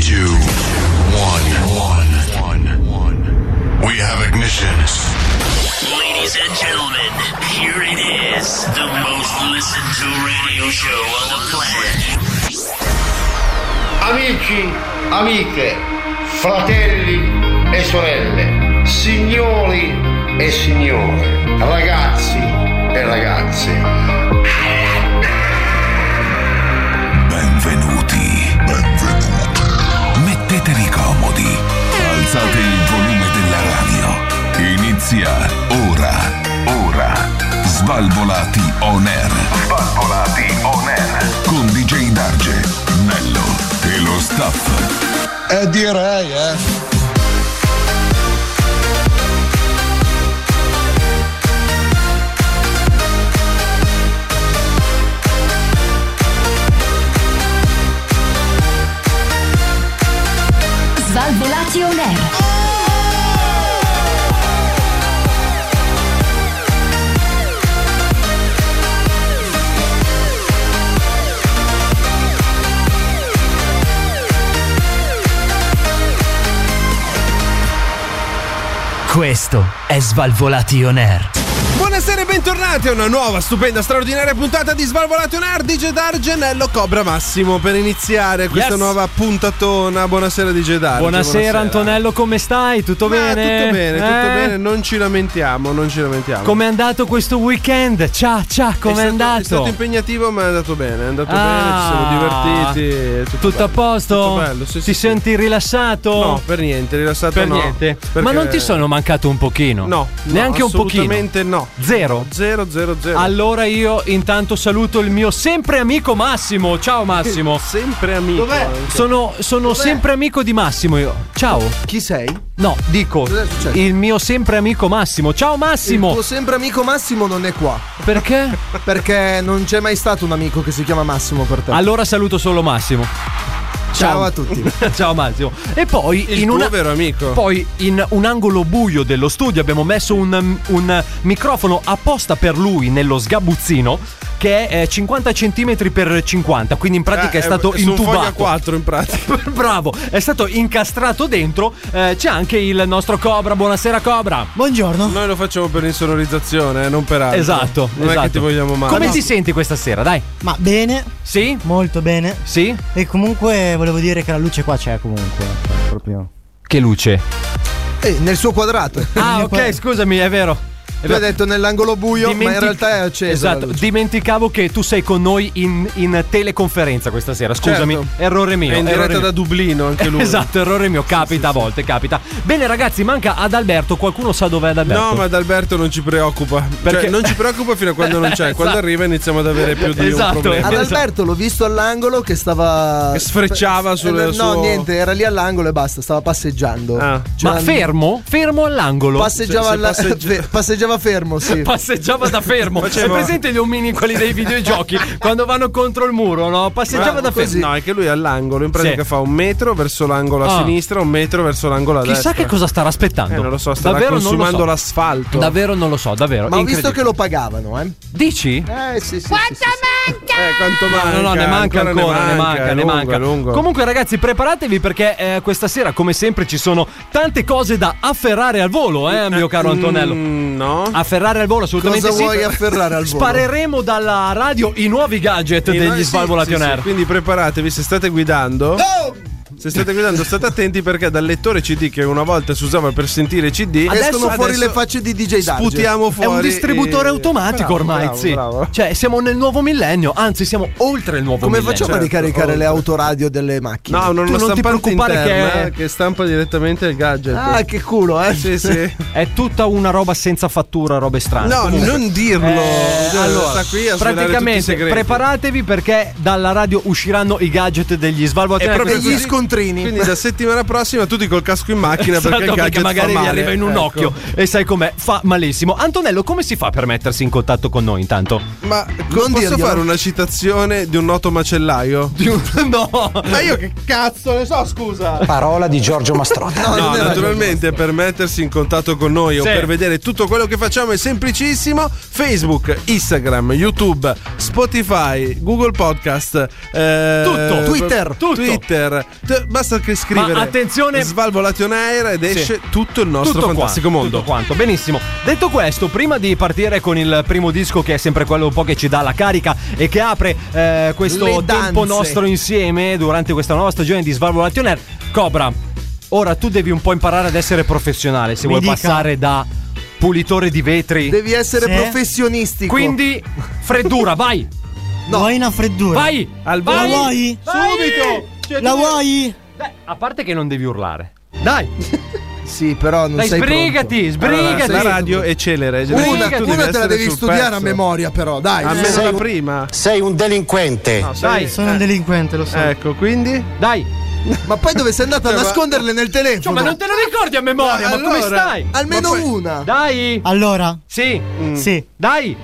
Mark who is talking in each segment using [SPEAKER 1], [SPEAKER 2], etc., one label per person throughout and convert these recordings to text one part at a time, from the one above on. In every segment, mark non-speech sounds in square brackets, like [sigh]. [SPEAKER 1] two, one, one, one. We have ignition.
[SPEAKER 2] Ladies and gentlemen, here it is, the most listened to radio show on the planet.
[SPEAKER 3] Amici, amiche, fratelli e sorelle, signori e signore, ragazzi e ragazze.
[SPEAKER 4] Benvenuti. Benvenuti. Mettetevi comodi. Alzate il volume della radio. Inizia ora. Ora. Svalvolati on air. Svalvolati on air. Con DJ Darge, Nello e lo staff.
[SPEAKER 5] Eh direi, eh.
[SPEAKER 6] Svalvolati on air.
[SPEAKER 7] Questo è Svalvolati On Air.
[SPEAKER 8] Buonasera e bentornati a una nuova, stupenda, straordinaria puntata di Svalvolato on Air DJ Dargenello Cobra Massimo per iniziare questa
[SPEAKER 9] Yes.
[SPEAKER 8] nuova puntatona. Buonasera DJ Darge.
[SPEAKER 9] Buonasera, Antonello, come stai? Tutto
[SPEAKER 8] Ma
[SPEAKER 9] bene?
[SPEAKER 8] Tutto bene, tutto
[SPEAKER 9] Eh?
[SPEAKER 8] bene, non ci lamentiamo, non ci lamentiamo.
[SPEAKER 9] Com'è andato questo weekend? Ciao, ciao,
[SPEAKER 8] È
[SPEAKER 9] com'è
[SPEAKER 8] stato-
[SPEAKER 9] andato?
[SPEAKER 8] È stato impegnativo, ma è andato bene. È andato
[SPEAKER 9] Ah.
[SPEAKER 8] bene, ci siamo divertiti. è Tutto,
[SPEAKER 9] Tutto a
[SPEAKER 8] bello,
[SPEAKER 9] posto?
[SPEAKER 8] Tutto bello, sì,
[SPEAKER 9] Ti
[SPEAKER 8] sì, sì.
[SPEAKER 9] senti rilassato?
[SPEAKER 8] No, per niente, rilassato
[SPEAKER 9] per
[SPEAKER 8] no,
[SPEAKER 9] niente. Ma
[SPEAKER 8] perché-
[SPEAKER 9] non ti sono mancato un pochino?
[SPEAKER 8] No,
[SPEAKER 9] neanche
[SPEAKER 8] no,
[SPEAKER 9] un pochino.
[SPEAKER 8] Assolutamente no.
[SPEAKER 9] Zero.
[SPEAKER 8] Zero, zero, zero.
[SPEAKER 9] Allora io intanto saluto il mio sempre amico Massimo. Ciao Massimo.
[SPEAKER 8] Sempre amico.
[SPEAKER 3] Dov'è?
[SPEAKER 8] anche.
[SPEAKER 9] Sono, sono sempre amico di Massimo io. Ciao.
[SPEAKER 5] Chi sei?
[SPEAKER 9] No, dico
[SPEAKER 5] Cos'è successo?
[SPEAKER 9] il mio sempre amico Massimo. Ciao Massimo.
[SPEAKER 5] Il tuo sempre amico Massimo non è qua.
[SPEAKER 9] Perché?
[SPEAKER 5] Perché non c'è mai stato un
[SPEAKER 8] Eh,
[SPEAKER 5] amico che si chiama Massimo per te.
[SPEAKER 9] Allora saluto solo Massimo. [laughs]
[SPEAKER 5] Ciao a tutti.
[SPEAKER 9] Ciao Massimo. E poi
[SPEAKER 8] Il
[SPEAKER 9] in
[SPEAKER 8] tuo
[SPEAKER 9] una-
[SPEAKER 8] vero amico.
[SPEAKER 9] Poi in un angolo buio dello studio abbiamo messo un, un microfono apposta per lui nello sgabuzzino che è eh, 50 cm x 50, quindi in pratica
[SPEAKER 8] Eh,
[SPEAKER 9] è stato
[SPEAKER 8] su un foglio a
[SPEAKER 9] intubato.
[SPEAKER 8] 4 in pratica.
[SPEAKER 9] [laughs] Bravo, è stato incastrato dentro. eh, c'è anche il nostro Cobra. Buonasera Cobra.
[SPEAKER 10] Buongiorno.
[SPEAKER 8] Noi lo facciamo per l'insonorizzazione, eh, non per altro.
[SPEAKER 9] Esatto,
[SPEAKER 8] Non è
[SPEAKER 9] esatto.
[SPEAKER 8] che ti vogliamo male.
[SPEAKER 9] Come
[SPEAKER 8] No.
[SPEAKER 9] ti senti questa sera? Dai.
[SPEAKER 10] Ma bene,
[SPEAKER 9] Sì?
[SPEAKER 10] molto bene.
[SPEAKER 9] Sì?
[SPEAKER 10] E comunque volevo dire che la luce qua c'è comunque. cioè, proprio.
[SPEAKER 9] Che luce.
[SPEAKER 5] Eh, nel
[SPEAKER 10] [laughs]
[SPEAKER 5] suo quadrato.
[SPEAKER 9] Ah, ok, scusami, è vero. È
[SPEAKER 5] Tu hai
[SPEAKER 8] Esatto.
[SPEAKER 9] vero.
[SPEAKER 5] detto nell'angolo buio, ma in
[SPEAKER 9] Dimentic-
[SPEAKER 5] realtà è acceso.
[SPEAKER 9] Esatto,
[SPEAKER 5] la luce.
[SPEAKER 9] dimenticavo che tu sei con noi in, in teleconferenza questa sera. Scusami,
[SPEAKER 8] Certo.
[SPEAKER 9] errore mio.
[SPEAKER 8] È in
[SPEAKER 9] errore
[SPEAKER 8] diretta da
[SPEAKER 9] mio.
[SPEAKER 8] Dublino
[SPEAKER 9] [laughs]
[SPEAKER 8] anche lui.
[SPEAKER 9] Esatto, errore mio, capita a volte, capita. Bene ragazzi, manca ad Alberto, qualcuno sa dov'è ad Alberto?
[SPEAKER 8] No, ma ad Alberto non ci preoccupa.
[SPEAKER 9] Perché-
[SPEAKER 8] Cioè, non ci preoccupa fino a quando non c'è. Quando
[SPEAKER 9] [laughs] Esatto.
[SPEAKER 8] arriva iniziamo ad avere più di
[SPEAKER 9] Esatto.
[SPEAKER 8] un problema.
[SPEAKER 5] Ad Alberto l'ho visto all'angolo che stava.
[SPEAKER 8] Che sfrecciava sul
[SPEAKER 5] Eh, No,
[SPEAKER 8] suo-
[SPEAKER 5] niente, era lì all'angolo e basta, stava passeggiando.
[SPEAKER 8] Ah.
[SPEAKER 5] Cioè,
[SPEAKER 9] Ma fermo? Fermo all'angolo.
[SPEAKER 5] Passeggiava,
[SPEAKER 8] Se- se
[SPEAKER 5] alla-
[SPEAKER 8] passeggia-
[SPEAKER 5] fe- [laughs] passeggiava
[SPEAKER 9] [laughs]
[SPEAKER 5] fermo, sì.
[SPEAKER 9] Passeggiava da fermo.
[SPEAKER 8] [laughs]
[SPEAKER 9] È
[SPEAKER 8] Faceva-
[SPEAKER 9] presente gli omini quelli dei
[SPEAKER 8] [laughs]
[SPEAKER 9] videogiochi quando vanno contro il muro, no? Passeggiava da fermo.
[SPEAKER 8] No, è che lui è all'angolo. In pratica
[SPEAKER 9] Sì.
[SPEAKER 8] fa un metro verso l'angolo a
[SPEAKER 9] Ah.
[SPEAKER 8] sinistra, un metro verso l'angolo a destra.
[SPEAKER 9] Chissà che cosa starà aspettando.
[SPEAKER 8] Eh, non lo so, starà
[SPEAKER 9] Davvero non lo
[SPEAKER 8] consumando
[SPEAKER 9] so.
[SPEAKER 8] l'asfalto.
[SPEAKER 9] Davvero non lo so, davvero.
[SPEAKER 5] Ma ho visto che
[SPEAKER 9] incredibile.
[SPEAKER 5] lo pagavano, eh.
[SPEAKER 9] Dici?
[SPEAKER 5] Eh, sì, sì.
[SPEAKER 8] Eh, quanto manca?
[SPEAKER 9] No, no, ne manca ancora, ne manca,
[SPEAKER 8] è
[SPEAKER 9] ne
[SPEAKER 8] lungo,
[SPEAKER 9] manca.
[SPEAKER 8] è lungo.
[SPEAKER 9] Comunque, ragazzi, preparatevi perché eh, questa sera, come sempre, ci sono tante cose da afferrare al volo, eh, mio caro Antonello.
[SPEAKER 8] Mm, no.
[SPEAKER 9] Afferrare al volo, assolutamente
[SPEAKER 5] Cosa
[SPEAKER 9] sì.
[SPEAKER 5] vuoi afferrare al volo?
[SPEAKER 9] Spareremo dalla radio i nuovi gadget
[SPEAKER 8] Sì, no,
[SPEAKER 9] degli
[SPEAKER 8] sì,
[SPEAKER 9] Svalvolati
[SPEAKER 8] sì,
[SPEAKER 9] on
[SPEAKER 8] sì.
[SPEAKER 9] Air.
[SPEAKER 8] Quindi preparatevi se state guidando. Se state guidando, state attenti perché dal lettore CD che una volta si usava per sentire CD,
[SPEAKER 9] Adesso-
[SPEAKER 5] Escono fuori
[SPEAKER 8] adesso
[SPEAKER 5] le facce di DJ Darge.
[SPEAKER 8] sputiamo
[SPEAKER 9] È
[SPEAKER 8] fuori.
[SPEAKER 9] un distributore
[SPEAKER 8] e- Bravo,
[SPEAKER 9] automatico ormai,
[SPEAKER 8] bravo,
[SPEAKER 9] sì.
[SPEAKER 8] bravo.
[SPEAKER 9] Cioè, siamo nel nuovo millennio, anzi, siamo oltre il nuovo
[SPEAKER 5] Come
[SPEAKER 9] millennio.
[SPEAKER 5] facciamo a ricaricare le autoradio delle macchine?
[SPEAKER 8] No, non
[SPEAKER 9] Tu
[SPEAKER 8] una
[SPEAKER 9] non ti
[SPEAKER 8] stampante
[SPEAKER 9] preoccupare
[SPEAKER 8] interna
[SPEAKER 9] che è-
[SPEAKER 8] eh, che stampa direttamente il gadget.
[SPEAKER 5] Ah, che culo, eh.
[SPEAKER 8] sì, sì.
[SPEAKER 9] È tutta una roba senza fattura, robe strane.
[SPEAKER 8] No, non dirlo.
[SPEAKER 9] Ah, Eh,
[SPEAKER 8] Cioè,
[SPEAKER 9] allora,
[SPEAKER 8] sta qui a svelare tutti i
[SPEAKER 9] praticamente
[SPEAKER 8] segreti.
[SPEAKER 9] preparatevi perché dalla radio usciranno i gadget degli Svalvolati. Ecco, esatto,
[SPEAKER 8] È
[SPEAKER 9] Air.
[SPEAKER 8] proprio
[SPEAKER 9] Questo-
[SPEAKER 5] Degli scontrini.
[SPEAKER 8] Quindi da settimana prossima tutti col casco in macchina
[SPEAKER 9] Esatto,
[SPEAKER 8] perché il
[SPEAKER 9] perché,
[SPEAKER 8] gadget fa
[SPEAKER 9] magari gli
[SPEAKER 8] male.
[SPEAKER 9] arriva in un
[SPEAKER 8] Ecco.
[SPEAKER 9] occhio e sai com'è, fa malissimo. Antonello, come si fa per mettersi in contatto con noi intanto?
[SPEAKER 8] Ma
[SPEAKER 5] Non
[SPEAKER 8] posso
[SPEAKER 5] dirglielo.
[SPEAKER 8] fare una citazione di un noto macellaio? [laughs]
[SPEAKER 9] no,
[SPEAKER 8] Ma io che cazzo ne so, scusa.
[SPEAKER 11] Parola di Giorgio Mastrota.
[SPEAKER 5] No,
[SPEAKER 8] No,
[SPEAKER 5] non era-
[SPEAKER 8] naturalmente per mettersi in contatto con noi o
[SPEAKER 9] Sì.
[SPEAKER 8] per vedere tutto quello che facciamo è semplicissimo. Facebook, Instagram, YouTube, Spotify, Google Podcast, eh,
[SPEAKER 9] Tutto.
[SPEAKER 5] Twitter.
[SPEAKER 8] tutto. Twitter. T- basta che scrivere
[SPEAKER 9] Ma attenzione-
[SPEAKER 8] Svalvolation Air ed esce
[SPEAKER 9] Sì.
[SPEAKER 8] tutto il nostro
[SPEAKER 9] tutto
[SPEAKER 8] fantastico
[SPEAKER 9] quanto,
[SPEAKER 8] mondo.
[SPEAKER 9] tutto quanto. Benissimo. Detto questo, prima di partire con il primo disco, che è sempre quello un po' che ci dà la carica e che apre eh, questo
[SPEAKER 5] Le
[SPEAKER 9] tempo
[SPEAKER 5] danze.
[SPEAKER 9] nostro insieme durante questa nuova stagione di Svalvolation Air, Cobra, ora tu devi un po' imparare ad essere professionale se
[SPEAKER 10] Mi
[SPEAKER 9] vuoi
[SPEAKER 10] dica.
[SPEAKER 9] passare da pulitore di vetri.
[SPEAKER 5] Devi essere
[SPEAKER 10] Sì.
[SPEAKER 5] professionistico.
[SPEAKER 9] Quindi, freddura, vai,
[SPEAKER 10] No. Vuoi una freddura?
[SPEAKER 9] vai, al
[SPEAKER 10] La
[SPEAKER 9] vai,
[SPEAKER 10] vuoi?
[SPEAKER 9] subito. Cioè,
[SPEAKER 10] La
[SPEAKER 9] tu-
[SPEAKER 10] vuoi?
[SPEAKER 9] Beh, a parte che non devi urlare. Dai,
[SPEAKER 5] Sì, però non
[SPEAKER 9] dai,
[SPEAKER 5] sei
[SPEAKER 9] sbrigati,
[SPEAKER 8] Allora,
[SPEAKER 9] sbrigati.
[SPEAKER 8] la radio è celere.
[SPEAKER 5] pronto.
[SPEAKER 9] Sbrigati.
[SPEAKER 5] Una,
[SPEAKER 9] Tu devi
[SPEAKER 5] una te la
[SPEAKER 8] essere
[SPEAKER 5] devi
[SPEAKER 8] sul
[SPEAKER 5] studiare
[SPEAKER 8] pezzo.
[SPEAKER 5] a memoria, però, dai.
[SPEAKER 8] Almeno
[SPEAKER 5] Sei-
[SPEAKER 8] la prima.
[SPEAKER 2] Sei un delinquente.
[SPEAKER 9] Dai,
[SPEAKER 10] Sono un delinquente, lo so.
[SPEAKER 8] Ecco, quindi
[SPEAKER 5] Eh,
[SPEAKER 9] dai.
[SPEAKER 5] Ma poi dove sei andata a
[SPEAKER 8] Cioè, ma-
[SPEAKER 5] nasconderle nel
[SPEAKER 9] Cioè,
[SPEAKER 5] telefono?
[SPEAKER 9] ma non te lo ricordi a memoria,
[SPEAKER 8] Ma
[SPEAKER 9] ma come
[SPEAKER 8] allora?
[SPEAKER 9] stai?
[SPEAKER 5] Almeno una.
[SPEAKER 9] Dai!
[SPEAKER 10] Allora,
[SPEAKER 9] Sì!
[SPEAKER 10] sì,
[SPEAKER 9] Dai!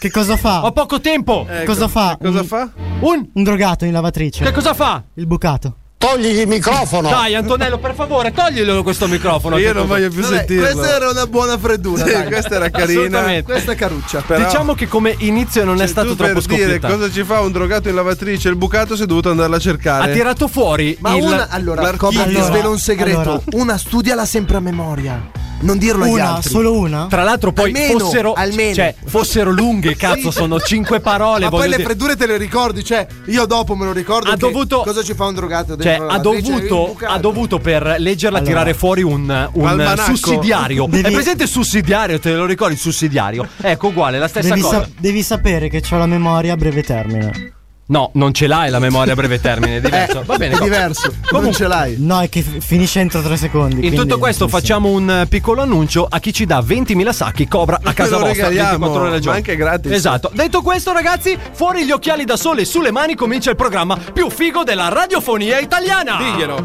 [SPEAKER 10] che cosa Mm. fa?
[SPEAKER 9] Ho poco tempo!
[SPEAKER 8] ecco.
[SPEAKER 10] Cosa fa?
[SPEAKER 8] Cosa
[SPEAKER 10] Mm.
[SPEAKER 8] fa?
[SPEAKER 9] Un...
[SPEAKER 10] Un drogato in
[SPEAKER 9] Che
[SPEAKER 10] lavatrice.
[SPEAKER 9] cosa fa?
[SPEAKER 10] Il bucato.
[SPEAKER 2] Togli il microfono.
[SPEAKER 9] Dai Antonello, per favore, toglielo questo microfono.
[SPEAKER 8] Io
[SPEAKER 9] Che
[SPEAKER 8] non
[SPEAKER 9] cosa-
[SPEAKER 8] voglio più
[SPEAKER 5] Vabbè,
[SPEAKER 8] sentirlo.
[SPEAKER 5] questa era una buona freddura.
[SPEAKER 8] Sì,
[SPEAKER 5] dai.
[SPEAKER 8] questa era carina.
[SPEAKER 9] Assolutamente.
[SPEAKER 5] Questa è caruccia.
[SPEAKER 8] però-
[SPEAKER 9] Diciamo che come inizio non
[SPEAKER 8] Cioè,
[SPEAKER 9] è stato
[SPEAKER 8] tu
[SPEAKER 9] troppo
[SPEAKER 8] per dire
[SPEAKER 9] scoppiettante.
[SPEAKER 8] cosa ci fa un drogato in lavatrice il bucato si è dovuto andarla a
[SPEAKER 9] Ha
[SPEAKER 8] cercare
[SPEAKER 9] tirato fuori
[SPEAKER 5] Ma
[SPEAKER 9] il...
[SPEAKER 5] una, allora,
[SPEAKER 8] l'archivio.
[SPEAKER 5] Cobra, ti
[SPEAKER 10] Allora,
[SPEAKER 5] svelo un segreto.
[SPEAKER 10] allora.
[SPEAKER 5] Una studiala sempre a memoria. Non dirlo agli
[SPEAKER 10] Una,
[SPEAKER 5] altri.
[SPEAKER 10] solo una?
[SPEAKER 9] Tra l'altro poi
[SPEAKER 5] Almeno,
[SPEAKER 9] fossero...
[SPEAKER 5] almeno.
[SPEAKER 9] Cioè, fossero lunghe, cazzo, sono cinque parole.
[SPEAKER 5] Ma poi
[SPEAKER 9] voglio
[SPEAKER 5] le
[SPEAKER 9] dire.
[SPEAKER 5] freddure te le ricordi, cioè io dopo me lo ricordo.
[SPEAKER 9] Ha
[SPEAKER 5] che
[SPEAKER 9] dovuto-
[SPEAKER 5] Cosa ci fa un drogato
[SPEAKER 9] Cioè,
[SPEAKER 5] dentro la
[SPEAKER 9] ha
[SPEAKER 5] lavatrice? Il
[SPEAKER 9] dovuto,
[SPEAKER 5] bucato.
[SPEAKER 9] ha dovuto per leggerla
[SPEAKER 10] Allora.
[SPEAKER 9] tirare fuori un, un
[SPEAKER 8] L'almanacco.
[SPEAKER 9] sussidiario.
[SPEAKER 10] Devi-
[SPEAKER 9] È presente il sussidiario, te lo ricordi il sussidiario? Ecco, uguale, la stessa
[SPEAKER 10] Devi,
[SPEAKER 9] cosa.
[SPEAKER 10] sa- devi sapere che ho la memoria a breve termine.
[SPEAKER 9] No, non ce l'hai la memoria a breve termine, è diverso.
[SPEAKER 5] Eh,
[SPEAKER 9] Va bene,
[SPEAKER 5] è
[SPEAKER 9] co-
[SPEAKER 5] diverso. non
[SPEAKER 9] Comunque,
[SPEAKER 5] ce l'hai.
[SPEAKER 10] No, è che f- finisce entro tre secondi.
[SPEAKER 9] In
[SPEAKER 10] quindi-
[SPEAKER 9] tutto questo
[SPEAKER 10] sì, sì.
[SPEAKER 9] facciamo un eh, piccolo annuncio a chi ci dà 20.000 sacchi Cobra a casa
[SPEAKER 8] lo
[SPEAKER 9] vostra
[SPEAKER 8] regaliamo,
[SPEAKER 9] 24 ore al giorno.
[SPEAKER 8] ma anche gratis.
[SPEAKER 9] Esatto. Detto questo ragazzi, fuori gli occhiali da sole e sulle mani comincia il programma più figo della radiofonia italiana.
[SPEAKER 8] diglielo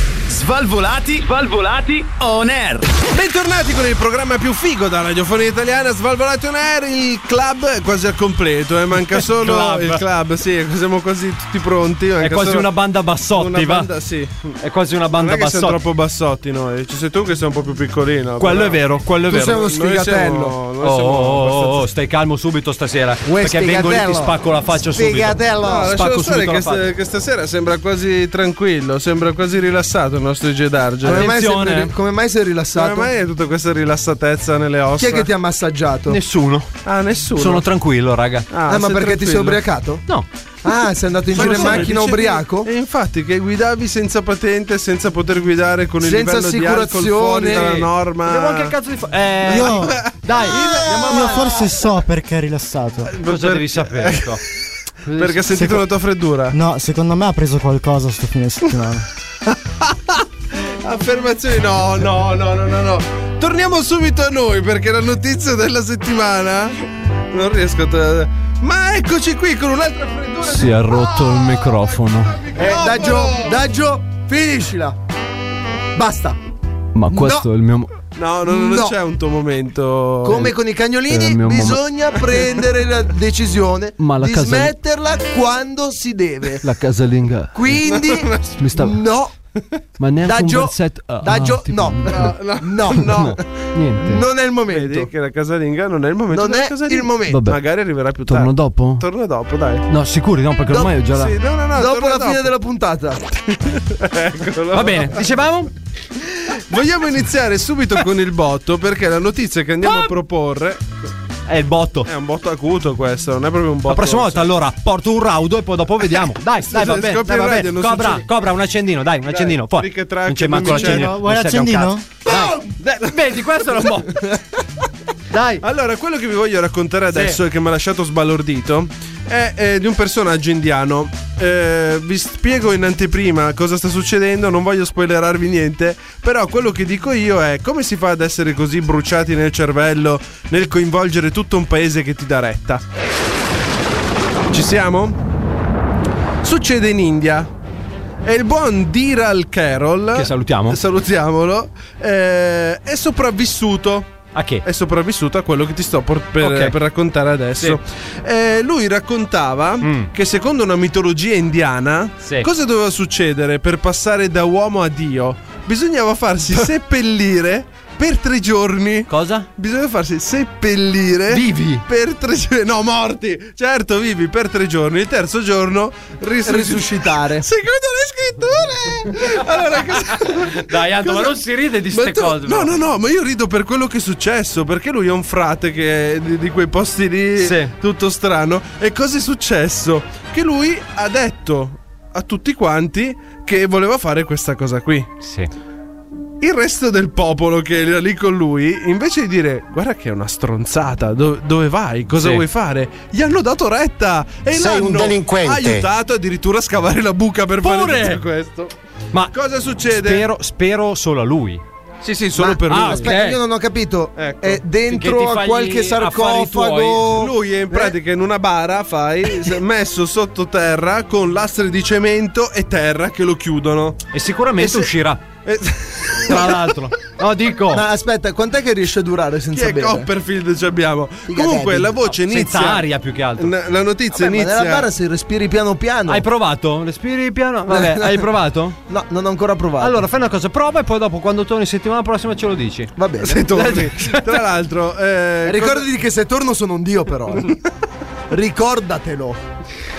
[SPEAKER 7] Svalvolati, svalvolati on air.
[SPEAKER 8] bentornati con il programma più figo della radiofonia italiana Svalvolati on Air il club è quasi al completo eh, manca
[SPEAKER 9] [laughs]
[SPEAKER 8] solo
[SPEAKER 9] Club.
[SPEAKER 8] il club sì siamo quasi tutti pronti
[SPEAKER 9] È
[SPEAKER 8] manca
[SPEAKER 9] quasi
[SPEAKER 8] Ecco, solo
[SPEAKER 9] una banda bassotti,
[SPEAKER 8] una
[SPEAKER 9] va.
[SPEAKER 8] banda, sì
[SPEAKER 9] È quasi una
[SPEAKER 8] non
[SPEAKER 9] banda
[SPEAKER 8] è che siamo
[SPEAKER 9] bassotta.
[SPEAKER 8] troppo bassotti noi ci sei tu che sei un po' più piccolino
[SPEAKER 9] Quello
[SPEAKER 8] però.
[SPEAKER 9] è vero, quello è
[SPEAKER 5] Tu
[SPEAKER 9] vero.
[SPEAKER 5] sei uno
[SPEAKER 8] Noi siamo-
[SPEAKER 5] sfigatello.
[SPEAKER 8] noi
[SPEAKER 9] Oh,
[SPEAKER 8] siamo
[SPEAKER 9] oh, oh,
[SPEAKER 8] abbastanza-
[SPEAKER 9] oh, stai calmo subito stasera.
[SPEAKER 5] Uè,
[SPEAKER 9] perché vengo lì e ti
[SPEAKER 5] sfigatello.
[SPEAKER 9] spacco la faccia subito.
[SPEAKER 5] Sfigatello.
[SPEAKER 8] No, lasciamo
[SPEAKER 9] Spacco
[SPEAKER 8] stare
[SPEAKER 9] subito
[SPEAKER 8] che,
[SPEAKER 9] la faccia.
[SPEAKER 8] st- che stasera sembra quasi tranquillo, sembra quasi rilassato il nostro IG Darge.
[SPEAKER 5] Come mai,
[SPEAKER 9] Attenzione.
[SPEAKER 5] sembri- come mai sei
[SPEAKER 8] Come
[SPEAKER 5] rilassato?
[SPEAKER 8] mai hai tutta questa rilassatezza nelle
[SPEAKER 5] Chi
[SPEAKER 8] ossa?
[SPEAKER 5] è che ti ha massaggiato?
[SPEAKER 9] Nessuno.
[SPEAKER 8] Ah, nessuno.
[SPEAKER 9] Sono tranquillo, raga.
[SPEAKER 8] Ah,
[SPEAKER 5] ah, ma
[SPEAKER 8] sei
[SPEAKER 5] perché ti sei
[SPEAKER 8] tranquillo.
[SPEAKER 5] ubriacato?
[SPEAKER 9] No.
[SPEAKER 5] Ah, sei andato in
[SPEAKER 8] Ma
[SPEAKER 5] giro
[SPEAKER 8] lo
[SPEAKER 5] in
[SPEAKER 8] so,
[SPEAKER 5] macchina
[SPEAKER 8] dicevi-
[SPEAKER 5] ubriaco?
[SPEAKER 9] Eh,
[SPEAKER 8] E infatti che guidavi senza patente, senza poter guidare con il
[SPEAKER 5] Senza
[SPEAKER 8] livello di alcol fuori
[SPEAKER 5] assicurazione.
[SPEAKER 8] dalla norma.
[SPEAKER 9] Devo anche il cazzo di fa- Eh, [laughs]
[SPEAKER 10] Io,
[SPEAKER 9] dai, andiamo
[SPEAKER 10] io
[SPEAKER 9] avanti.
[SPEAKER 10] forse so perché è rilassato.
[SPEAKER 9] Cosa devi sapere? co?
[SPEAKER 8] Perché ha sentito la tua freddura.
[SPEAKER 10] No, secondo me ha preso qualcosa sto fine settimana.
[SPEAKER 8] Affermazioni no, no, no, no, no, no. Torniamo subito a noi perché la notizia della settimana non riesco a te- Ma eccoci qui con un'altra freddura.
[SPEAKER 9] [laughs] Si è rotto il microfono.
[SPEAKER 5] Eh, Daggio, Daggio, finiscila. Basta.
[SPEAKER 9] Ma
[SPEAKER 5] questo
[SPEAKER 9] è il mio.
[SPEAKER 8] No, no, no, non
[SPEAKER 5] No.
[SPEAKER 8] c'è un tuo momento.
[SPEAKER 5] Come con i
[SPEAKER 9] eh,
[SPEAKER 5] cagnolini,
[SPEAKER 9] mio mamma-
[SPEAKER 5] bisogna
[SPEAKER 9] [laughs]
[SPEAKER 5] prendere la decisione
[SPEAKER 9] Ma la
[SPEAKER 5] di
[SPEAKER 9] casa-
[SPEAKER 5] smetterla quando si deve.
[SPEAKER 9] La casalinga.
[SPEAKER 5] Quindi,
[SPEAKER 9] Mi sta-
[SPEAKER 5] no.
[SPEAKER 9] Ma neanche
[SPEAKER 5] Daggio,
[SPEAKER 9] Ah,
[SPEAKER 5] Daggio, no. No,
[SPEAKER 8] no,
[SPEAKER 5] no,
[SPEAKER 9] Niente.
[SPEAKER 5] non è
[SPEAKER 8] Vedi
[SPEAKER 5] il momento.
[SPEAKER 8] che la casalinga non è il momento.
[SPEAKER 5] Non
[SPEAKER 8] della
[SPEAKER 5] è
[SPEAKER 8] casalinga.
[SPEAKER 5] il momento.
[SPEAKER 9] Vabbè.
[SPEAKER 8] Magari arriverà più tardi.
[SPEAKER 9] Torno dopo?
[SPEAKER 8] Torna dopo, dai.
[SPEAKER 9] No, sicuri, no, perché
[SPEAKER 5] Do-
[SPEAKER 9] ormai ho già la.
[SPEAKER 8] Sì, no, no, no.
[SPEAKER 5] Dopo
[SPEAKER 8] torna
[SPEAKER 5] la fine della puntata.
[SPEAKER 9] Eh.
[SPEAKER 8] Eccolo.
[SPEAKER 9] Va bene, dicevamo?
[SPEAKER 8] Vogliamo iniziare subito con il botto perché la notizia che andiamo a proporre
[SPEAKER 9] È il botto.
[SPEAKER 8] è un botto acuto questo, non è proprio un botto.
[SPEAKER 9] La prossima volta allora porto un raudo e poi dopo
[SPEAKER 8] [laughs]
[SPEAKER 9] vediamo. Dai, dai, va bene.
[SPEAKER 8] scoppia
[SPEAKER 9] Dai, va
[SPEAKER 8] il
[SPEAKER 9] bene.
[SPEAKER 8] radio, non
[SPEAKER 9] Cobra,
[SPEAKER 8] succede.
[SPEAKER 9] cobra, un accendino, dai, un accendino. Poi
[SPEAKER 8] trick e track,
[SPEAKER 9] non c'è
[SPEAKER 8] non
[SPEAKER 9] manco
[SPEAKER 8] mi c'è,
[SPEAKER 9] l'accendino.
[SPEAKER 8] no?
[SPEAKER 10] Vuoi
[SPEAKER 9] non serve un
[SPEAKER 10] l'accendino?
[SPEAKER 9] cazzo. Dai, Vedi, questo era un po'. Dai.
[SPEAKER 8] Allora, quello che vi voglio raccontare adesso e che mi ha lasciato sbalordito è eh, di un personaggio indiano. Eh, vi spiego in anteprima cosa sta succedendo, non voglio spoilerarvi niente, però quello che dico io è come si fa ad essere così bruciati nel cervello nel coinvolgere tutto un paese che ti dà retta. Ci siamo? Succede in India. E il buon Diral Carol,
[SPEAKER 9] Che salutiamo.
[SPEAKER 8] salutiamolo, eh, è sopravvissuto.
[SPEAKER 9] A che?
[SPEAKER 8] È sopravvissuto a quello che ti sto por- per,
[SPEAKER 9] Ok.
[SPEAKER 8] per raccontare adesso. Eh, lui raccontava
[SPEAKER 9] Mm.
[SPEAKER 8] che secondo una mitologia indiana,
[SPEAKER 9] Sì.
[SPEAKER 8] cosa doveva succedere per passare da uomo a Dio? Bisognava
[SPEAKER 9] [laughs]
[SPEAKER 8] farsi seppellire per tre giorni.
[SPEAKER 9] Cosa?
[SPEAKER 8] Bisogna farsi seppellire
[SPEAKER 9] Vivi?
[SPEAKER 8] per tre giorni. No, morti! Certo, vivi per tre giorni. Il terzo giorno risusc-
[SPEAKER 5] Risuscitare.
[SPEAKER 8] Secondo le scritture! Allora, cosa...
[SPEAKER 9] Dai, Aldo, ma non si ride di
[SPEAKER 8] Ma
[SPEAKER 9] ste
[SPEAKER 8] tu-
[SPEAKER 9] cose,
[SPEAKER 8] No, no,
[SPEAKER 9] però.
[SPEAKER 8] no, ma io rido per quello che è successo. Perché lui è un frate che è di, di quei posti lì,
[SPEAKER 9] Sì.
[SPEAKER 8] tutto strano. E cosa è successo? Che lui ha detto a tutti quanti che voleva fare questa cosa qui.
[SPEAKER 9] Sì.
[SPEAKER 8] Il resto del popolo che era lì con lui, invece di dire guarda che è una stronzata, do- dove vai? Cosa
[SPEAKER 9] Sì.
[SPEAKER 8] vuoi fare? Gli hanno dato retta e
[SPEAKER 12] Sei
[SPEAKER 8] l'hanno
[SPEAKER 12] un delinquente.
[SPEAKER 8] aiutato addirittura a scavare la buca per
[SPEAKER 9] Pure!
[SPEAKER 8] fare tutto questo.
[SPEAKER 9] Ma
[SPEAKER 8] Cosa succede?
[SPEAKER 9] spero, spero solo a lui.
[SPEAKER 8] Sì, sì, solo
[SPEAKER 5] Ma-
[SPEAKER 8] per lui.
[SPEAKER 9] Ah,
[SPEAKER 5] Aspetta,
[SPEAKER 9] ok.
[SPEAKER 5] io non ho capito.
[SPEAKER 8] Ecco.
[SPEAKER 5] È
[SPEAKER 9] Finché
[SPEAKER 5] dentro
[SPEAKER 9] ti
[SPEAKER 5] a
[SPEAKER 9] fai
[SPEAKER 5] qualche
[SPEAKER 9] gli affari
[SPEAKER 5] sarcofago.
[SPEAKER 9] tuoi.
[SPEAKER 8] Lui è in pratica in una bara, fai, s- messo sottoterra con lastre di cemento e terra che lo chiudono.
[SPEAKER 9] E sicuramente
[SPEAKER 8] E se-
[SPEAKER 9] uscirà.
[SPEAKER 8] E- [laughs]
[SPEAKER 9] Tra l'altro. No, dico.
[SPEAKER 5] Ma aspetta, quant'è che riesce a durare
[SPEAKER 8] Chi
[SPEAKER 5] senza
[SPEAKER 8] è
[SPEAKER 5] bere?
[SPEAKER 8] Copperfield ci abbiamo? Comunque
[SPEAKER 5] Debbie.
[SPEAKER 8] la voce inizia...
[SPEAKER 9] Senza aria più che altro.
[SPEAKER 8] N- La notizia
[SPEAKER 5] Vabbè, ma
[SPEAKER 8] inizia...
[SPEAKER 5] nella barra se respiri piano piano.
[SPEAKER 9] Hai provato? Respiri piano. Vabbè,
[SPEAKER 5] [laughs]
[SPEAKER 9] hai
[SPEAKER 8] [laughs]
[SPEAKER 9] provato?
[SPEAKER 5] No, non ho ancora provato.
[SPEAKER 9] Allora, fai una cosa, prova e poi dopo quando torni settimana prossima ce lo dici.
[SPEAKER 5] va
[SPEAKER 9] [laughs]
[SPEAKER 5] bene.
[SPEAKER 8] se torni.
[SPEAKER 9] Esatto.
[SPEAKER 8] Tra l'altro, eh,
[SPEAKER 5] Ricordati che se torno sono un dio, però. eh. Ricordatelo.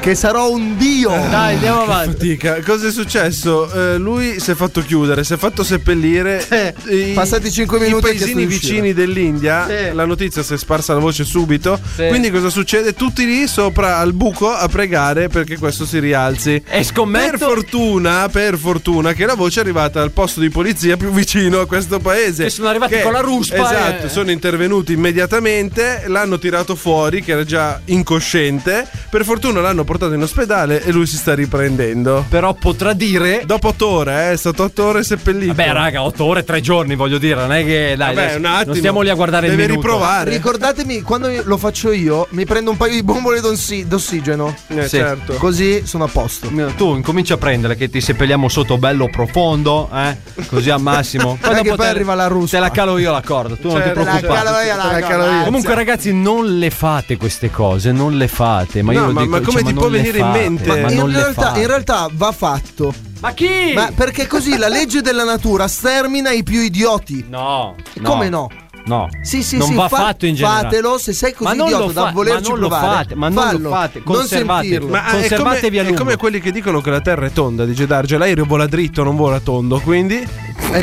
[SPEAKER 5] Che sarò un dio.
[SPEAKER 8] Eh,
[SPEAKER 9] Dai, andiamo
[SPEAKER 8] cosa-
[SPEAKER 9] avanti.
[SPEAKER 8] fatica. Cosa è successo? Eh, lui si è fatto chiudere, si è fatto seppellire. I-
[SPEAKER 5] Passati cinque minuti
[SPEAKER 8] I
[SPEAKER 5] ha chiesto
[SPEAKER 8] paesini
[SPEAKER 5] di uscire.
[SPEAKER 8] vicini dell'India.
[SPEAKER 9] Sì.
[SPEAKER 8] La notizia si è sparsa la voce subito.
[SPEAKER 9] Sì.
[SPEAKER 8] Quindi, cosa succede? Tutti lì sopra al buco a pregare perché questo si rialzi.
[SPEAKER 9] E scommetto-
[SPEAKER 8] Per fortuna, per fortuna, che la voce è arrivata al posto di polizia più vicino a questo paese.
[SPEAKER 9] Che sono arrivati con la ruspa
[SPEAKER 8] Esatto,
[SPEAKER 9] e-
[SPEAKER 8] sono intervenuti immediatamente, l'hanno tirato fuori che era già incosciente, per fortuna l'hanno portato in ospedale e lui si sta riprendendo.
[SPEAKER 9] Però potrà dire.
[SPEAKER 8] Dopo otto ore, eh, è stato otto ore seppellito.
[SPEAKER 9] Beh, raga, 8 ore, 3 giorni, voglio dire, non è che. Dai,
[SPEAKER 8] Vabbè,
[SPEAKER 9] adesso
[SPEAKER 8] un attimo.
[SPEAKER 9] non stiamo lì a guardare
[SPEAKER 8] Deve
[SPEAKER 9] il minuto.
[SPEAKER 8] riprovare.
[SPEAKER 5] Ricordatemi, quando io- lo faccio io, mi prendo un paio di bombole d'ossi- d'ossigeno.
[SPEAKER 8] Eh,
[SPEAKER 9] Sì.
[SPEAKER 8] certo.
[SPEAKER 5] Così sono a posto.
[SPEAKER 9] Tu incominci a prendere che ti seppelliamo sotto bello profondo, eh? Così al
[SPEAKER 5] [laughs]
[SPEAKER 9] massimo.
[SPEAKER 5] Perché
[SPEAKER 9] dopo
[SPEAKER 5] poi
[SPEAKER 9] te-
[SPEAKER 5] arriva la ruspa. Cioè,
[SPEAKER 9] Te la calo io la corda, tu non ti
[SPEAKER 8] Certo.
[SPEAKER 9] preoccupare.
[SPEAKER 8] Te la calo
[SPEAKER 5] io la
[SPEAKER 8] Te la calo io.
[SPEAKER 9] Comunque, ragazzi, non le fate queste cose, non le fate. Ma io
[SPEAKER 8] No,
[SPEAKER 9] lo
[SPEAKER 8] ma-
[SPEAKER 9] dico,
[SPEAKER 8] ma come
[SPEAKER 9] cioè,
[SPEAKER 8] ti
[SPEAKER 9] non
[SPEAKER 8] può
[SPEAKER 9] le
[SPEAKER 8] venire in
[SPEAKER 9] fate,
[SPEAKER 8] mente?
[SPEAKER 9] Ma, non
[SPEAKER 5] in,
[SPEAKER 9] le
[SPEAKER 5] realtà,
[SPEAKER 9] fate.
[SPEAKER 5] in realtà va fatto.
[SPEAKER 9] Ma chi?
[SPEAKER 5] Ma perché così la legge della natura stermina i più idioti.
[SPEAKER 9] No,
[SPEAKER 5] Come no?
[SPEAKER 9] No,
[SPEAKER 5] Sì, sì,
[SPEAKER 9] non
[SPEAKER 5] sì,
[SPEAKER 9] va
[SPEAKER 5] fa-
[SPEAKER 9] fatto in generale.
[SPEAKER 5] fatelo, se sei così
[SPEAKER 9] ma non
[SPEAKER 5] idiota
[SPEAKER 9] lo
[SPEAKER 5] da
[SPEAKER 9] fa-
[SPEAKER 5] volerci
[SPEAKER 9] ma non
[SPEAKER 5] provare,
[SPEAKER 9] Lo fate, ma non
[SPEAKER 5] fallo,
[SPEAKER 9] lo fate,
[SPEAKER 5] non
[SPEAKER 9] conservatelo.
[SPEAKER 5] sentirlo.
[SPEAKER 8] Ma eh, è
[SPEAKER 9] conservatevi
[SPEAKER 8] come,
[SPEAKER 9] a
[SPEAKER 8] è
[SPEAKER 9] lungo.
[SPEAKER 8] come quelli che dicono che la terra è tonda, dice Darge, l'aereo vola dritto, non vola tondo, quindi
[SPEAKER 5] È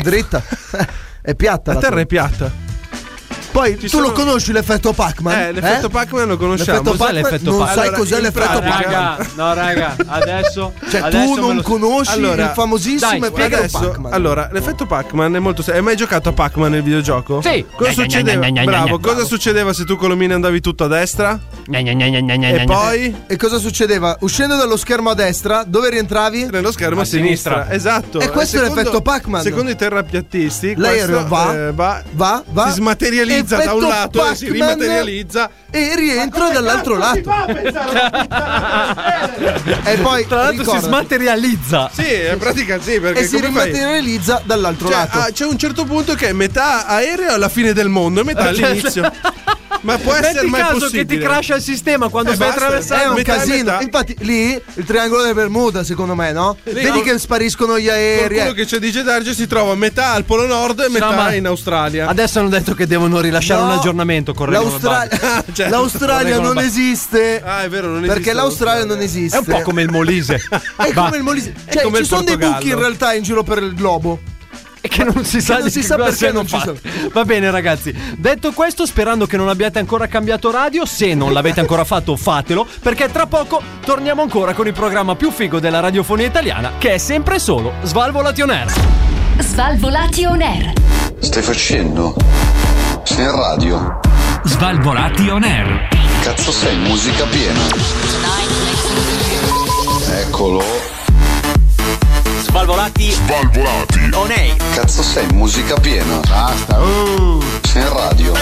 [SPEAKER 8] [laughs]
[SPEAKER 5] dritta. È piatta.
[SPEAKER 8] la terra è piatta.
[SPEAKER 5] Poi
[SPEAKER 8] Ci
[SPEAKER 5] tu
[SPEAKER 8] sono-
[SPEAKER 5] lo conosci l'effetto Pac-Man?
[SPEAKER 8] Eh, l'effetto Pac-Man lo conosciamo.
[SPEAKER 5] L'effetto
[SPEAKER 9] Cos'è
[SPEAKER 5] Pac-Man?
[SPEAKER 9] l'effetto
[SPEAKER 5] non
[SPEAKER 9] Pac-Man?
[SPEAKER 5] sai
[SPEAKER 8] Allora,
[SPEAKER 5] cos'è
[SPEAKER 8] in
[SPEAKER 5] l'effetto
[SPEAKER 8] pratica-
[SPEAKER 5] Pac-Man?
[SPEAKER 9] Raga, no, raga, adesso
[SPEAKER 5] Cioè,
[SPEAKER 9] adesso
[SPEAKER 5] tu
[SPEAKER 9] me
[SPEAKER 5] non
[SPEAKER 9] lo-
[SPEAKER 5] conosci
[SPEAKER 8] Allora,
[SPEAKER 5] il famosissimo
[SPEAKER 9] dai,
[SPEAKER 5] effetto
[SPEAKER 8] Adesso,
[SPEAKER 5] Pac-Man.
[SPEAKER 8] Allora, l'effetto Pac-Man è molto semplice. Hai mai giocato a Pac-Man nel videogioco?
[SPEAKER 9] Sì.
[SPEAKER 8] Cosa succedeva? Bravo, cosa succedeva se tu con l'omino andavi tutto a destra? E poi
[SPEAKER 5] E cosa succedeva? Uscendo dallo schermo a destra, dove rientravi?
[SPEAKER 8] nello schermo a
[SPEAKER 9] A
[SPEAKER 8] sinistra.
[SPEAKER 9] sinistra.
[SPEAKER 8] Esatto.
[SPEAKER 5] E questo è l'effetto Pac-Man.
[SPEAKER 8] Secondo i terrapiattisti,
[SPEAKER 5] L'aereo
[SPEAKER 8] questo,
[SPEAKER 5] va,
[SPEAKER 8] eh, va,
[SPEAKER 5] va, va,
[SPEAKER 8] si smaterializza da un
[SPEAKER 5] effetto
[SPEAKER 8] lato e si
[SPEAKER 5] Pac-Man
[SPEAKER 8] rimaterializza.
[SPEAKER 5] e rientra dall'altro lato. E poi
[SPEAKER 9] Tra l'altro si
[SPEAKER 5] ricordati,
[SPEAKER 9] smaterializza.
[SPEAKER 8] Sì,
[SPEAKER 5] [laughs]
[SPEAKER 8] in pratica sì, perché
[SPEAKER 5] e si
[SPEAKER 8] come fai?
[SPEAKER 5] rimaterializza dall'altro
[SPEAKER 8] Cioè,
[SPEAKER 5] lato.
[SPEAKER 8] ah, c'è un certo punto che è metà aereo alla fine del mondo e metà all'inizio. [laughs] Ma può essere
[SPEAKER 9] Ah, cioè, Metti
[SPEAKER 8] mai
[SPEAKER 9] caso
[SPEAKER 8] possibile.
[SPEAKER 9] che ti crasha il sistema quando
[SPEAKER 8] Eh,
[SPEAKER 9] stai
[SPEAKER 8] basta.
[SPEAKER 9] attraversando.
[SPEAKER 5] è un
[SPEAKER 8] metà e
[SPEAKER 5] casino.
[SPEAKER 8] metà.
[SPEAKER 5] Infatti, lì il triangolo delle Bermuda, secondo me, no? Vedi
[SPEAKER 8] col-
[SPEAKER 5] che spariscono gli aerei.
[SPEAKER 8] Qualcuno
[SPEAKER 5] eh.
[SPEAKER 8] che c'è dice Darge si trova metà al Polo Nord e metà
[SPEAKER 9] ma-
[SPEAKER 8] in Australia.
[SPEAKER 9] Adesso hanno detto che devono rilasciare
[SPEAKER 5] Eh, No,
[SPEAKER 9] un aggiornamento con Regola
[SPEAKER 8] [laughs]
[SPEAKER 5] l'Austra-
[SPEAKER 9] Barca.
[SPEAKER 5] [laughs]
[SPEAKER 8] Certo.
[SPEAKER 5] L'Australia
[SPEAKER 9] Regola
[SPEAKER 5] non
[SPEAKER 9] Bar-
[SPEAKER 5] esiste.
[SPEAKER 8] Ah, è vero, non esiste.
[SPEAKER 5] Perché l'Australia non esiste.
[SPEAKER 9] È un po' come il [laughs] Molise.
[SPEAKER 5] È
[SPEAKER 9] Va.
[SPEAKER 5] come il Molise. Cioè,
[SPEAKER 8] come
[SPEAKER 5] ci
[SPEAKER 8] il
[SPEAKER 5] sono dei
[SPEAKER 8] Portogallo.
[SPEAKER 5] buchi in realtà in giro per il globo.
[SPEAKER 9] E che non si sa,
[SPEAKER 5] non
[SPEAKER 9] di
[SPEAKER 5] si
[SPEAKER 9] che
[SPEAKER 5] sa
[SPEAKER 9] cosa
[SPEAKER 5] perché
[SPEAKER 9] siano
[SPEAKER 5] non ci
[SPEAKER 9] fatti. Va bene, ragazzi. Detto questo, sperando che non abbiate ancora cambiato radio, se non l'avete ancora fatto, fatelo. Perché tra poco torniamo ancora con il programma più figo della radiofonia italiana, che è sempre solo Svalvolati on Air.
[SPEAKER 6] Svalvolati on air.
[SPEAKER 1] Stai facendo? Sei in radio?
[SPEAKER 7] Svalvolati on air.
[SPEAKER 1] Cazzo sei, musica piena. Eccolo.
[SPEAKER 2] Svalvolati
[SPEAKER 1] Cazzo sei, musica piena. Basta. Sei in radio?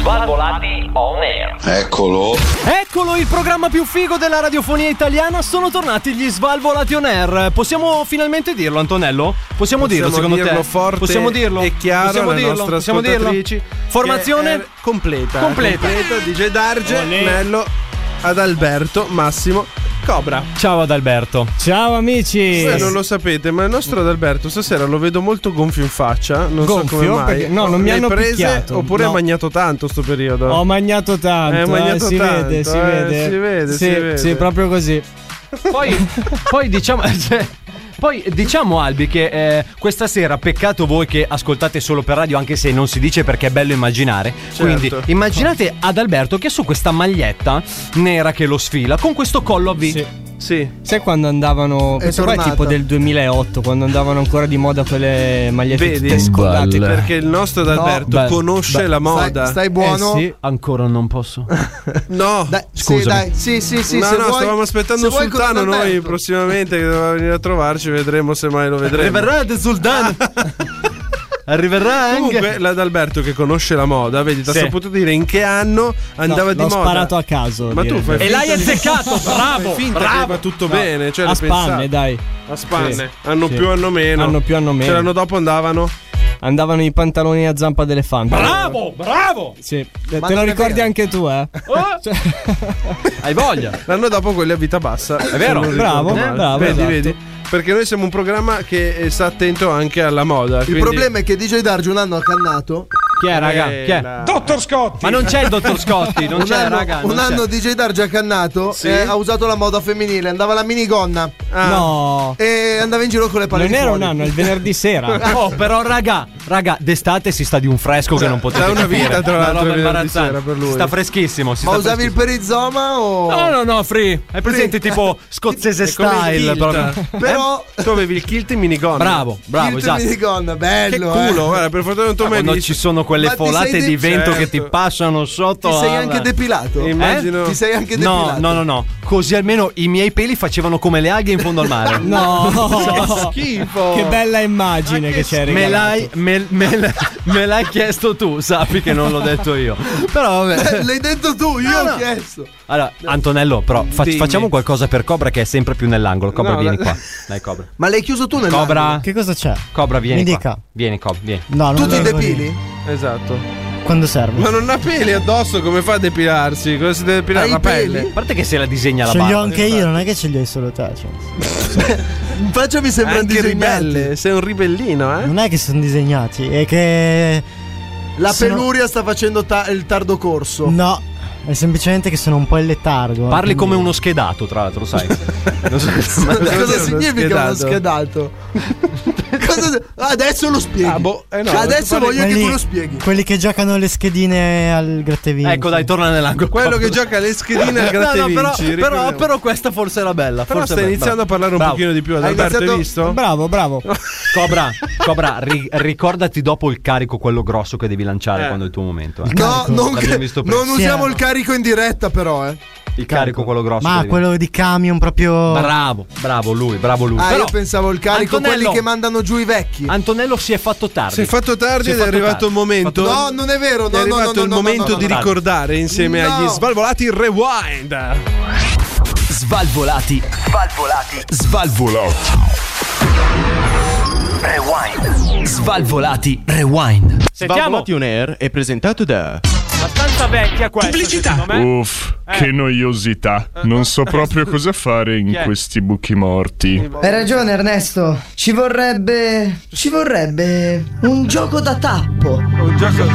[SPEAKER 2] Svalvolati on air.
[SPEAKER 1] Eccolo.
[SPEAKER 9] Eccolo il programma più figo della radiofonia italiana. Sono tornati gli Svalvolati on air. Possiamo finalmente dirlo, Antonello? Possiamo, dirlo,
[SPEAKER 8] Possiamo
[SPEAKER 9] secondo
[SPEAKER 8] dirlo
[SPEAKER 9] te?
[SPEAKER 8] forte
[SPEAKER 9] Possiamo dirlo?
[SPEAKER 8] e chiaro
[SPEAKER 9] Possiamo
[SPEAKER 8] alle
[SPEAKER 9] dirlo?
[SPEAKER 8] nostre
[SPEAKER 9] Possiamo dirlo?
[SPEAKER 8] ascoltatrici
[SPEAKER 9] Formazione?
[SPEAKER 8] che è completa.
[SPEAKER 9] Completa.
[SPEAKER 8] Completa DJ Darge, Nello, Adalberto, Massimo, Cobra.
[SPEAKER 9] Ciao ad Alberto.
[SPEAKER 10] Ciao amici.
[SPEAKER 8] Voi non lo sapete, ma il nostro Adalberto stasera lo vedo molto gonfio in faccia. Non
[SPEAKER 10] Gonfio?
[SPEAKER 8] so come mai.
[SPEAKER 10] Perché- no, non mi
[SPEAKER 8] Le
[SPEAKER 10] hanno
[SPEAKER 8] prese,
[SPEAKER 10] picchiato,
[SPEAKER 8] Oppure
[SPEAKER 10] no.
[SPEAKER 8] ha magnato tanto sto periodo.
[SPEAKER 10] Ho magnato tanto.
[SPEAKER 8] Eh, ho magnato
[SPEAKER 10] eh, si
[SPEAKER 8] tanto,
[SPEAKER 10] vede, si
[SPEAKER 8] eh,
[SPEAKER 10] vede.
[SPEAKER 8] si vede,
[SPEAKER 10] Sì,
[SPEAKER 8] si vede.
[SPEAKER 10] sì, proprio così.
[SPEAKER 9] Poi, poi diciamo. [laughs] cioè, Poi diciamo Albi che eh, questa sera, peccato voi che ascoltate solo per radio, anche se non si dice perché è bello immaginare.
[SPEAKER 10] Certo.
[SPEAKER 9] Quindi immaginate ad Alberto che ha su questa maglietta nera che lo sfila con questo collo a V.
[SPEAKER 10] Sì.
[SPEAKER 8] Sì.
[SPEAKER 10] Sai quando andavano. Questo qua è
[SPEAKER 5] tornata.
[SPEAKER 10] tipo del 2008, quando andavano ancora di moda quelle magliette
[SPEAKER 8] Vedi?
[SPEAKER 10] tutte scollate.
[SPEAKER 8] Perché il nostro Adalberto
[SPEAKER 9] No, beh,
[SPEAKER 8] conosce
[SPEAKER 9] beh,
[SPEAKER 8] la
[SPEAKER 5] Stai,
[SPEAKER 8] moda.
[SPEAKER 5] stai
[SPEAKER 10] Eh
[SPEAKER 5] buono?
[SPEAKER 10] sì.
[SPEAKER 9] Ancora non
[SPEAKER 8] [laughs]
[SPEAKER 9] posso.
[SPEAKER 8] No.
[SPEAKER 5] Dai,
[SPEAKER 9] Scusami.
[SPEAKER 5] Sì, dai. Sì, sì, sì.
[SPEAKER 8] no,
[SPEAKER 5] se
[SPEAKER 8] no,
[SPEAKER 5] vuoi-
[SPEAKER 8] stavamo aspettando
[SPEAKER 5] se vuoi con
[SPEAKER 8] Sultano. Noi
[SPEAKER 5] Adalberto.
[SPEAKER 8] prossimamente che doveva venire a trovarci, vedremo se mai lo vedremo.
[SPEAKER 9] del Sultano. [laughs] Arriverà
[SPEAKER 8] Comunque, l'Adalberto che conosce la moda, vedi, ti ha
[SPEAKER 9] Sì.
[SPEAKER 8] saputo dire in che anno andava di
[SPEAKER 10] l'ho
[SPEAKER 8] moda.
[SPEAKER 10] sparato a caso.
[SPEAKER 8] Ma tu
[SPEAKER 10] direi.
[SPEAKER 8] fai
[SPEAKER 9] E
[SPEAKER 8] [laughs]
[SPEAKER 9] l'hai azzeccato, bravo,
[SPEAKER 8] finta che va
[SPEAKER 9] bravo.
[SPEAKER 8] tutto bene. Cioè,
[SPEAKER 10] a
[SPEAKER 8] l'hai
[SPEAKER 10] spanne,
[SPEAKER 8] pensato.
[SPEAKER 10] dai.
[SPEAKER 8] A spanne.
[SPEAKER 10] Sì.
[SPEAKER 8] Hanno
[SPEAKER 10] Sì.
[SPEAKER 8] più, hanno meno.
[SPEAKER 10] Hanno più, hanno
[SPEAKER 8] Cioè,
[SPEAKER 10] meno.
[SPEAKER 8] l'anno dopo andavano.
[SPEAKER 10] Andavano i pantaloni a zampa d'elefante.
[SPEAKER 9] Bravo, bravo.
[SPEAKER 10] Sì. Eh,
[SPEAKER 5] Ma
[SPEAKER 10] Te lo
[SPEAKER 5] non è
[SPEAKER 10] ricordi
[SPEAKER 5] vero.
[SPEAKER 10] anche tu,
[SPEAKER 8] [laughs]
[SPEAKER 10] eh?
[SPEAKER 9] Oh. [laughs] Hai voglia.
[SPEAKER 8] L'anno dopo quelli a vita bassa. È
[SPEAKER 9] vero.
[SPEAKER 10] Bravo, bravo,
[SPEAKER 8] Vedi,
[SPEAKER 10] esatto.
[SPEAKER 8] vedi. Perché noi siamo un programma che eh, sta attento anche alla moda.
[SPEAKER 5] Il problema è che DJ Darge un anno ha cannato.
[SPEAKER 9] Chi è, raga? Chi è?
[SPEAKER 8] Dottor
[SPEAKER 9] Ma non c'è il dottor Scotti, non
[SPEAKER 5] Eh, Un
[SPEAKER 9] c'è,
[SPEAKER 5] anno,
[SPEAKER 9] raga. non
[SPEAKER 5] un
[SPEAKER 9] c'è.
[SPEAKER 5] anno DJ Darge ha cannato.
[SPEAKER 8] Sì. Ah.
[SPEAKER 5] eh, ha usato la moda femminile. Andava la minigonna.
[SPEAKER 10] No.
[SPEAKER 5] E andava in giro con le palle
[SPEAKER 10] Non
[SPEAKER 5] di
[SPEAKER 10] era un
[SPEAKER 5] fuori.
[SPEAKER 10] anno, è il venerdì sera.
[SPEAKER 5] [laughs]
[SPEAKER 9] Oh, però, raga, raga, d'estate si sta di un fresco che non potete
[SPEAKER 8] da una
[SPEAKER 9] capire.
[SPEAKER 8] vita, tra
[SPEAKER 9] Una
[SPEAKER 8] l'altro,
[SPEAKER 9] roba
[SPEAKER 8] venerdì
[SPEAKER 9] imbarazzante.
[SPEAKER 8] sera per lui.
[SPEAKER 9] Si sta freschissimo. Si
[SPEAKER 5] Ma
[SPEAKER 9] sta
[SPEAKER 5] usavi il perizoma o.
[SPEAKER 9] freschissimo. No, no, no, free. Hai presente tipo scozzese
[SPEAKER 8] Come il
[SPEAKER 9] style.
[SPEAKER 8] kilt.
[SPEAKER 9] proprio.
[SPEAKER 5] Però.
[SPEAKER 8] Tu avevi il kilt in minigonna.
[SPEAKER 9] Bravo, bravo,
[SPEAKER 5] il
[SPEAKER 9] esatto.
[SPEAKER 5] minigonna,
[SPEAKER 8] Che
[SPEAKER 5] bello. eh.
[SPEAKER 8] culo, guarda, per fortuna non ti ho
[SPEAKER 10] Ah,
[SPEAKER 8] mai
[SPEAKER 9] Quando
[SPEAKER 8] visto.
[SPEAKER 9] ci sono quelle
[SPEAKER 5] Ma ti sei
[SPEAKER 9] folate
[SPEAKER 5] de-
[SPEAKER 9] di vento che ti
[SPEAKER 8] Certo.
[SPEAKER 9] passano sotto.
[SPEAKER 5] Ti sei
[SPEAKER 9] alla- Eh?
[SPEAKER 5] anche depilato.
[SPEAKER 8] Immagino.
[SPEAKER 5] Ti sei anche
[SPEAKER 9] No,
[SPEAKER 5] depilato.
[SPEAKER 9] no, no, no. Così almeno i miei peli facevano come le alghe in fondo al
[SPEAKER 5] [laughs]
[SPEAKER 9] mare.
[SPEAKER 10] Eh? No.
[SPEAKER 8] Schifo.
[SPEAKER 10] Che bella immagine che c'è,
[SPEAKER 9] Me
[SPEAKER 10] regalato.
[SPEAKER 9] l'hai, me, me l- me l'hai chiesto tu, sappi che non l'ho detto io. Però vabbè.
[SPEAKER 5] [laughs] Eh, L'hai detto tu, io ho chiesto.
[SPEAKER 9] Allora, Antonello, però fa-
[SPEAKER 8] Dimmi.
[SPEAKER 9] facciamo qualcosa per Cobra che è sempre più nell'angolo. Cobra,
[SPEAKER 8] No,
[SPEAKER 9] vieni
[SPEAKER 8] la-
[SPEAKER 5] [laughs]
[SPEAKER 9] qua. Dai, Cobra.
[SPEAKER 5] Ma l'hai chiuso tu nel
[SPEAKER 9] Cobra,
[SPEAKER 10] Che cosa c'è?
[SPEAKER 9] Cobra, vieni.
[SPEAKER 10] Mi
[SPEAKER 9] qua.
[SPEAKER 10] dica.
[SPEAKER 9] Vieni, Cobra, vieni.
[SPEAKER 10] No, non
[SPEAKER 5] Tu ti
[SPEAKER 10] lo devo
[SPEAKER 5] depili?
[SPEAKER 10] dire.
[SPEAKER 8] Esatto.
[SPEAKER 10] Quando serve?
[SPEAKER 8] Ma non ha peli addosso, come fa a depilarsi? Cosa si deve depilare?
[SPEAKER 5] Hai
[SPEAKER 8] la
[SPEAKER 5] i peli?
[SPEAKER 8] pelle?
[SPEAKER 9] A parte che se la disegna la
[SPEAKER 10] Ce li ho
[SPEAKER 9] barba.
[SPEAKER 10] anche io, non è che ce li hai solo te. cioè.
[SPEAKER 5] [laughs] Faccia mi sembra
[SPEAKER 8] Anche
[SPEAKER 5] disegnati.
[SPEAKER 8] ribelle, sei un ribellino, eh?
[SPEAKER 10] Non è che sono disegnati, è che.
[SPEAKER 5] La
[SPEAKER 10] Sono-
[SPEAKER 5] peluria sta facendo ta- il tardo corso.
[SPEAKER 10] No, è semplicemente che sono un po' in letargo.
[SPEAKER 9] Parli
[SPEAKER 10] quindi-
[SPEAKER 9] come uno schedato, tra l'altro, lo
[SPEAKER 5] [laughs]
[SPEAKER 9] sai. Non so- ma-
[SPEAKER 5] Cosa
[SPEAKER 8] Cos'è uno
[SPEAKER 5] significa uno schedato? [laughs] Cosa- Adesso lo spieghi.
[SPEAKER 8] Ah, boh, eh no,
[SPEAKER 5] Cioè, Adesso
[SPEAKER 8] tu parli-
[SPEAKER 5] voglio che
[SPEAKER 10] Quelli-
[SPEAKER 5] tu lo spieghi.
[SPEAKER 10] Quelli che giocano le schedine al grattevino.
[SPEAKER 9] ecco, dai, torna nell'angolo.
[SPEAKER 8] Quello che gioca alle schedine al gratta
[SPEAKER 9] No, no, però,
[SPEAKER 8] vinci,
[SPEAKER 9] però,
[SPEAKER 8] ricordiamo.
[SPEAKER 9] però questa forse era bella.
[SPEAKER 8] Però
[SPEAKER 9] forse
[SPEAKER 8] stai
[SPEAKER 9] era bella.
[SPEAKER 8] iniziando a parlare un
[SPEAKER 9] Bravo.
[SPEAKER 8] pochino di più,
[SPEAKER 5] Hai
[SPEAKER 8] Adalberto, hai
[SPEAKER 5] iniziato-
[SPEAKER 8] visto?
[SPEAKER 10] Bravo,
[SPEAKER 8] [laughs]
[SPEAKER 10] bravo.
[SPEAKER 9] Cobra, Cobra ri- ricordati dopo il carico, quello grosso che devi lanciare
[SPEAKER 8] Eh.
[SPEAKER 9] quando è il tuo momento. eh.
[SPEAKER 5] No, non,
[SPEAKER 9] L'abbiamo
[SPEAKER 5] che-
[SPEAKER 9] visto prima.
[SPEAKER 5] non
[SPEAKER 10] Sì,
[SPEAKER 5] usiamo
[SPEAKER 10] eh.
[SPEAKER 5] il carico in diretta, però, eh.
[SPEAKER 9] Il carico, quello grosso. che
[SPEAKER 10] Ma
[SPEAKER 9] devi-
[SPEAKER 10] quello di camion proprio.
[SPEAKER 9] Bravo, bravo lui, bravo lui.
[SPEAKER 5] Ah,
[SPEAKER 9] Però-
[SPEAKER 5] io pensavo il carico,
[SPEAKER 9] Antonello-
[SPEAKER 5] quelli che mandano giù i vecchi.
[SPEAKER 9] Antonello si è fatto tardi.
[SPEAKER 8] Si è fatto tardi
[SPEAKER 9] Si è
[SPEAKER 8] ed è
[SPEAKER 9] fatto
[SPEAKER 8] arrivato
[SPEAKER 9] tardi.
[SPEAKER 8] il momento.
[SPEAKER 5] No, non è vero, no,
[SPEAKER 8] è
[SPEAKER 5] no, no,
[SPEAKER 8] arrivato
[SPEAKER 5] no,
[SPEAKER 8] il
[SPEAKER 5] no,
[SPEAKER 8] momento
[SPEAKER 5] no, no,
[SPEAKER 8] di
[SPEAKER 5] no.
[SPEAKER 8] ricordare insieme
[SPEAKER 5] No.
[SPEAKER 8] agli svalvolati il rewind.
[SPEAKER 7] Svalvolati. Svalvolati. Svalvolati. Rewind. Svalvolati. Rewind.
[SPEAKER 9] Sentiamo.
[SPEAKER 12] Svalvolati on Air è presentato da
[SPEAKER 9] Abbastanza vecchia questa. Pubblicità.
[SPEAKER 13] Uff, che noiosità. Non so proprio cosa fare in questi buchi morti.
[SPEAKER 14] Hai ragione Ernesto, ci vorrebbe... ci vorrebbe un gioco da tappo.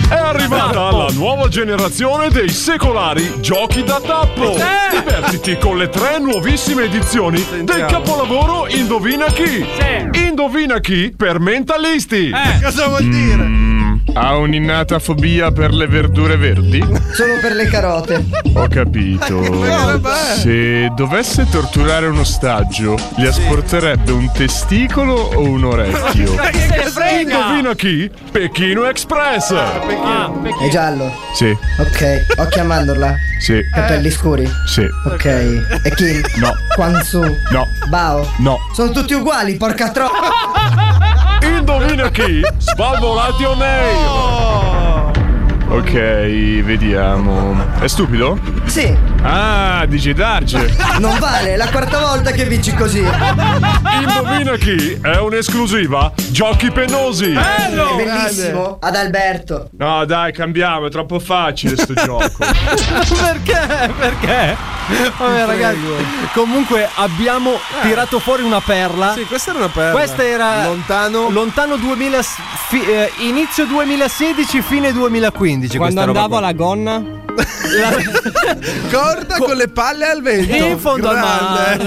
[SPEAKER 13] È arrivata la nuova generazione dei secolari giochi da tappo.
[SPEAKER 5] Eh.
[SPEAKER 13] Divertiti con le tre nuovissime edizioni del capolavoro Indovina chi. Indovina chi Eh, per mentalisti.
[SPEAKER 5] Eh.
[SPEAKER 8] Cosa vuol dire?
[SPEAKER 13] Mm. Ha un'innata fobia per le verdure verdi?
[SPEAKER 14] Solo per le carote.
[SPEAKER 13] Ho [laughs] capito. Se dovesse torturare un ostaggio, gli asporterebbe un testicolo o un orecchio? Indovina chi? Pechino Express!
[SPEAKER 14] È giallo.
[SPEAKER 13] Sì,
[SPEAKER 14] Ok, occhi a mandorla.
[SPEAKER 13] sì,
[SPEAKER 14] Capelli scuri.
[SPEAKER 13] sì.
[SPEAKER 14] Ok. E Kim?
[SPEAKER 13] No.
[SPEAKER 14] Quanzu?
[SPEAKER 13] No,
[SPEAKER 14] Bao?
[SPEAKER 13] no.
[SPEAKER 14] Sono tutti uguali, porca
[SPEAKER 13] [laughs]
[SPEAKER 14] troppa!
[SPEAKER 13] Indovina chi? Svalvolati o Air! Ok, vediamo. È stupido?
[SPEAKER 14] Sì.
[SPEAKER 13] Ah, dici Darge. Oh,
[SPEAKER 14] Non vale, è la quarta volta che vinci così.
[SPEAKER 13] Indovina chi? È un'esclusiva. Giochi penosi.
[SPEAKER 14] È bellissimo. Ad Alberto.
[SPEAKER 13] No, dai, cambiamo, è troppo facile sto gioco.
[SPEAKER 9] Perché? Perché? Vabbè, ragazzi. Comunque abbiamo tirato fuori una perla.
[SPEAKER 8] Sì, questa era una perla.
[SPEAKER 9] Questa era
[SPEAKER 5] lontano,
[SPEAKER 9] lontano 2000, fi- eh, inizio 2016, fine 2015.
[SPEAKER 15] Quando andavo alla gonna,
[SPEAKER 5] corda con le palle al vento.
[SPEAKER 9] In fondo al mare.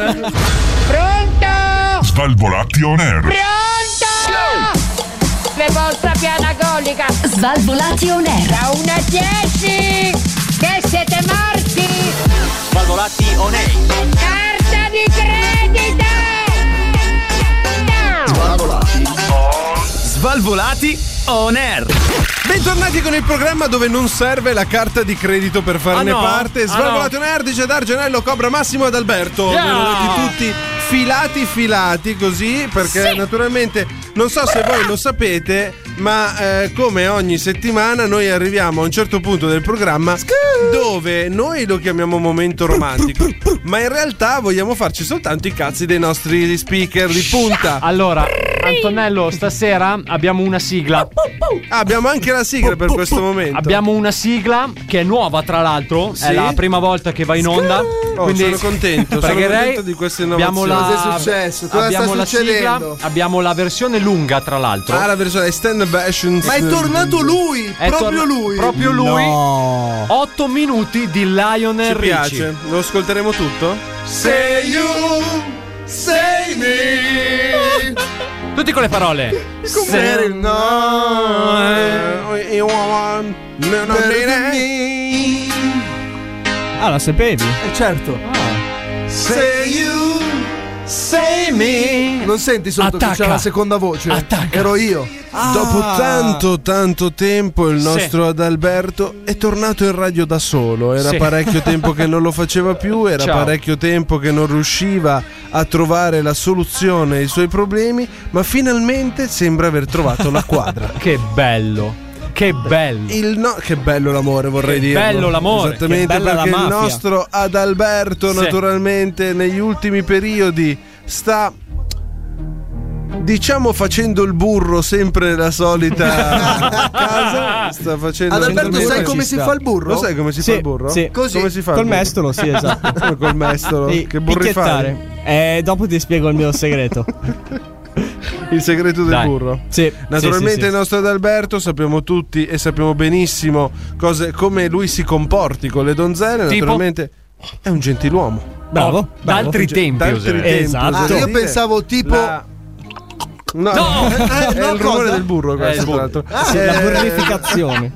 [SPEAKER 16] Pronto?
[SPEAKER 17] Svalvolati on air.
[SPEAKER 16] Pronto? Le vostra piana golica.
[SPEAKER 6] Svalvolati on air.
[SPEAKER 16] Da 1 a 10. Che siete morti?
[SPEAKER 2] Svalvolati on air.
[SPEAKER 16] Carta di credito.
[SPEAKER 2] Svalvolati
[SPEAKER 7] Svalvolati on air.
[SPEAKER 8] Bentornati con il programma dove non serve la carta di credito per farne
[SPEAKER 7] Ah, no?
[SPEAKER 8] parte.
[SPEAKER 7] Ah,
[SPEAKER 8] Svalvolati on air dice Dargenello, Cobra Massimo ed Alberto.
[SPEAKER 7] Yeah.
[SPEAKER 8] Benvenuti tutti filati filati così perché naturalmente non so se voi lo sapete ma eh, come ogni settimana noi arriviamo a un certo punto del programma dove noi lo chiamiamo momento romantico ma in realtà vogliamo farci soltanto i cazzi dei nostri speaker di punta
[SPEAKER 9] allora Antonello stasera abbiamo una sigla
[SPEAKER 8] abbiamo anche la sigla per questo momento
[SPEAKER 9] Abbiamo una sigla che è nuova, tra l'altro.
[SPEAKER 8] Sì?
[SPEAKER 9] È la prima volta che va in onda.
[SPEAKER 8] Oh,
[SPEAKER 9] quindi
[SPEAKER 8] sono contento, sono
[SPEAKER 9] pregherei.
[SPEAKER 8] contento di queste
[SPEAKER 9] Abbiamo
[SPEAKER 8] innovazioni.
[SPEAKER 9] la,
[SPEAKER 8] Cosa è successo? Cosa sta
[SPEAKER 9] abbiamo la
[SPEAKER 8] succedendo?
[SPEAKER 9] sigla, abbiamo la versione lunga, tra l'altro.
[SPEAKER 8] Ah, la versione stand version.
[SPEAKER 5] Ma è tornato lui,
[SPEAKER 9] È
[SPEAKER 5] proprio
[SPEAKER 9] torna-
[SPEAKER 5] lui.
[SPEAKER 9] Proprio lui. 8 minuti di Lionel
[SPEAKER 8] Ci
[SPEAKER 9] Richie.
[SPEAKER 8] piace, lo ascolteremo tutto?
[SPEAKER 9] Say you,
[SPEAKER 8] say me.
[SPEAKER 9] Tutti con le parole.
[SPEAKER 8] Say
[SPEAKER 5] eh?
[SPEAKER 8] no. You want no, no,
[SPEAKER 15] Ah, la sapevi?
[SPEAKER 5] certo.
[SPEAKER 8] Say you, say me.
[SPEAKER 5] Non senti sotto che c'è
[SPEAKER 8] Attacca.
[SPEAKER 5] la seconda voce?
[SPEAKER 8] Attacca. Ah.
[SPEAKER 5] Ero io.
[SPEAKER 8] Dopo tanto, tanto tempo il
[SPEAKER 5] Sì.
[SPEAKER 8] nostro Adalberto è tornato in radio da solo. Era
[SPEAKER 5] Sì.
[SPEAKER 8] parecchio tempo che non lo faceva più, era
[SPEAKER 5] Ciao.
[SPEAKER 8] parecchio tempo che non riusciva a trovare la soluzione ai suoi problemi, ma finalmente sembra aver trovato la quadra. [laughs]
[SPEAKER 9] che bello. Che bello.
[SPEAKER 8] Il no- che bello l'amore, vorrei
[SPEAKER 9] Che
[SPEAKER 8] dire.
[SPEAKER 9] bello l'amore,
[SPEAKER 8] Esattamente,
[SPEAKER 9] che bella la
[SPEAKER 8] perché il
[SPEAKER 9] mafia.
[SPEAKER 8] nostro Adalberto,
[SPEAKER 9] Sì.
[SPEAKER 8] naturalmente, negli ultimi periodi sta. Diciamo facendo il burro sempre nella
[SPEAKER 9] [laughs]
[SPEAKER 8] solita casa. Sta facendo
[SPEAKER 5] Adalberto, sai come si fa il burro?
[SPEAKER 8] Lo sai come si
[SPEAKER 15] Sì,
[SPEAKER 8] fa il burro?
[SPEAKER 15] sì.
[SPEAKER 5] Così.
[SPEAKER 8] Come si fa? il
[SPEAKER 15] Col
[SPEAKER 8] burro?
[SPEAKER 15] mestolo, sì, esatto.
[SPEAKER 8] Come [laughs] Col mestolo.
[SPEAKER 15] Sì,
[SPEAKER 8] che burri
[SPEAKER 15] picchiettare.
[SPEAKER 8] fai?
[SPEAKER 15] Eh, dopo ti spiego il mio
[SPEAKER 9] [laughs]
[SPEAKER 15] segreto.
[SPEAKER 9] Oh,
[SPEAKER 8] Il segreto del
[SPEAKER 15] Dai.
[SPEAKER 8] burro.
[SPEAKER 15] Sì.
[SPEAKER 8] Naturalmente
[SPEAKER 15] sì, sì,
[SPEAKER 8] il
[SPEAKER 15] sì.
[SPEAKER 8] nostro Adalberto sappiamo tutti e sappiamo benissimo cose- come lui si comporti con le donzelle.
[SPEAKER 9] Tipo?
[SPEAKER 8] Naturalmente è un gentiluomo.
[SPEAKER 15] Bravo,
[SPEAKER 8] Oh,
[SPEAKER 15] bravo. Eh,
[SPEAKER 8] d'altri
[SPEAKER 15] Gen-
[SPEAKER 8] tempi,
[SPEAKER 15] d'altri
[SPEAKER 8] oserei.
[SPEAKER 15] tempi,
[SPEAKER 8] Esatto.
[SPEAKER 15] oserei
[SPEAKER 8] Ah, io
[SPEAKER 15] dire.
[SPEAKER 5] Pensavo tipo.
[SPEAKER 8] La- No, [laughs] è,
[SPEAKER 5] no,
[SPEAKER 8] il rumore
[SPEAKER 5] cosa?
[SPEAKER 8] del burro
[SPEAKER 15] Eh,
[SPEAKER 8] questo,
[SPEAKER 15] il
[SPEAKER 8] tra
[SPEAKER 15] burro.
[SPEAKER 8] l'altro.
[SPEAKER 9] Ah,
[SPEAKER 15] Sì, la
[SPEAKER 8] Eh, [laughs]
[SPEAKER 15] burrificazione.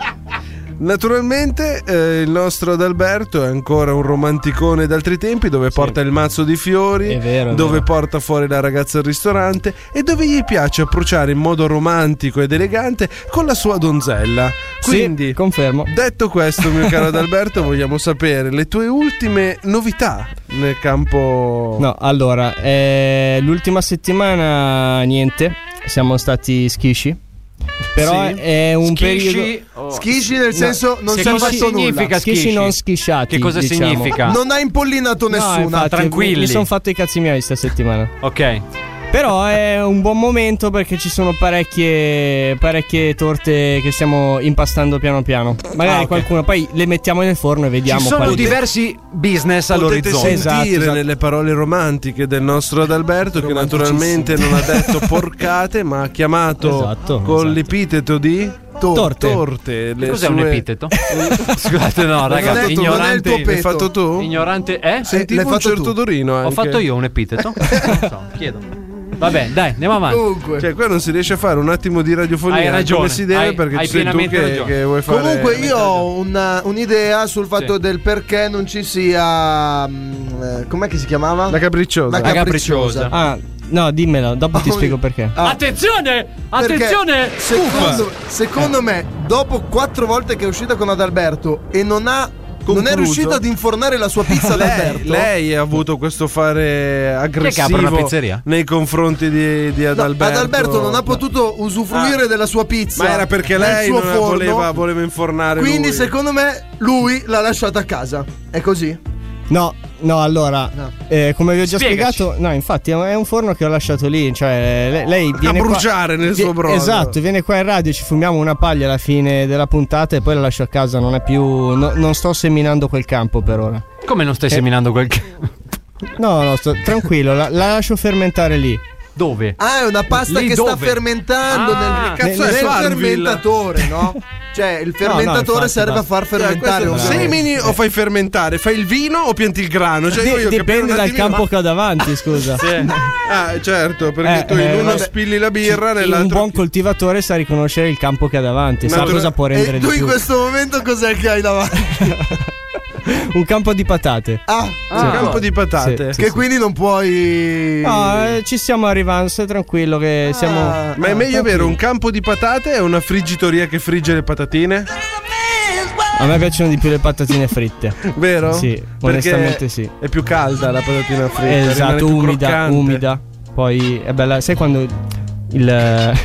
[SPEAKER 8] Naturalmente eh, il nostro Adalberto è ancora un romanticone d'altri tempi dove porta il mazzo di fiori,
[SPEAKER 15] vero, è
[SPEAKER 8] dove
[SPEAKER 15] vero.
[SPEAKER 8] porta fuori la ragazza al ristorante e dove gli piace approcciare in modo romantico ed elegante con la sua donzella. Quindi,
[SPEAKER 15] confermo.
[SPEAKER 8] detto questo, mio caro Adalberto, vogliamo sapere le tue ultime novità nel campo...
[SPEAKER 15] No, allora, eh, l'ultima settimana niente, siamo stati schisci. Però
[SPEAKER 9] Sì.
[SPEAKER 15] è un
[SPEAKER 9] Schisci
[SPEAKER 15] periodo
[SPEAKER 9] o-
[SPEAKER 5] Schisci nel senso non
[SPEAKER 9] Che
[SPEAKER 5] si è
[SPEAKER 9] cosa
[SPEAKER 5] fatto
[SPEAKER 9] significa
[SPEAKER 5] nulla.
[SPEAKER 15] Schisci
[SPEAKER 9] schisci?
[SPEAKER 15] non schisciati,
[SPEAKER 9] Che cosa
[SPEAKER 15] diciamo.
[SPEAKER 9] significa?
[SPEAKER 5] Non ha impollinato
[SPEAKER 15] No,
[SPEAKER 5] nessuno.
[SPEAKER 15] infatti,
[SPEAKER 9] tranquilli.
[SPEAKER 15] Mi, sono fatto i cazzi miei sta settimana.
[SPEAKER 9] Ok.
[SPEAKER 15] Però è un buon momento perché ci sono parecchie, parecchie torte che stiamo impastando piano piano. Magari
[SPEAKER 9] Ah, ok.
[SPEAKER 15] qualcuna, poi le mettiamo nel forno e
[SPEAKER 9] Ci
[SPEAKER 15] vediamo.
[SPEAKER 9] sono
[SPEAKER 15] quali-
[SPEAKER 9] diversi business
[SPEAKER 8] Potete
[SPEAKER 9] all'orizzonte.
[SPEAKER 8] sentire nelle parole romantiche del nostro Adalberto che naturalmente non ha detto porcate ma ha chiamato
[SPEAKER 15] Esatto,
[SPEAKER 8] con l'epiteto di
[SPEAKER 15] Torte.
[SPEAKER 8] torte le
[SPEAKER 9] Cos'è un
[SPEAKER 8] sue- [laughs]
[SPEAKER 9] epiteto? Scusate, no,
[SPEAKER 8] L'hai
[SPEAKER 9] ragazzi,
[SPEAKER 8] detto, non è il
[SPEAKER 9] ignorante.
[SPEAKER 8] tuo peto. L'hai fatto tu?
[SPEAKER 9] Ignorante, eh?
[SPEAKER 8] Sentivo
[SPEAKER 9] L'hai
[SPEAKER 8] un
[SPEAKER 9] fatto
[SPEAKER 8] certo
[SPEAKER 9] tu?
[SPEAKER 14] [laughs]
[SPEAKER 8] odorino
[SPEAKER 9] Ho
[SPEAKER 8] anche.
[SPEAKER 9] fatto io un epiteto? Non so, chiedo. Vabbè, dai, andiamo avanti.
[SPEAKER 5] Comunque.
[SPEAKER 8] Cioè, qua non si riesce a fare un attimo di radiofonia
[SPEAKER 9] Hai
[SPEAKER 8] come
[SPEAKER 9] ragione,
[SPEAKER 8] si deve
[SPEAKER 9] hai-
[SPEAKER 8] perché
[SPEAKER 9] hai
[SPEAKER 8] ci sei tu
[SPEAKER 9] pienamente
[SPEAKER 8] che-
[SPEAKER 9] ragione.
[SPEAKER 8] che vuoi fare-
[SPEAKER 5] Comunque io ho una- un'idea sul fatto
[SPEAKER 9] Sì.
[SPEAKER 5] del perché non ci sia... mm, eh, com'è che si chiamava?
[SPEAKER 8] La capricciosa.
[SPEAKER 5] La capricciosa.
[SPEAKER 15] Ah, no, dimmelo, dopo ti spiego perché.
[SPEAKER 5] Ah.
[SPEAKER 9] Attenzione!
[SPEAKER 5] Perché
[SPEAKER 9] Attenzione!
[SPEAKER 5] Secondo, secondo me, dopo quattro volte che è uscita con Adalberto e non ha
[SPEAKER 8] concluso.
[SPEAKER 5] Non è riuscito ad infornare la sua pizza ad
[SPEAKER 8] lei,
[SPEAKER 5] Alberto?
[SPEAKER 8] lei ha avuto questo fare aggressivo
[SPEAKER 5] apre una pizzeria?
[SPEAKER 8] nei confronti di, di
[SPEAKER 5] No,
[SPEAKER 8] Adalberto. Ah.
[SPEAKER 5] Adalberto non ha potuto usufruire della sua pizza.
[SPEAKER 8] Ma era perché
[SPEAKER 5] nel
[SPEAKER 8] lei
[SPEAKER 5] suo
[SPEAKER 8] non la
[SPEAKER 5] forno.
[SPEAKER 8] voleva, voleva infornare
[SPEAKER 5] Quindi,
[SPEAKER 8] lui.
[SPEAKER 5] secondo me, lui l'ha lasciata a casa. È così?
[SPEAKER 15] No, no, allora, eh, come vi ho già
[SPEAKER 5] Spiegaci.
[SPEAKER 15] spiegato, no, infatti è un forno che ho lasciato lì, cioè le- lei
[SPEAKER 8] A
[SPEAKER 15] viene qua-
[SPEAKER 8] bruciare nel
[SPEAKER 15] vi-
[SPEAKER 8] suo brodo.
[SPEAKER 15] Esatto, viene qua in radio, ci fumiamo una paglia alla fine della puntata e poi la lascio a casa, non è più no- non sto seminando quel campo per ora.
[SPEAKER 9] Come non stai
[SPEAKER 15] Eh.
[SPEAKER 9] seminando quel c-
[SPEAKER 15] No, no, sto- tranquillo, la, la lascio fermentare lì.
[SPEAKER 9] Dove?
[SPEAKER 5] Ah, è una pasta
[SPEAKER 15] Lì
[SPEAKER 5] che sta
[SPEAKER 15] dove?
[SPEAKER 5] fermentando
[SPEAKER 8] Ah,
[SPEAKER 5] nel,
[SPEAKER 15] Che cazzo
[SPEAKER 5] nel-
[SPEAKER 15] è,
[SPEAKER 5] nel
[SPEAKER 15] Farmville? [laughs]
[SPEAKER 5] fermentatore, no? Cioè, il
[SPEAKER 8] No, no,
[SPEAKER 5] fermentatore
[SPEAKER 8] infatti,
[SPEAKER 5] serve
[SPEAKER 8] basta.
[SPEAKER 5] a far
[SPEAKER 8] Cioè,
[SPEAKER 5] fermentare
[SPEAKER 8] questo-
[SPEAKER 5] un
[SPEAKER 8] semini o fai fermentare? Fai il vino o pianti il grano? Cioè, io,
[SPEAKER 15] Di-
[SPEAKER 8] io ho capito
[SPEAKER 15] dipende
[SPEAKER 8] un
[SPEAKER 15] dal
[SPEAKER 8] attimino,
[SPEAKER 15] campo
[SPEAKER 8] ma-
[SPEAKER 15] che ho davanti, scusa.
[SPEAKER 8] Ah, certo, perché
[SPEAKER 15] Eh,
[SPEAKER 8] tu in
[SPEAKER 15] eh,
[SPEAKER 8] uno
[SPEAKER 15] vabbè.
[SPEAKER 8] spilli la birra,
[SPEAKER 15] Chi-
[SPEAKER 8] nell'altro
[SPEAKER 15] Un buon coltivatore sa riconoscere il campo che ha davanti, sa
[SPEAKER 8] Natura- Eh,
[SPEAKER 15] cosa può rendere
[SPEAKER 5] E
[SPEAKER 15] di
[SPEAKER 5] tu in
[SPEAKER 15] più.
[SPEAKER 5] questo momento cos'è che hai davanti?
[SPEAKER 15] [laughs] Un campo di patate.
[SPEAKER 5] Ah,
[SPEAKER 15] Ah. campo di patate.
[SPEAKER 5] che quindi non puoi.
[SPEAKER 15] No, eh, ci stiamo arrivando, stai tranquillo che siamo...
[SPEAKER 8] Ma è meglio avere un campo di patate o una friggitoria che frigge le patatine?
[SPEAKER 15] A me piacciono di più le patatine fritte.
[SPEAKER 8] Vero?
[SPEAKER 15] Sì,
[SPEAKER 8] Perché
[SPEAKER 15] onestamente sì.
[SPEAKER 8] È più calda la patatina fritta.
[SPEAKER 5] Eh,
[SPEAKER 8] rimane
[SPEAKER 15] esatto,
[SPEAKER 8] più
[SPEAKER 15] umida,
[SPEAKER 8] croccante.
[SPEAKER 15] umida. Poi è bella, sai quando il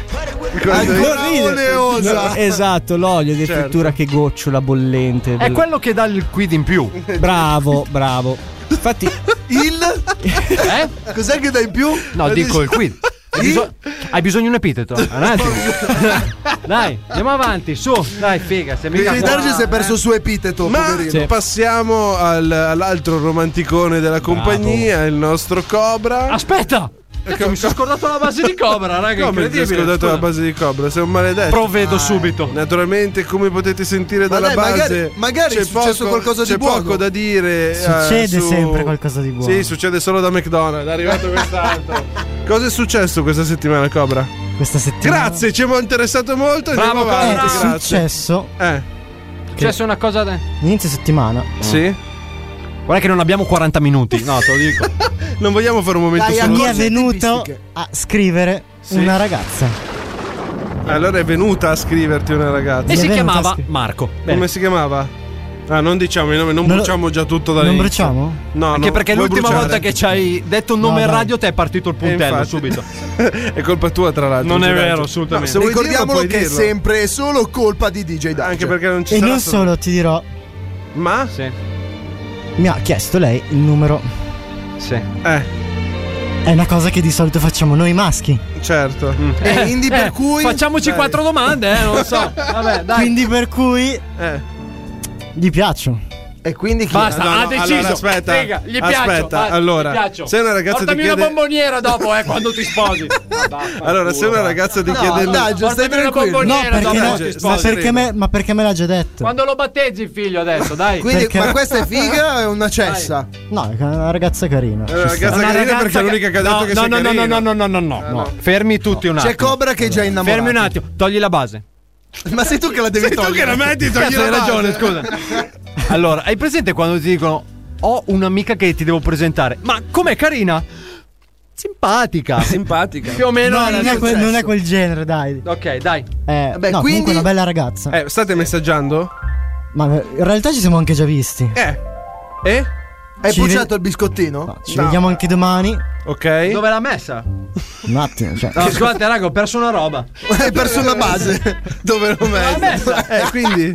[SPEAKER 8] [laughs] Ancora
[SPEAKER 15] ride.
[SPEAKER 8] oleosa.
[SPEAKER 15] Esatto, l'olio di
[SPEAKER 9] Certo.
[SPEAKER 15] frittura che gocciola bollente.
[SPEAKER 9] È
[SPEAKER 15] del-
[SPEAKER 9] quello che dà il quid in più.
[SPEAKER 8] Eh?
[SPEAKER 15] Bravo, bravo.
[SPEAKER 8] [laughs]
[SPEAKER 15] Infatti
[SPEAKER 5] Il.
[SPEAKER 9] Eh?
[SPEAKER 5] Cos'è che dai in più?
[SPEAKER 9] No, dico il quid. Hai, bisog- hai bisogno di
[SPEAKER 8] [laughs]
[SPEAKER 9] un epiteto. Un attimo. [laughs] dai, andiamo avanti. Su, dai, figa. Se mica
[SPEAKER 5] Il Darge si è perso il suo epiteto,
[SPEAKER 8] Ma
[SPEAKER 5] poverino.
[SPEAKER 15] cioè,
[SPEAKER 8] passiamo al- all'altro romanticone della compagnia, il nostro Cobra.
[SPEAKER 9] Aspetta! Cazzo, mi sono scordato la base di Cobra, raga.
[SPEAKER 8] Come ti
[SPEAKER 9] incredibile.
[SPEAKER 8] hai scordato la
[SPEAKER 9] Scusa.
[SPEAKER 8] base di Cobra? Sei un maledetto.
[SPEAKER 9] Provvedo subito.
[SPEAKER 8] Naturalmente, come potete sentire
[SPEAKER 5] Ma
[SPEAKER 8] dalla
[SPEAKER 5] dai, magari-
[SPEAKER 8] base,
[SPEAKER 5] magari è
[SPEAKER 8] c'è
[SPEAKER 5] successo
[SPEAKER 8] poco,
[SPEAKER 5] qualcosa di
[SPEAKER 8] c'è
[SPEAKER 5] buono.
[SPEAKER 8] poco da dire. eh,
[SPEAKER 10] Succede
[SPEAKER 8] su-
[SPEAKER 10] sempre qualcosa di buono.
[SPEAKER 8] Sì, succede solo da McDonald's. È arrivato quest'altro. Cosa è successo questa settimana, Cobra?
[SPEAKER 10] Questa settimana.
[SPEAKER 8] Grazie, ci è interessato molto.
[SPEAKER 10] Bravo,
[SPEAKER 8] Andiamo avanti.
[SPEAKER 10] Cobra. È successo.
[SPEAKER 8] Eh.
[SPEAKER 9] Successo una cosa. da-
[SPEAKER 10] Inizio settimana.
[SPEAKER 8] Sì.
[SPEAKER 9] Guarda che non abbiamo 40 minuti. No, te lo dico.
[SPEAKER 8] non vogliamo fare un momento
[SPEAKER 10] Dai,
[SPEAKER 8] solo.
[SPEAKER 10] mi è venuto a scrivere
[SPEAKER 8] Sì.
[SPEAKER 10] una ragazza.
[SPEAKER 8] Allora è venuta a scriverti una ragazza.
[SPEAKER 9] Eh,
[SPEAKER 10] E si Mi è venuta chiamava a
[SPEAKER 9] Marco.
[SPEAKER 8] Come si chiamava? Ah, non diciamo i nomi, non,
[SPEAKER 10] Non lo-
[SPEAKER 8] bruciamo già tutto da
[SPEAKER 10] Non bruciamo?
[SPEAKER 8] No,
[SPEAKER 9] Anche
[SPEAKER 8] no,
[SPEAKER 9] perché
[SPEAKER 8] vuoi
[SPEAKER 9] l'ultima
[SPEAKER 8] bruciare?
[SPEAKER 9] volta
[SPEAKER 8] [laughs]
[SPEAKER 9] che ci hai detto un
[SPEAKER 10] No,
[SPEAKER 9] nome in
[SPEAKER 10] dai.
[SPEAKER 9] radio, te è partito il puntello
[SPEAKER 8] infatti. [laughs]
[SPEAKER 9] subito.
[SPEAKER 8] è colpa tua, tra l'altro.
[SPEAKER 9] Non è
[SPEAKER 8] Giorgio.
[SPEAKER 9] vero, assolutamente.
[SPEAKER 8] se vuoi
[SPEAKER 5] Ricordiamolo
[SPEAKER 8] dirlo,
[SPEAKER 5] che
[SPEAKER 8] puoi
[SPEAKER 5] è
[SPEAKER 8] dirlo.
[SPEAKER 5] sempre e solo colpa di DJ Darge.
[SPEAKER 8] Anche perché non ci
[SPEAKER 10] E
[SPEAKER 8] sarà
[SPEAKER 10] non
[SPEAKER 8] solo-
[SPEAKER 10] solo ti dirò,
[SPEAKER 8] Ma?
[SPEAKER 9] Sì.
[SPEAKER 10] mi ha chiesto lei il numero.
[SPEAKER 9] Sì.
[SPEAKER 8] Eh,
[SPEAKER 10] È una cosa che di solito facciamo noi maschi.
[SPEAKER 8] certo.
[SPEAKER 5] E quindi per cui.
[SPEAKER 9] Facciamoci
[SPEAKER 5] Dai.
[SPEAKER 9] quattro domande, eh, non lo so.
[SPEAKER 8] [laughs]
[SPEAKER 9] Vabbè, dai.
[SPEAKER 10] Quindi per cui
[SPEAKER 8] Eh.
[SPEAKER 10] gli piaccio.
[SPEAKER 5] E quindi chi?
[SPEAKER 9] Basta,
[SPEAKER 8] No, no,
[SPEAKER 9] ha deciso.
[SPEAKER 8] allora, aspetta,
[SPEAKER 9] Figa, gli piaccio.
[SPEAKER 8] aspetta,
[SPEAKER 9] vai,
[SPEAKER 8] allora,
[SPEAKER 9] gli piaccio.
[SPEAKER 8] se una ragazza ti
[SPEAKER 9] Portami
[SPEAKER 8] chiede-
[SPEAKER 9] una bomboniera dopo, eh, quando ti
[SPEAKER 8] [laughs]
[SPEAKER 9] sposi.
[SPEAKER 8] Allora, se una ragazza ti
[SPEAKER 5] No,
[SPEAKER 8] chiede Eh, cioè, il
[SPEAKER 5] dai, Gio, stai
[SPEAKER 9] Portami una
[SPEAKER 5] tranquillo.
[SPEAKER 10] No,
[SPEAKER 9] bomboniera
[SPEAKER 10] perché
[SPEAKER 9] dopo,
[SPEAKER 10] no,
[SPEAKER 9] quando ti
[SPEAKER 10] ma,
[SPEAKER 9] sposi.
[SPEAKER 10] perché me, ma perché me l'ha già detto?
[SPEAKER 9] Quando lo battezzi il figlio adesso, dai.
[SPEAKER 5] Quindi,
[SPEAKER 10] Perché-
[SPEAKER 5] ma questa è figa o è una cessa?
[SPEAKER 10] No, è una ragazza carina.
[SPEAKER 8] Eh, ragazza
[SPEAKER 9] Una
[SPEAKER 8] carina perché è
[SPEAKER 9] che-
[SPEAKER 8] l'unica che ha detto
[SPEAKER 9] no,
[SPEAKER 8] che
[SPEAKER 9] no,
[SPEAKER 8] sei
[SPEAKER 9] no, no,
[SPEAKER 8] carina.
[SPEAKER 9] no, no, no, no, no, no. Fermi tutti un
[SPEAKER 5] C'è
[SPEAKER 9] attimo.
[SPEAKER 5] Cobra che è già innamorata.
[SPEAKER 9] Fermi un attimo, togli la base.
[SPEAKER 5] Ma sei tu che la devi
[SPEAKER 8] Sei tu
[SPEAKER 5] togliere.
[SPEAKER 8] che la metti, togli
[SPEAKER 9] Cazzo,
[SPEAKER 8] la
[SPEAKER 9] hai
[SPEAKER 8] base.
[SPEAKER 9] ragione, scusa. Allora, hai presente quando ti dicono "Ho un'amica che ti devo presentare". Ma com'è carina? Simpatica.
[SPEAKER 8] Simpatica.
[SPEAKER 9] Più o meno
[SPEAKER 10] No,
[SPEAKER 9] era
[SPEAKER 10] non, è
[SPEAKER 9] successo.
[SPEAKER 10] quel, non è quel genere, dai.
[SPEAKER 9] Ok, dai.
[SPEAKER 10] Eh,
[SPEAKER 5] Vabbè,
[SPEAKER 10] no,
[SPEAKER 5] quindi-
[SPEAKER 10] comunque è una bella ragazza.
[SPEAKER 8] Eh, state messaggiando?
[SPEAKER 10] Ma in realtà ci siamo anche già visti.
[SPEAKER 8] Eh. Eh?
[SPEAKER 5] Hai
[SPEAKER 10] Ci
[SPEAKER 5] bruciato il biscottino?
[SPEAKER 10] Ci vediamo anche domani.
[SPEAKER 8] Ok.
[SPEAKER 9] Dove l'ha messa?
[SPEAKER 10] Un attimo, cioè.
[SPEAKER 9] No, scusate, raga, ho perso una roba.
[SPEAKER 5] [laughs] Hai perso la base. Dove l'ho
[SPEAKER 9] L'ha
[SPEAKER 5] messo?
[SPEAKER 9] messa.
[SPEAKER 8] Eh, quindi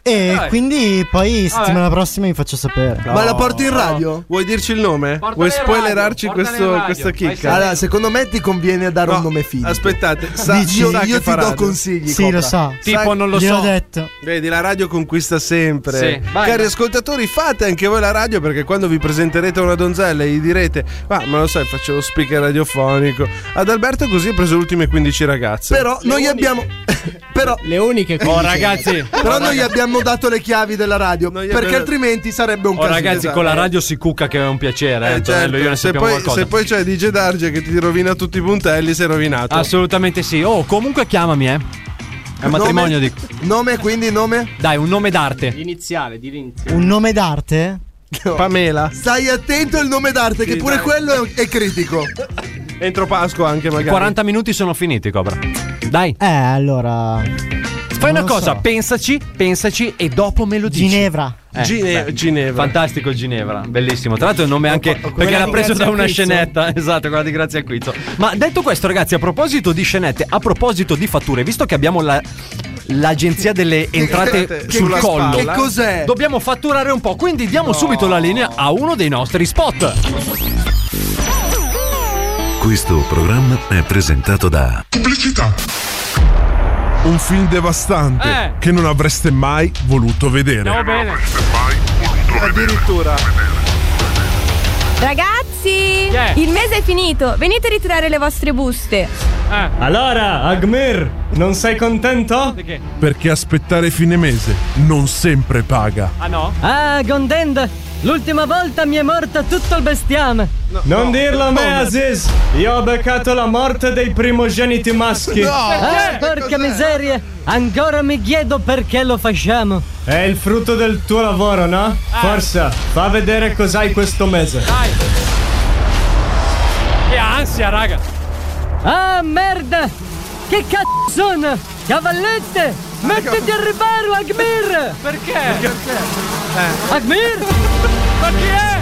[SPEAKER 10] E
[SPEAKER 9] Vabbè.
[SPEAKER 10] quindi poi settimana prossima vi faccio sapere.
[SPEAKER 5] Ma la porti in radio?
[SPEAKER 8] vuoi dirci il nome?
[SPEAKER 9] Portala
[SPEAKER 8] vuoi
[SPEAKER 9] in
[SPEAKER 8] spoilerarci
[SPEAKER 9] radio, portala
[SPEAKER 8] questo-
[SPEAKER 9] in radio,
[SPEAKER 8] questa
[SPEAKER 9] vai
[SPEAKER 8] chicca?
[SPEAKER 5] Allora, secondo me ti conviene dare un
[SPEAKER 8] No,
[SPEAKER 5] nome figo.
[SPEAKER 8] Aspettate, sa,
[SPEAKER 10] Dici?
[SPEAKER 8] io,
[SPEAKER 5] Io, io ti do
[SPEAKER 8] consiglio.
[SPEAKER 5] consigli.
[SPEAKER 10] Sì,
[SPEAKER 5] Cobra.
[SPEAKER 10] lo sa.
[SPEAKER 9] Tipo non lo
[SPEAKER 10] Gliel'ho
[SPEAKER 9] so.
[SPEAKER 10] detto.
[SPEAKER 8] Vedi, la radio conquista sempre.
[SPEAKER 9] Sì, vai.
[SPEAKER 8] Cari ascoltatori, fate anche voi la radio perché quando vi presenterete una donzella e gli direte "Ma, ma lo sai, faccio lo speaker radiofonico". Ad Alberto così ha preso le ultime 15 ragazze.
[SPEAKER 5] Però noi abbiamo. [laughs] Però.
[SPEAKER 15] Le uniche cose.
[SPEAKER 9] Oh, [laughs] ragazzi.
[SPEAKER 5] Però noi abbiamo dato le chiavi della radio.
[SPEAKER 8] Noi
[SPEAKER 5] Perché
[SPEAKER 8] abbiamo-
[SPEAKER 5] altrimenti sarebbe un
[SPEAKER 9] Oh,
[SPEAKER 5] casino. Esatto.
[SPEAKER 9] ragazzi, con la radio si cucca che è un piacere, eh,
[SPEAKER 8] Eh,
[SPEAKER 9] Antonello, io ne
[SPEAKER 8] se,
[SPEAKER 9] sappiamo
[SPEAKER 8] poi,
[SPEAKER 9] qualcosa.
[SPEAKER 8] se poi c'è DJ Darge che ti rovina tutti i puntelli, sei rovinato.
[SPEAKER 9] Assolutamente Ah, sì. Oh, comunque chiamami, eh. È un matrimonio
[SPEAKER 5] nome,
[SPEAKER 9] dico.
[SPEAKER 5] Nome, quindi nome?
[SPEAKER 9] Dai, un nome d'arte.
[SPEAKER 15] L'iniziale, di l'inizio.
[SPEAKER 10] Un nome d'arte?
[SPEAKER 8] Pamela.
[SPEAKER 5] Stai attento al nome d'arte, che pure
[SPEAKER 8] dai.
[SPEAKER 5] quello è, è critico.
[SPEAKER 8] Entro Pasqua anche magari.
[SPEAKER 9] 40 minuti sono finiti, Cobra. Dai,
[SPEAKER 10] Eh, allora.
[SPEAKER 9] fai
[SPEAKER 10] non
[SPEAKER 9] una
[SPEAKER 10] lo
[SPEAKER 9] cosa,
[SPEAKER 10] so.
[SPEAKER 9] pensaci, pensaci e dopo me lo dici.
[SPEAKER 10] Ginevra.
[SPEAKER 8] Gine- Ginevra.
[SPEAKER 9] Fantastico il Ginevra, bellissimo. Tra l'altro il nome è anche perché
[SPEAKER 8] quella
[SPEAKER 9] l'ha
[SPEAKER 8] di
[SPEAKER 9] preso
[SPEAKER 8] Grazia
[SPEAKER 9] da una
[SPEAKER 8] Quizzo.
[SPEAKER 9] scenetta, [laughs] esatto, quella di Grazia Quizzo. Ma detto questo, ragazzi, a proposito di scenette, a proposito di fatture, visto che abbiamo la- l'agenzia delle entrate
[SPEAKER 5] Che-
[SPEAKER 9] sul
[SPEAKER 5] che-
[SPEAKER 9] collo, eh,
[SPEAKER 5] che cos'è?
[SPEAKER 9] Dobbiamo fatturare un po', quindi diamo subito la linea a uno dei nostri spot.
[SPEAKER 17] Questo programma è presentato da
[SPEAKER 18] Pubblicità. Un film devastante
[SPEAKER 17] Eh.
[SPEAKER 18] che non avreste mai voluto vedere.
[SPEAKER 8] bene. Addirittura.
[SPEAKER 19] Ragazzi,
[SPEAKER 8] Chi è?
[SPEAKER 19] il mese è finito, venite a ritirare le vostre buste.
[SPEAKER 15] Allora, Agmir, non sei contento? Perché?
[SPEAKER 18] Perché aspettare fine mese non sempre paga.
[SPEAKER 15] Ah no?
[SPEAKER 20] Ah, Gondend, l'ultima volta mi è morto tutto il bestiame.
[SPEAKER 15] non dirlo a me, Aziz! Io ho beccato la morte dei primogeniti maschi.
[SPEAKER 20] Ah, porca miseria! Ancora mi chiedo perché lo facciamo.
[SPEAKER 15] È il frutto del tuo lavoro, no?
[SPEAKER 8] Eh.
[SPEAKER 15] Forza, fa vedere cos'hai questo mese. Dai!
[SPEAKER 20] Che ansia, raga! Ah, merda! Che cazzo sono? Cavallette! Mettiti al riparo, Agmir! Perché? Agmir? Ma chi è?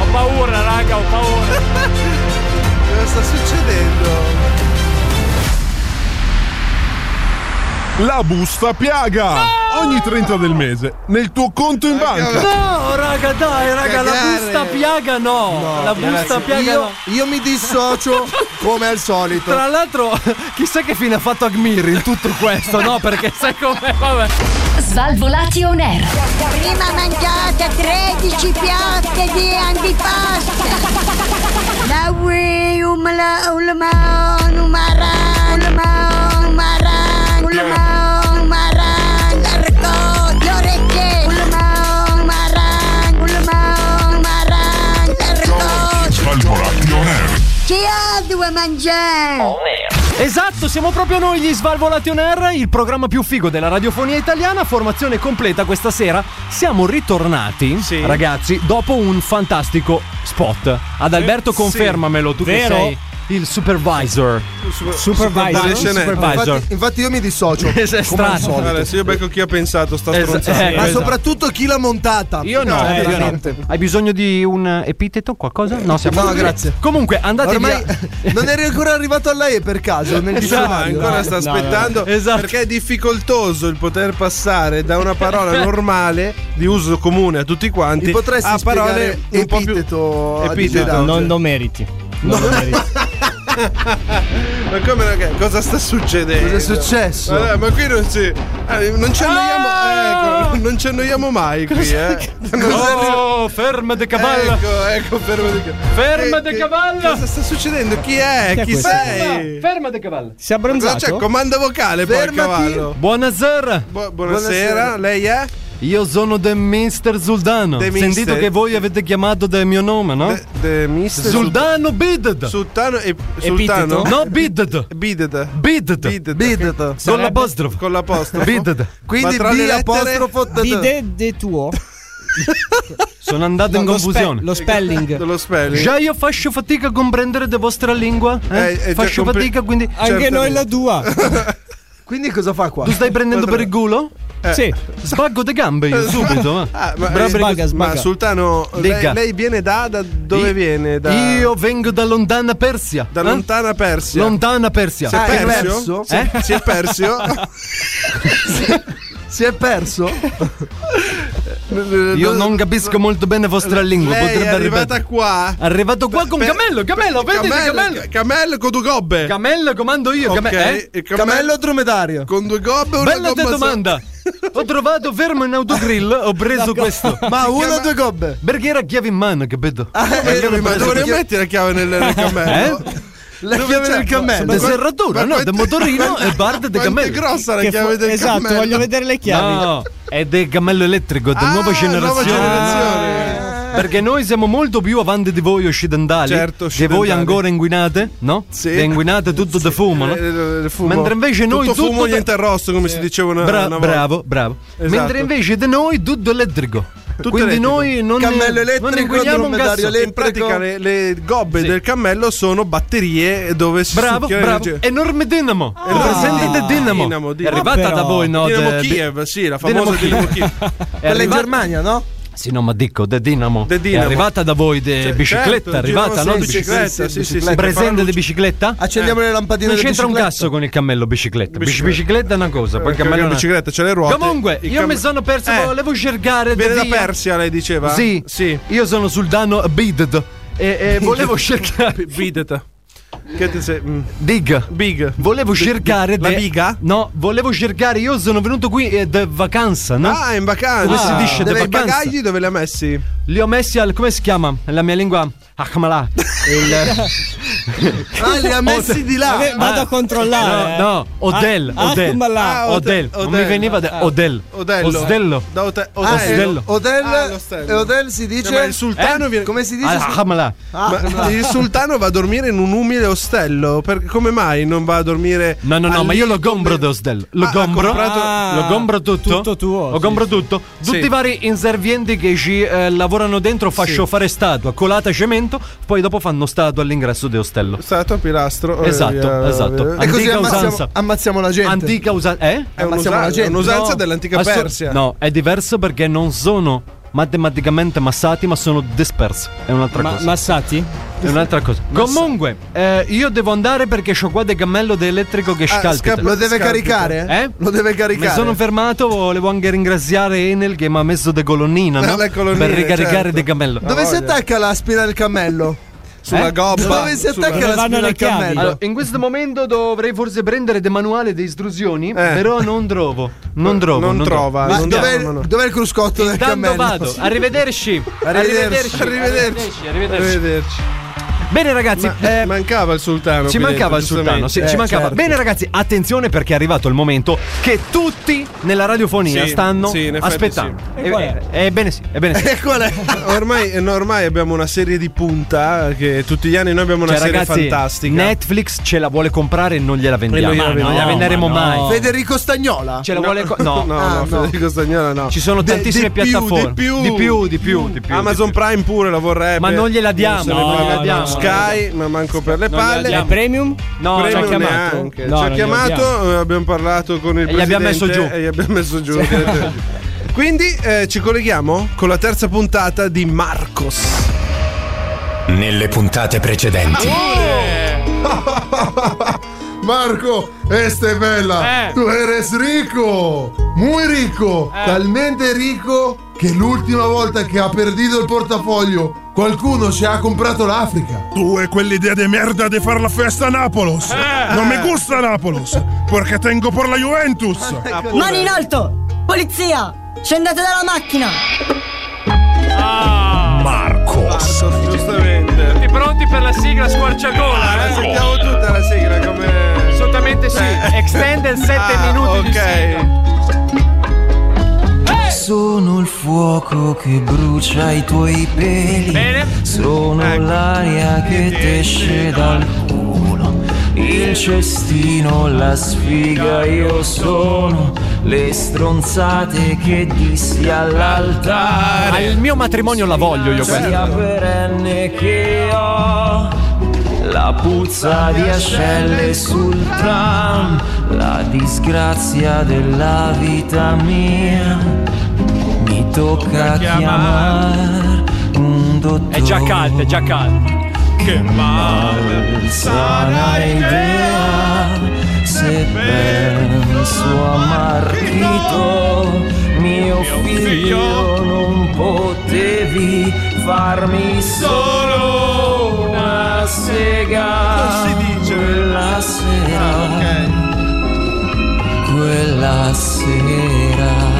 [SPEAKER 8] Ho paura, raga, ho paura. Cosa sta succedendo?
[SPEAKER 18] La busta piaga! Ogni 30 del mese nel tuo conto in banca.
[SPEAKER 9] No, Oh, raga, dai, raga, la
[SPEAKER 5] Cagare.
[SPEAKER 9] busta piaga no. la busta
[SPEAKER 5] Ragazzi,
[SPEAKER 9] piaga
[SPEAKER 5] io,
[SPEAKER 9] no.
[SPEAKER 5] io mi dissocio come al solito.
[SPEAKER 9] Tra l'altro, [laughs] chissà che fine ha fatto Agmir in tutto questo, no? Perché
[SPEAKER 5] [laughs]
[SPEAKER 9] sai com'è? Vabbè.
[SPEAKER 6] Svalvolati on air.
[SPEAKER 16] Prima mangiate 13 piatte di antipasto. La ui umla ulma numara ulma numara ulma numara l'arco le orecchie ulma numara ulma numara l'arco. Chi ha due mangiare?
[SPEAKER 9] Esatto, siamo proprio noi gli Svalvolati on Air, il programma più figo della radiofonia italiana, formazione completa questa sera. Siamo ritornati, ragazzi, dopo un fantastico spot. Ad Alberto
[SPEAKER 8] sì.
[SPEAKER 9] confermamelo, tu
[SPEAKER 8] Vero?
[SPEAKER 9] che sei il supervisor.
[SPEAKER 8] Supervisor.
[SPEAKER 9] Supervisor.
[SPEAKER 5] Infatti, infatti io mi dissocio.
[SPEAKER 9] È
[SPEAKER 5] come al
[SPEAKER 9] strano. eh,
[SPEAKER 5] solito.
[SPEAKER 8] Guarda, se io becco chi ha pensato, sta stronzando.
[SPEAKER 5] Ma soprattutto chi l'ha montata.
[SPEAKER 9] Io no,
[SPEAKER 5] Eh,
[SPEAKER 9] eh, io no.
[SPEAKER 5] veramente.
[SPEAKER 9] Hai bisogno di un epiteto, qualcosa? No, siamo
[SPEAKER 5] No, grazie.
[SPEAKER 9] Comunque, andate
[SPEAKER 8] [laughs]
[SPEAKER 5] Ormai
[SPEAKER 9] via.
[SPEAKER 5] [laughs] non eri ancora arrivato a lei per caso nel
[SPEAKER 8] Esatto,
[SPEAKER 5] dizionario.
[SPEAKER 8] ancora sta aspettando
[SPEAKER 9] Esatto.
[SPEAKER 8] perché è difficoltoso il poter passare da una parola normale di uso comune a tutti quanti
[SPEAKER 5] Mi potresti
[SPEAKER 8] a parole
[SPEAKER 5] spiegare epiteto
[SPEAKER 8] epiteto.
[SPEAKER 5] a
[SPEAKER 8] cioè.
[SPEAKER 5] disedato?
[SPEAKER 15] Non lo meriti.
[SPEAKER 8] Ma come raga, cosa sta succedendo?
[SPEAKER 5] Cosa è successo?
[SPEAKER 8] Ma, dai, ma qui non si eh, non ci annoiamo, ecco, non ci annoiamo mai qui, eh.
[SPEAKER 9] Oh, ferma de cavallo.
[SPEAKER 8] Ecco, ecco, ferma de cavallo.
[SPEAKER 9] Ferma de
[SPEAKER 8] che-
[SPEAKER 9] cavallo.
[SPEAKER 8] Cosa sta succedendo? Chi è?
[SPEAKER 9] Chi è
[SPEAKER 8] Chi,
[SPEAKER 9] questo?
[SPEAKER 8] sei?
[SPEAKER 9] Ferma de cavallo. Si è
[SPEAKER 8] abbronzato? Cosa c'è? Comanda vocale, poi, Fermati. cavallo.
[SPEAKER 9] Buonasera.
[SPEAKER 8] Bu- buonasera. lei è?
[SPEAKER 9] Io sono The Mister Zuldano.
[SPEAKER 8] The
[SPEAKER 9] Sentito
[SPEAKER 8] Mister.
[SPEAKER 9] che voi avete chiamato del mio nome, no?
[SPEAKER 8] The Mister
[SPEAKER 9] Zuldano Bided.
[SPEAKER 8] Sultano e
[SPEAKER 9] Epiteto?
[SPEAKER 8] Sultano?
[SPEAKER 9] No, Bided.
[SPEAKER 8] Bided.
[SPEAKER 9] Bided.
[SPEAKER 8] Bided.
[SPEAKER 9] Con l'apostrofo.
[SPEAKER 8] Con l'apostrofo.
[SPEAKER 9] Bided.
[SPEAKER 8] Quindi Ma tra le lettere- certo.
[SPEAKER 15] Bidede tuo?
[SPEAKER 9] Sono andato
[SPEAKER 15] No,
[SPEAKER 9] in
[SPEAKER 15] lo spe-
[SPEAKER 9] confusione.
[SPEAKER 15] lo spelling.
[SPEAKER 8] Lo spelling.
[SPEAKER 9] Già io faccio fatica a comprendere la vostra lingua. eh?
[SPEAKER 8] Eh, eh, già
[SPEAKER 9] faccio
[SPEAKER 8] compre- Ah,
[SPEAKER 9] fatica, quindi.
[SPEAKER 8] [laughs] Anche noi la
[SPEAKER 9] tua.
[SPEAKER 5] Quindi cosa fa qua?
[SPEAKER 9] Tu stai prendendo per il culo?
[SPEAKER 8] Sì.
[SPEAKER 9] Sbaggo di
[SPEAKER 8] [laughs]
[SPEAKER 9] gambe io subito.
[SPEAKER 8] Ah, ma, ma Sultano, lei, lei viene da, da dove viene? Da...
[SPEAKER 9] Io vengo da lontana Persia.
[SPEAKER 8] Da
[SPEAKER 9] eh?
[SPEAKER 8] lontana Persia.
[SPEAKER 9] Lontana Persia.
[SPEAKER 8] Si è
[SPEAKER 9] Ah, è
[SPEAKER 8] perso?
[SPEAKER 9] perso? Eh?
[SPEAKER 8] Si- Si è
[SPEAKER 9] [laughs]
[SPEAKER 8] perso?
[SPEAKER 5] Si è
[SPEAKER 8] [laughs]
[SPEAKER 5] perso?
[SPEAKER 9] Io non capisco molto bene la vostra lingua.
[SPEAKER 8] Lei
[SPEAKER 9] potrebbe
[SPEAKER 8] è arrivata
[SPEAKER 9] ripetere.
[SPEAKER 8] qua.
[SPEAKER 9] Arrivato qua con
[SPEAKER 8] Per-
[SPEAKER 9] Camello, Camello, vedi
[SPEAKER 8] Cammello,
[SPEAKER 9] Camello.
[SPEAKER 8] ca- Cammello con due gobbe.
[SPEAKER 9] Camello comando io,
[SPEAKER 8] Ok,
[SPEAKER 9] Came- eh?
[SPEAKER 8] e Camello- Camello
[SPEAKER 5] dromedario.
[SPEAKER 8] Con due gobbe e una
[SPEAKER 9] Bella te
[SPEAKER 8] gobba
[SPEAKER 9] domanda. Ho trovato fermo in autogrill, ho preso questo.
[SPEAKER 5] Ma uno o due gobbe?
[SPEAKER 9] Perché era chiave in mano, capito?
[SPEAKER 8] sopra. Eh, ma dove ne metti la chiave nel, nel cammello?
[SPEAKER 9] Eh?
[SPEAKER 5] La
[SPEAKER 8] Dove
[SPEAKER 5] chiave
[SPEAKER 8] c'è?
[SPEAKER 5] del cammello.
[SPEAKER 8] Ma
[SPEAKER 9] De
[SPEAKER 8] qua-
[SPEAKER 9] serratura,
[SPEAKER 8] ma
[SPEAKER 9] no,
[SPEAKER 8] quanto-
[SPEAKER 9] de
[SPEAKER 8] [laughs]
[SPEAKER 9] motorino e barda de
[SPEAKER 8] Quanto è
[SPEAKER 9] cammello.
[SPEAKER 8] grossa la chiave del
[SPEAKER 9] esatto,
[SPEAKER 15] esatto,
[SPEAKER 8] cammello?
[SPEAKER 9] No, è del cammello elettrico,
[SPEAKER 8] Ah,
[SPEAKER 9] di Ah, nuova generazione. Perché noi siamo molto più avanti di voi occidentali.
[SPEAKER 8] Certo,
[SPEAKER 9] Che voi
[SPEAKER 8] occidentali.
[SPEAKER 9] ancone inguinate, no?
[SPEAKER 8] Sì.
[SPEAKER 9] Che inguinate tutto da fumo, no?
[SPEAKER 8] Eh, eh, eh, fumo.
[SPEAKER 9] Mentre invece noi
[SPEAKER 8] tutto
[SPEAKER 9] tutto
[SPEAKER 8] fumo
[SPEAKER 9] da-
[SPEAKER 8] niente arrosto come si diceva una,
[SPEAKER 9] Bra-
[SPEAKER 8] una volta.
[SPEAKER 9] bravo, bravo.
[SPEAKER 8] Esatto.
[SPEAKER 9] Mentre invece di noi tutto elettrico.
[SPEAKER 8] Tutto
[SPEAKER 9] Quindi
[SPEAKER 8] elettrico.
[SPEAKER 9] noi non- Cammello elettrico, non inguiniamo un dromedario gas-
[SPEAKER 8] In pratica le, le gobbe del cammello sono batterie dove si
[SPEAKER 9] Bravo,
[SPEAKER 8] succhia
[SPEAKER 9] bravo.
[SPEAKER 8] l'energia.
[SPEAKER 9] Enorme dinamo.
[SPEAKER 8] Ah.
[SPEAKER 9] Rappresenta il dinamo. È arrivata da voi, no?
[SPEAKER 8] Dinamo
[SPEAKER 9] de-
[SPEAKER 8] Kiev,
[SPEAKER 9] de-
[SPEAKER 8] sì, la famosa Dinamo
[SPEAKER 9] Dinamo
[SPEAKER 8] Kiev.
[SPEAKER 9] È arrivata-
[SPEAKER 5] Germania, no?
[SPEAKER 9] Sì, no, ma dico, The Dinamo.
[SPEAKER 8] Dinamo.
[SPEAKER 9] È arrivata da voi de
[SPEAKER 8] Cioè,
[SPEAKER 9] bicicletta,
[SPEAKER 8] certo,
[SPEAKER 9] è arrivata,
[SPEAKER 8] girano
[SPEAKER 9] no?
[SPEAKER 8] sì, bicicletta, sì, sì, sì, sì, per fare
[SPEAKER 9] Presente
[SPEAKER 8] luce.
[SPEAKER 9] di bicicletta? Eh.
[SPEAKER 8] Accendiamo le lampadine
[SPEAKER 9] Non
[SPEAKER 8] di
[SPEAKER 9] c'entra un
[SPEAKER 8] bicicletta.
[SPEAKER 9] cazzo con il cammello bicicletta. Bici-
[SPEAKER 8] Bicicletta.
[SPEAKER 9] Bicicletta, è una cosa, poi il
[SPEAKER 8] Perché
[SPEAKER 9] cammello è
[SPEAKER 8] la
[SPEAKER 9] una-
[SPEAKER 8] bicicletta c'ha le ruote.
[SPEAKER 9] Comunque,
[SPEAKER 8] il
[SPEAKER 9] io
[SPEAKER 8] cam-
[SPEAKER 9] mi sono perso,
[SPEAKER 8] Eh.
[SPEAKER 9] volevo cercare
[SPEAKER 8] Viene
[SPEAKER 9] da
[SPEAKER 8] da
[SPEAKER 9] via.
[SPEAKER 8] Persia, lei diceva?
[SPEAKER 9] Sì. Io sono sul danno Bided e, e volevo [laughs] cercare
[SPEAKER 8] Bidet. Che ti sei mm.
[SPEAKER 9] Big.
[SPEAKER 8] Big.
[SPEAKER 9] Volevo cercare
[SPEAKER 8] la
[SPEAKER 9] de-
[SPEAKER 8] biga?
[SPEAKER 9] No, volevo cercare. Io sono venuto qui eh, de vacanza, no?
[SPEAKER 8] Ah, in vacanza. Ah,
[SPEAKER 9] Come si dice de
[SPEAKER 8] Dove i
[SPEAKER 9] vacanza?
[SPEAKER 8] bagagli dove li ha messi?
[SPEAKER 9] Li ho messi al come si chiama? La mia lingua Ahmala.
[SPEAKER 5] Ah,
[SPEAKER 8] [laughs]
[SPEAKER 5] li ha messi di là.
[SPEAKER 15] Vabbè, vado a controllare,
[SPEAKER 9] Ah. No,
[SPEAKER 15] eh.
[SPEAKER 9] no, Odell,
[SPEAKER 15] Ah,
[SPEAKER 9] Odell.
[SPEAKER 15] Ahmala.
[SPEAKER 9] Ah, Odell.
[SPEAKER 8] Odell.
[SPEAKER 9] Non mi veniva da
[SPEAKER 8] Ah.
[SPEAKER 9] Odell.
[SPEAKER 8] Odello.
[SPEAKER 9] Ostello.
[SPEAKER 8] Da Ote-
[SPEAKER 9] Ah,
[SPEAKER 8] Ostello.
[SPEAKER 9] Ostello.
[SPEAKER 5] Odell,
[SPEAKER 8] Ah, l'ostello.
[SPEAKER 5] e Odell si dice. Eh,
[SPEAKER 8] Cioè, ma il sultano viene-
[SPEAKER 5] Come si dice?
[SPEAKER 9] Eh? Ahmala.
[SPEAKER 5] Ah,
[SPEAKER 8] Ma il sultano va a dormire in un umile ostello. Per- come mai non va a dormire?
[SPEAKER 9] No, no, no,
[SPEAKER 8] al-
[SPEAKER 9] ma io lo gombro da Osdello. Lo
[SPEAKER 8] Ah, ha
[SPEAKER 9] gombro.
[SPEAKER 8] comprato- Ah,
[SPEAKER 9] lo gombro tutto.
[SPEAKER 15] tutto tuo,
[SPEAKER 9] Lo
[SPEAKER 15] sì,
[SPEAKER 9] gombro
[SPEAKER 15] sì.
[SPEAKER 9] tutto. Tutti
[SPEAKER 8] Sì.
[SPEAKER 9] i vari inservienti che ci eh, lavorano dentro
[SPEAKER 8] Sì.
[SPEAKER 9] faccio fare statua, colata cemento, poi dopo fanno statua all'ingresso di Ostello.
[SPEAKER 8] Stato pilastro. e
[SPEAKER 9] Esatto,
[SPEAKER 8] via-
[SPEAKER 9] esatto.
[SPEAKER 8] via-
[SPEAKER 5] E così
[SPEAKER 9] Antica
[SPEAKER 5] ammazziamo,
[SPEAKER 9] usanza.
[SPEAKER 5] ammazziamo la gente.
[SPEAKER 9] Antica usanza. Eh?
[SPEAKER 8] È
[SPEAKER 5] Ammazziamo la
[SPEAKER 8] un'usanza,
[SPEAKER 5] gente.
[SPEAKER 8] è un'usanza
[SPEAKER 5] No.
[SPEAKER 8] dell'antica
[SPEAKER 9] Assu-
[SPEAKER 8] Persia.
[SPEAKER 9] No, è diverso perché non sono matematicamente massati, ma sono dispersi. È un'altra
[SPEAKER 15] Ma-
[SPEAKER 9] cosa.
[SPEAKER 15] massati?
[SPEAKER 9] È un'altra cosa. Comunque, eh, io devo andare perché ho qua del cammello di elettrico
[SPEAKER 8] Ah,
[SPEAKER 9] che scalpita.
[SPEAKER 8] scap-
[SPEAKER 5] Lo deve
[SPEAKER 8] Scalpita.
[SPEAKER 5] caricare?
[SPEAKER 9] Eh?
[SPEAKER 5] Lo deve
[SPEAKER 9] Mi
[SPEAKER 5] caricare.
[SPEAKER 8] Ah,
[SPEAKER 9] sono fermato, volevo anche ringraziare Enel che mi ha messo de colonnina
[SPEAKER 8] Eh,
[SPEAKER 9] no?
[SPEAKER 8] le colonnine,
[SPEAKER 9] per ricaricare
[SPEAKER 8] certo.
[SPEAKER 9] De cammello.
[SPEAKER 5] Dove si
[SPEAKER 8] voglia.
[SPEAKER 5] attacca la spina del cammello?
[SPEAKER 8] Sulla
[SPEAKER 9] eh?
[SPEAKER 8] gobba.
[SPEAKER 5] Dove si
[SPEAKER 8] sulla-
[SPEAKER 5] attacca la spina del cammello?
[SPEAKER 9] Allora, in questo momento dovrei forse prendere dei manuali di istruzioni, però non trovo. Non trovo.
[SPEAKER 8] Eh. non trova.
[SPEAKER 5] Ma
[SPEAKER 8] non
[SPEAKER 5] dov'è,
[SPEAKER 8] trova, no, no.
[SPEAKER 5] dov'è il cruscotto del
[SPEAKER 9] Tanto
[SPEAKER 5] cammello?
[SPEAKER 9] vado. Ah, Arrivederci.
[SPEAKER 8] Arrivederci.
[SPEAKER 9] Arrivederci. Arrivederci.
[SPEAKER 8] Arrivederci.
[SPEAKER 9] Bene ragazzi,
[SPEAKER 8] Ma-
[SPEAKER 9] eh,
[SPEAKER 8] mancava il sultano.
[SPEAKER 9] Ci
[SPEAKER 8] qui
[SPEAKER 9] mancava il
[SPEAKER 8] dentro,
[SPEAKER 9] sultano, sì,
[SPEAKER 8] giustamente.
[SPEAKER 9] ci
[SPEAKER 8] Eh,
[SPEAKER 9] mancava.
[SPEAKER 8] certo.
[SPEAKER 9] Bene ragazzi, attenzione perché è arrivato il momento che tutti nella radiofonia
[SPEAKER 8] Sì,
[SPEAKER 9] stanno
[SPEAKER 8] sì, in effetti
[SPEAKER 9] aspettando.
[SPEAKER 8] sì.
[SPEAKER 9] E- e- Ebbene sì,
[SPEAKER 8] [laughs]
[SPEAKER 9] ebbene sì.
[SPEAKER 5] E qual è?
[SPEAKER 8] Eh, Ormai, eh, no, ormai abbiamo una serie di punta. eh, Che tutti gli anni noi abbiamo una
[SPEAKER 9] Cioè,
[SPEAKER 8] serie
[SPEAKER 9] ragazzi,
[SPEAKER 8] fantastica.
[SPEAKER 9] Netflix ce la vuole comprare e non gliela vendiamo. Ah,
[SPEAKER 8] E non gliela
[SPEAKER 9] Ma
[SPEAKER 8] vendiamo.
[SPEAKER 9] non la venderemo
[SPEAKER 15] ma no.
[SPEAKER 9] mai.
[SPEAKER 5] Federico Stagnola.
[SPEAKER 9] Ce la vuole co-
[SPEAKER 8] [laughs] No, no,
[SPEAKER 5] Ah,
[SPEAKER 8] no,
[SPEAKER 5] no.
[SPEAKER 8] Federico Stagnola no.
[SPEAKER 9] Ci sono
[SPEAKER 8] De-
[SPEAKER 9] tantissime
[SPEAKER 8] di più,
[SPEAKER 9] piattaforme.
[SPEAKER 8] di più.
[SPEAKER 9] Di più, di più, di più.
[SPEAKER 8] Amazon Prime pure la vorrebbe.
[SPEAKER 9] Ma non gliela diamo,
[SPEAKER 8] se ne
[SPEAKER 9] no,
[SPEAKER 8] frega.
[SPEAKER 9] non gliela diamo.
[SPEAKER 8] Sky, ma manco per le palle.
[SPEAKER 15] La premium?
[SPEAKER 9] No,
[SPEAKER 8] Premium
[SPEAKER 9] ci ha chiamato.
[SPEAKER 8] neanche.
[SPEAKER 15] No,
[SPEAKER 8] ci ha
[SPEAKER 15] non glielo
[SPEAKER 8] chiamato, eh, abbiamo parlato con il
[SPEAKER 9] E gli abbiamo
[SPEAKER 8] presidente
[SPEAKER 9] messo giù.
[SPEAKER 8] E gli abbiamo messo giù. direttamente. [laughs] Quindi eh, ci colleghiamo con la terza puntata di Marcos.
[SPEAKER 4] Nelle puntate precedenti.
[SPEAKER 21] Marco, esta è bella.
[SPEAKER 15] Eh.
[SPEAKER 21] Tu eres rico, muy rico,
[SPEAKER 9] Eh.
[SPEAKER 21] talmente rico che l'ultima volta che ha perdido il portafoglio qualcuno ci ha comprato l'Africa.
[SPEAKER 18] Tú e quell'idea de merda de far la festa a Nápoles.
[SPEAKER 9] Eh.
[SPEAKER 18] No me gusta Nápoles, porque tengo por la Juventus.
[SPEAKER 16] Mani in alto! Polizia! Scendete dalla macchina!
[SPEAKER 4] Marcos.
[SPEAKER 8] Giustamente.
[SPEAKER 20] Siete pronti per la sigla
[SPEAKER 8] Ah.
[SPEAKER 20] squarciagola? eh?
[SPEAKER 8] Sentiamo tutta la sigla come.
[SPEAKER 20] Assolutamente sì. Extended 7
[SPEAKER 8] Ah,
[SPEAKER 20] minuti di sigla.
[SPEAKER 8] ok.
[SPEAKER 22] Sono il fuoco che brucia i tuoi peli.
[SPEAKER 20] Bene.
[SPEAKER 22] Sono l'aria che t'esce dal culo. Il cestino, la sfiga, io sono le stronzate che dissi all'altare.
[SPEAKER 9] Al mio matrimonio la voglio io questa.
[SPEAKER 22] Sia perenne che ho la puzza di ascelle sul tram, la disgrazia della vita mia. Mi tocca chiamare un dottore.
[SPEAKER 20] È già caldo, è già caldo.
[SPEAKER 22] Che male sarà idea se penso a Marchito, mio figlio, non potevi farmi solo una sega. Quella
[SPEAKER 8] Ah,
[SPEAKER 22] sera, quella sera.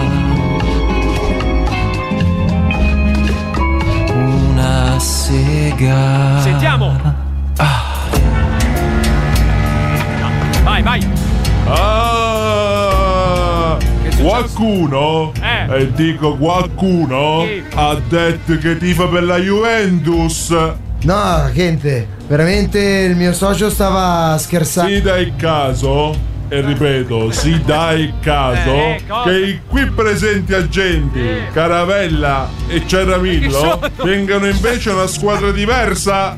[SPEAKER 22] Una sega.
[SPEAKER 20] Sentiamo. Vai, vai.
[SPEAKER 18] Ah, qualcuno,
[SPEAKER 20] Eh.
[SPEAKER 18] eh, dico qualcuno,
[SPEAKER 20] Sì.
[SPEAKER 18] ha detto che tifa per la Juventus.
[SPEAKER 14] No, gente, veramente il mio socio stava scherzando.
[SPEAKER 18] Sì, dai caso.
[SPEAKER 3] e ripeto, si dà il caso
[SPEAKER 13] Eh, cosa?
[SPEAKER 3] che i qui presenti agenti, Caravella e Cerramillo,
[SPEAKER 13] Perché sono-
[SPEAKER 3] vengano invece una squadra diversa.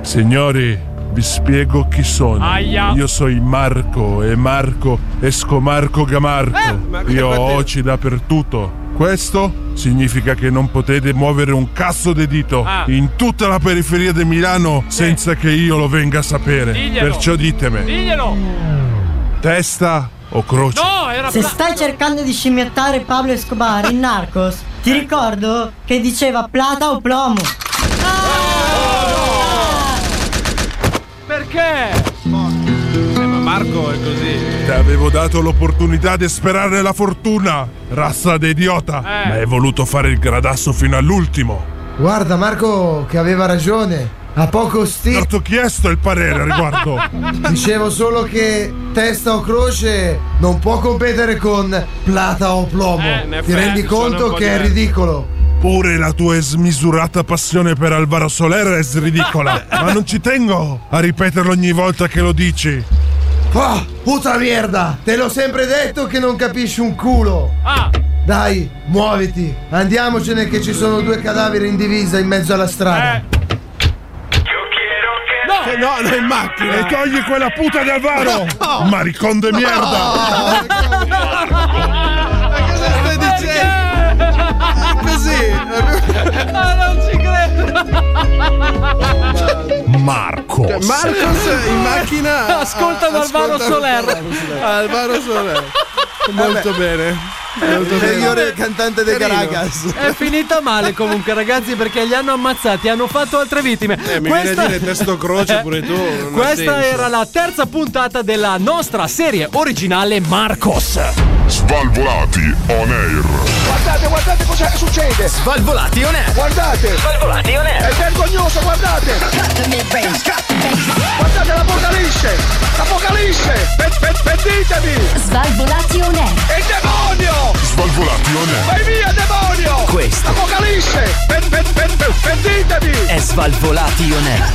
[SPEAKER 18] Signori, vi spiego chi sono.
[SPEAKER 3] Aia.
[SPEAKER 18] Io sono Marco e Marco esco Marco Gamarco.
[SPEAKER 13] Eh,
[SPEAKER 18] Io ho oci dappertutto. Questo significa che non potete muovere un cazzo di dito
[SPEAKER 13] Ah.
[SPEAKER 18] in tutta la periferia di Milano senza che io lo venga a sapere.
[SPEAKER 13] Diglielo.
[SPEAKER 18] Perciò ditemi,
[SPEAKER 13] Diglielo!
[SPEAKER 18] testa o croce?
[SPEAKER 10] Se stai cercando di scimmiottare Pablo Escobar
[SPEAKER 9] [laughs]
[SPEAKER 10] in Narcos, ti ricordo che diceva plata o plomo.
[SPEAKER 9] Perché?
[SPEAKER 18] ma Marco è così. Ti avevo dato l'opportunità di sperare la fortuna, razza di idiota.
[SPEAKER 13] Eh.
[SPEAKER 18] Ma hai voluto fare il gradasso fino all'ultimo.
[SPEAKER 21] Guarda Marco che aveva ragione. A poco stile. Non
[SPEAKER 9] [laughs]
[SPEAKER 18] ti ho chiesto il parere
[SPEAKER 21] al riguardo. Dicevo solo che testa o croce non può competere con plata o plomo.
[SPEAKER 18] Eh, in
[SPEAKER 21] Ti
[SPEAKER 18] effetti
[SPEAKER 21] rendi
[SPEAKER 18] sono un
[SPEAKER 21] conto
[SPEAKER 18] po'
[SPEAKER 21] che è
[SPEAKER 18] diversi.
[SPEAKER 21] ridicolo.
[SPEAKER 18] Pure la tua smisurata passione per Alvaro Soler è
[SPEAKER 8] [laughs]
[SPEAKER 18] ridicola. ma non ci tengo a ripeterlo ogni volta che lo dici.
[SPEAKER 21] Ah, puta merda! Te l'ho sempre detto che non capisci un culo! Ah! Dai, muoviti! Andiamocene che ci sono due cadaveri in divisa in mezzo alla strada.
[SPEAKER 9] Eh.
[SPEAKER 18] No, no, no, in macchina. E togli quella puta di Alvaro.
[SPEAKER 21] No.
[SPEAKER 18] Mariconde merda.
[SPEAKER 2] stai dicendo? Così? No, non ci credo.
[SPEAKER 4] Marco.
[SPEAKER 8] Cioè, Marcos in macchina
[SPEAKER 2] Ascolta
[SPEAKER 8] a-
[SPEAKER 2] Alvaro
[SPEAKER 8] ascolta
[SPEAKER 2] Soler.
[SPEAKER 8] Alvaro Soler. Molto bene. Molto bene.
[SPEAKER 9] Migliore
[SPEAKER 5] cantante
[SPEAKER 8] dei
[SPEAKER 5] Caracas.
[SPEAKER 9] È finita male comunque, ragazzi, perché li hanno ammazzati, hanno fatto altre vittime.
[SPEAKER 8] Eh, mi viene a dire testo croce pure
[SPEAKER 9] [laughs]
[SPEAKER 8] tu, non ha
[SPEAKER 9] Questa
[SPEAKER 8] senso.
[SPEAKER 9] era la terza puntata della nostra serie originale Marcos.
[SPEAKER 11] Svalvolati on air.
[SPEAKER 23] Guardate, guardate cosa succede! Svalvolati on air! Guardate! Svalvolati on air! È vergognoso, guardate! Guardate l'apocalisse! L'apocalisse! Pe- pe- Pentitevi! Svalvolati on air! Il demonio!
[SPEAKER 11] Svalvolati on air.
[SPEAKER 23] Vai via, demonio!
[SPEAKER 11] Questo.
[SPEAKER 23] Apocalisse! Pe- pe- pe- pe- Pentitevi! È
[SPEAKER 7] Svalvolati on air.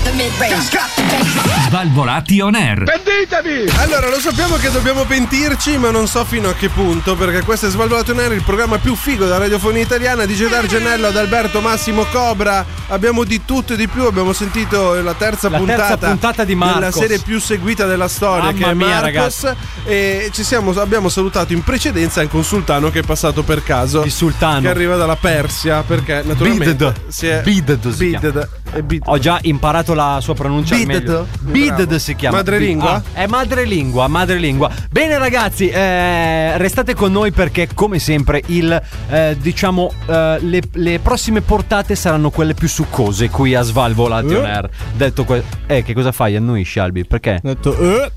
[SPEAKER 8] Svalvolati on air.
[SPEAKER 23] Pentitevi!
[SPEAKER 8] Allora, lo sappiamo che dobbiamo pentirci, ma non so fino a che punto, perché questo è Svalvolato on Air, il programma più figo della radiofonia italiana. di Dar Gennello, ad Alberto Massimo Cobra. Abbiamo di tutto e di più. Abbiamo sentito la terza
[SPEAKER 9] La terza
[SPEAKER 8] puntata.
[SPEAKER 9] puntata di Marcos.
[SPEAKER 8] Della serie più seguita della storia,
[SPEAKER 9] Mamma
[SPEAKER 8] che è
[SPEAKER 9] mia,
[SPEAKER 8] Marcos.
[SPEAKER 9] ragazzi.
[SPEAKER 8] E ci siamo, abbiamo salutato in precedenza anche un sultano che è passato per caso. Il
[SPEAKER 9] sultano.
[SPEAKER 8] Che arriva dalla Persia, perché naturalmente.
[SPEAKER 9] Bided.
[SPEAKER 8] Si è
[SPEAKER 9] Bided si chiama.
[SPEAKER 8] Bided. E Bided.
[SPEAKER 9] Ho già imparato la sua pronuncia al
[SPEAKER 8] Bided.
[SPEAKER 9] meglio.
[SPEAKER 8] Bravo.
[SPEAKER 9] Bided si chiama.
[SPEAKER 8] Madrelingua?
[SPEAKER 9] Ah, è madrelingua, madrelingua. Bene ragazzi, eh, restate con noi perché come sempre il, eh, diciamo, eh, le, le prossime portate saranno quelle più succose qui a Svalvolati on Air. Detto que- eh, che cosa fai? Annuisci Albi? Perché? Detto eh.